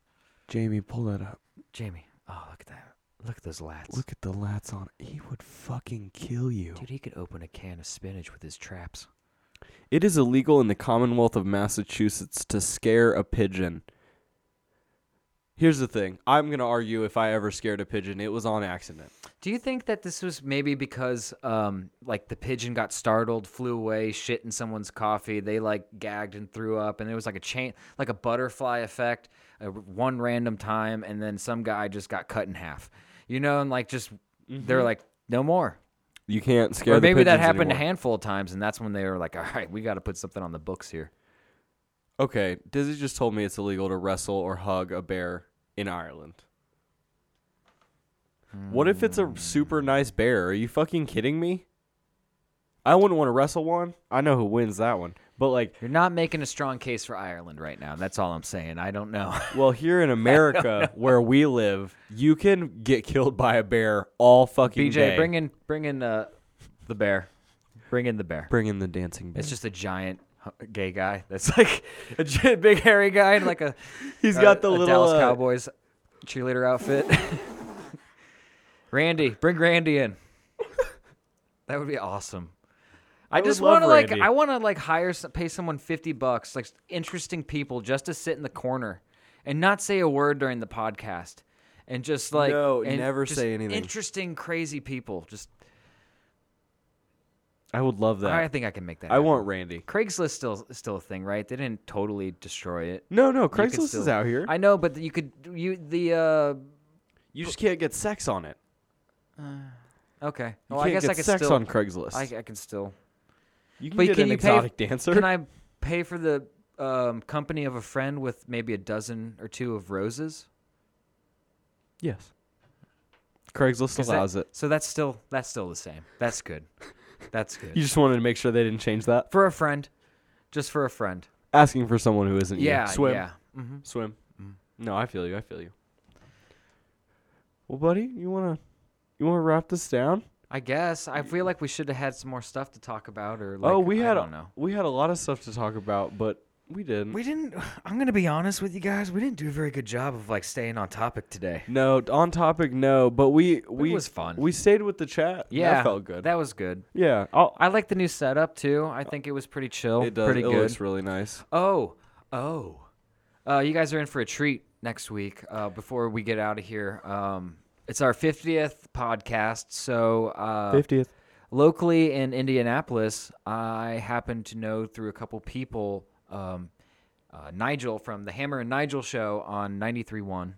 E: Jamie, pull that up.
D: Jamie. Oh, look at that. Look at those lats.
E: Look at the lats on. it. He would fucking kill you.
D: Dude, he could open a can of spinach with his traps.
E: It is illegal in the Commonwealth of Massachusetts to scare a pigeon. Here's the thing. I'm gonna argue if I ever scared a pigeon, it was on accident.
D: Do you think that this was maybe because, um, like, the pigeon got startled, flew away, shit in someone's coffee? They, like, gagged and threw up, and there was, like, a chain, like a butterfly effect, uh, one random time, and then some guy just got cut in half. You know, and, like, just, they're like, no more.
E: You can't scare.
D: or maybe
E: the
D: that
E: pigeons
D: happened
E: anymore.
D: a handful of times, and that's when they were like, all right, we got to put something on the books here.
E: Okay, Dizzy just told me it's illegal to wrestle or hug a bear in Ireland. What if it's a super
D: Hmm.
E: nice bear? Are you fucking kidding me? I wouldn't want to wrestle one. I know who wins that one. But like,
D: You're not making a strong case for Ireland right now. That's all I'm saying. I don't know.
E: well, here in America where we live, you can get killed by a bear all fucking
D: BJ,
E: day.
D: bring in bring in uh, the bear. Bring in the bear.
E: bring in the dancing bear.
D: It's just a giant h- gay guy. That's like a gi- big hairy guy and like a
E: He's
D: a-
E: got the
D: a
E: little
D: Dallas
E: uh,
D: Cowboys cheerleader outfit. Randy, bring Randy in. That would be awesome. I,
E: would
D: just
E: love
D: want to like
E: Randy.
D: I want to like hire some, pay someone 50 bucks like interesting people just to sit in the corner and not say a word during the podcast and just like
E: No,
D: and
E: never
D: just
E: say anything.
D: Interesting crazy people. Just
E: I would love that.
D: I think I can make that.
E: I
D: happen.
E: want Randy.
D: Craigslist still still a thing, right? They didn't totally destroy it.
E: No, no,
D: You could
E: Craigslist is
D: still-
E: out here.
D: I know, but you could you the uh
E: you just can't get sex on it.
D: okay.
E: You
D: Well,
E: can't
D: Oh, I guess
E: get
D: I could
E: sex
D: still
E: on Craigslist.
D: I, I can still.
E: You can
D: But
E: get
D: can
E: an
D: you pay-
E: exotic dancer.
D: Can I pay for the um, company of a friend with maybe a dozen or two of roses?
E: Yes. Craigslist
D: 'Cause
E: allows
D: that,
E: it.
D: So that's still that's still the same. That's good. That's good.
E: You just wanted to make sure they didn't change that.
D: for a friend, just for a friend.
E: Asking for someone who isn't
D: Yeah,
E: you. Swim.
D: yeah. hmm
E: Swim. No, I feel you. I feel you. Well, buddy, you wanna you wanna wrap this down?
D: I guess I feel like we should have had some more stuff to talk about, or like,
E: oh, we had
D: I don't know.
E: we had a lot of stuff to talk about, but we didn't.
D: We didn't. I'm gonna be honest with you guys. We didn't do a very good job of like staying on topic today.
E: no, on topic, no, but we we
D: was fun.
E: We stayed with the chat.
D: Yeah,
E: that felt good.
D: That was good.
E: yeah, I'll,
D: I like the new setup too. I think it was pretty chill.
E: it does.
D: Pretty
E: it
D: good.
E: looks really nice.
D: oh, oh. Uh, you guys are in for a treat next week. Uh, before we get out of here, um, it's our 50th podcast. So uh,
E: Fiftieth.
D: locally in Indianapolis, I happen to know through a couple people um, uh, Nigel from the Hammer and Nigel show on 93.1.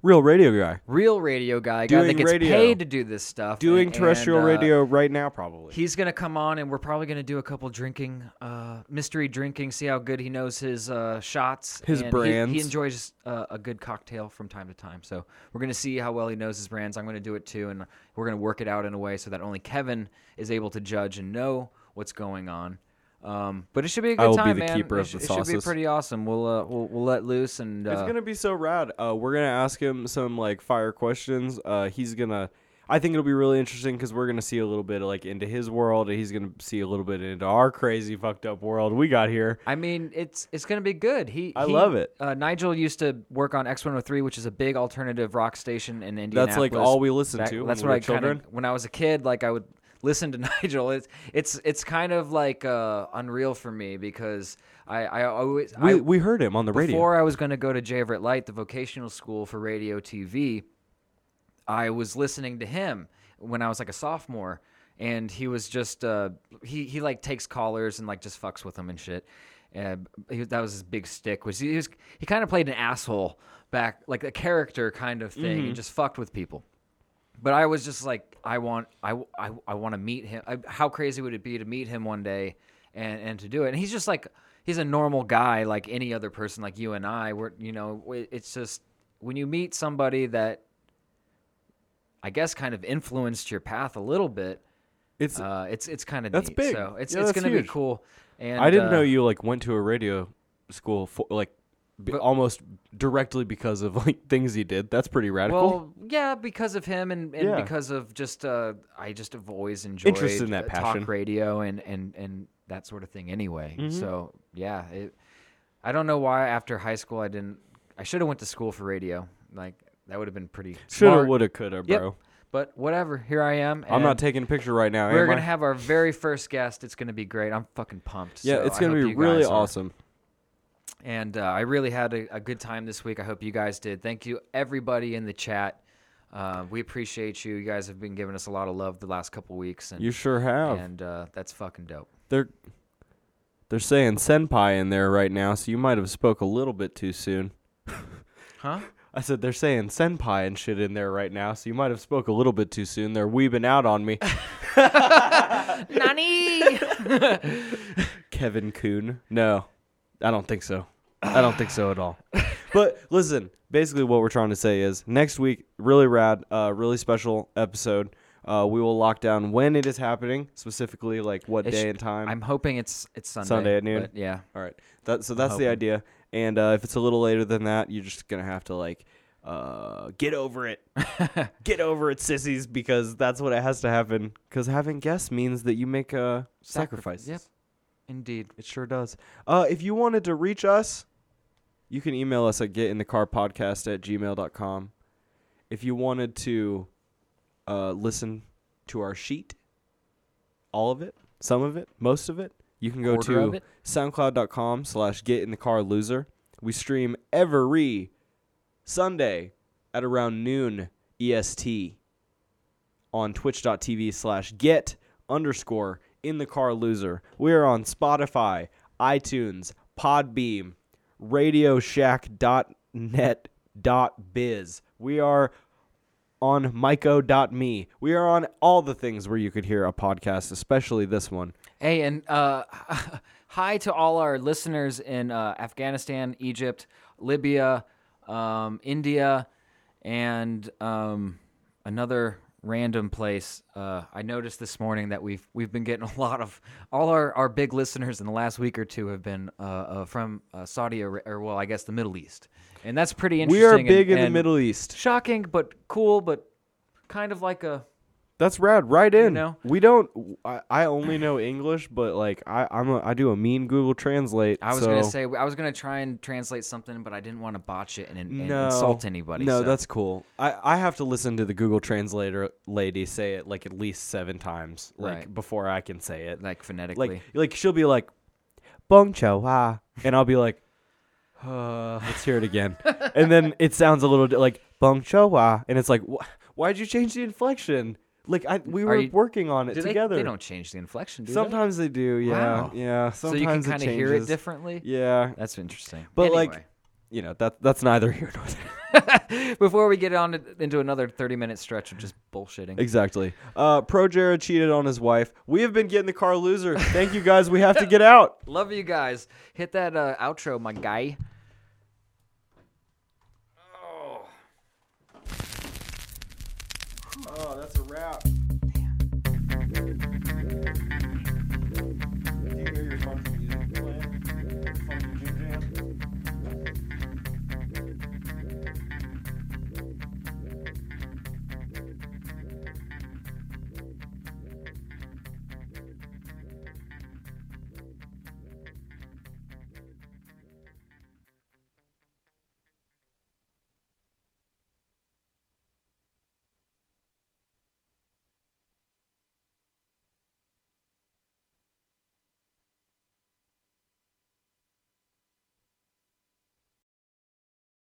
E: Real radio guy.
D: Real radio guy, guy that
E: Doing
D: gets
E: radio.
D: paid to do this stuff.
E: Doing
D: and-
E: terrestrial
D: and, uh,
E: radio right now, probably.
D: He's gonna come on, and we're probably gonna do a couple drinking, uh, mystery drinking. See how good he knows his uh, shots,
E: His
D: and he- He,
E: brands.
D: enjoys uh, a good cocktail from time to time, so we're gonna see how well he knows his brands. I'm gonna do it too, and we're gonna work it out in a way so that only Kevin is able to judge and know what's going on. Um, but it should be a good
E: I will be
D: time,
E: the
D: man.
E: keeper
D: it
E: of
D: sh-
E: the
D: it should be
E: sauces.
D: pretty awesome. We'll uh, we'll, we'll let loose and
E: It's
D: uh,
E: gonna be so rad. Uh, we're gonna ask him some like fire questions. Uh, he's gonna. I think it'll be really interesting because we're gonna see a little bit like into his world, and he's gonna see a little bit into our crazy fucked up world we got here.
D: I mean, it's it's gonna be good. He,
E: I
D: he-
E: love it.
D: Uh, Nigel used to work on X one hundred three, which is a big alternative rock station in Indianapolis.
E: That's like all we listened
D: Back-
E: to. when
D: That's
E: we
D: what
E: were
D: I
E: children.
D: kind of when I was a kid. Like I would listen to Nigel. It's it's it's kind of like uh, unreal for me because I I always
E: We,
D: I,
E: we heard him on the radio.
D: before I was going to go to J. Everett Light, the vocational school for radio TV, I was listening to him when I was like a sophomore, and he was just uh, he he like takes callers and like just fucks with them and shit. Uh, he, that was his big stick. Was he was he kind of played an asshole back like a character kind of thing
E: Mm-hmm.
D: and just fucked with people. But I was just like, I want, I, I, I want to meet him. I, how crazy would it be to meet him one day and, and to do it? And he's just like, he's a normal guy, like any other person, like you and I. We're, you know, w- it's just when you meet somebody that I guess kind of influenced your path a little bit,
E: It's.
D: uh, it's, it's kind of
E: That's
D: neat.
E: big.
D: So it's,
E: Yeah,
D: it's
E: that's
D: going to be
E: huge.
D: cool. And
E: I didn't
D: uh,
E: know you like went to a radio school for like b-
D: But-
E: almost directly because of like things he did. That's pretty radical.
D: Well, yeah, because of him and, and
E: Yeah.
D: because of just uh, I just have always enjoyed
E: Interest in that
D: uh,
E: passion. Mm-hmm.
D: talk radio and and and that sort of thing anyway. So yeah, it, I don't know why after high school I didn't. I should have went to school for radio. Like that would have been pretty.
E: Shoulda,
D: smart.
E: woulda, coulda,
D: Yep.
E: bro.
D: But whatever. Here I am.
E: I'm
D: and
E: not taking a picture right now.
D: We're
E: am
D: gonna
E: I?
D: have our very first guest. It's gonna be great. I'm fucking pumped.
E: Yeah,
D: so
E: it's
D: I
E: gonna
D: hope
E: be
D: you
E: really
D: guys are.
E: awesome.
D: And uh, I really had a, a good time this week. I hope you guys did. Thank you, everybody in the chat. Uh, we appreciate you. You guys have been giving us a lot of love the last couple weeks, and
E: You sure have.
D: and uh, that's fucking dope.
E: they're they're saying senpai in there right now, so you might have spoke a little bit too soon.
D: Huh?
E: I said they're saying senpai and shit in there right now, so you might have spoke a little bit too soon. They're weebing out on me.
C: Nani!
E: Kevin Kuhn. No, I don't think so. I don't think so at all. But listen, basically what we're trying to say is next week, really rad, uh, really special episode. Uh, we will lock down when it is happening, specifically like what
D: It
E: day
D: sh-
E: and time.
D: I'm hoping it's it's Sunday.
E: Sunday at noon?
D: but yeah.
E: All right. That so that's the
D: hoping.
E: idea. And uh, if it's a little later than that, you're just gonna have to like uh, get over it, get over it, sissies, because that's what it has to happen. Because having guests means that you make uh, sacrifices.
D: Yep. Indeed.
E: It sure does. Uh, if you wanted to reach us, you can email us at getinthecarpodcast at gmail.com. If you wanted to uh, listen to our sheet, all of it, some of it, most of it, you can go
D: Quarter of
E: to
D: it.
E: soundcloud.com slash getinthecarloser. We stream every Sunday at around noon EST on twitch.tv slash get underscore in the car loser. We are on Spotify, iTunes, Podbeam, RadioShack.net dot biz. We are on myco.me. We are on all the things where you could hear a podcast, especially this one.
D: Hey, and uh, hi to all our listeners in uh, Afghanistan, Egypt, Libya, um, India, and um, another random place. Uh, I noticed this morning that we've we've been getting a lot of all our, our big listeners in the last week or two have been uh, uh, from uh, Saudi Arabia, or well, I guess the Middle East, and that's pretty interesting.
E: We are
D: and-
E: big in the
D: and
E: Middle East.
D: Shocking, but cool, but kind of like a
E: That's rad. Right in.
D: know?
E: We don't. I, I only know English, but like I, I'm a, I do a mean Google Translate.
D: I was
E: so-
D: gonna say I was gonna try and translate something, but I didn't want to botch it and, and
E: no,
D: insult anybody.
E: No,
D: so.
E: that's cool. I, I have to listen to the Google Translator lady say it like at least seven times, like
D: Right.
E: before I can say it.
D: like phonetically.
E: Like like she'll be like, "Bong chow ha," and I'll be like, uh, "Let's hear it again." and then it sounds a little di- like "Bong chow ha," and it's like, wh- "Why'd you change the inflection?" Like I we were
D: you-
E: working on it
D: do they,
E: together.
D: they don't change the inflection, do they?
E: Sometimes they do, yeah,
D: Wow.
E: yeah. Sometimes
D: so you can
E: kind of
D: hear it differently.
E: Yeah,
D: That's interesting.
E: but
D: anyway,
E: like, you know that that's neither here nor there.
D: Before we get on to- into another 30 minute stretch of just bullshitting.
E: Exactly. Uh, Pro Jared cheated on his wife. We have been getting the car loser. Thank you guys. We have to get out.
D: Love you guys. Hit that uh, outro, my guy.
E: Oh, that's a wrap.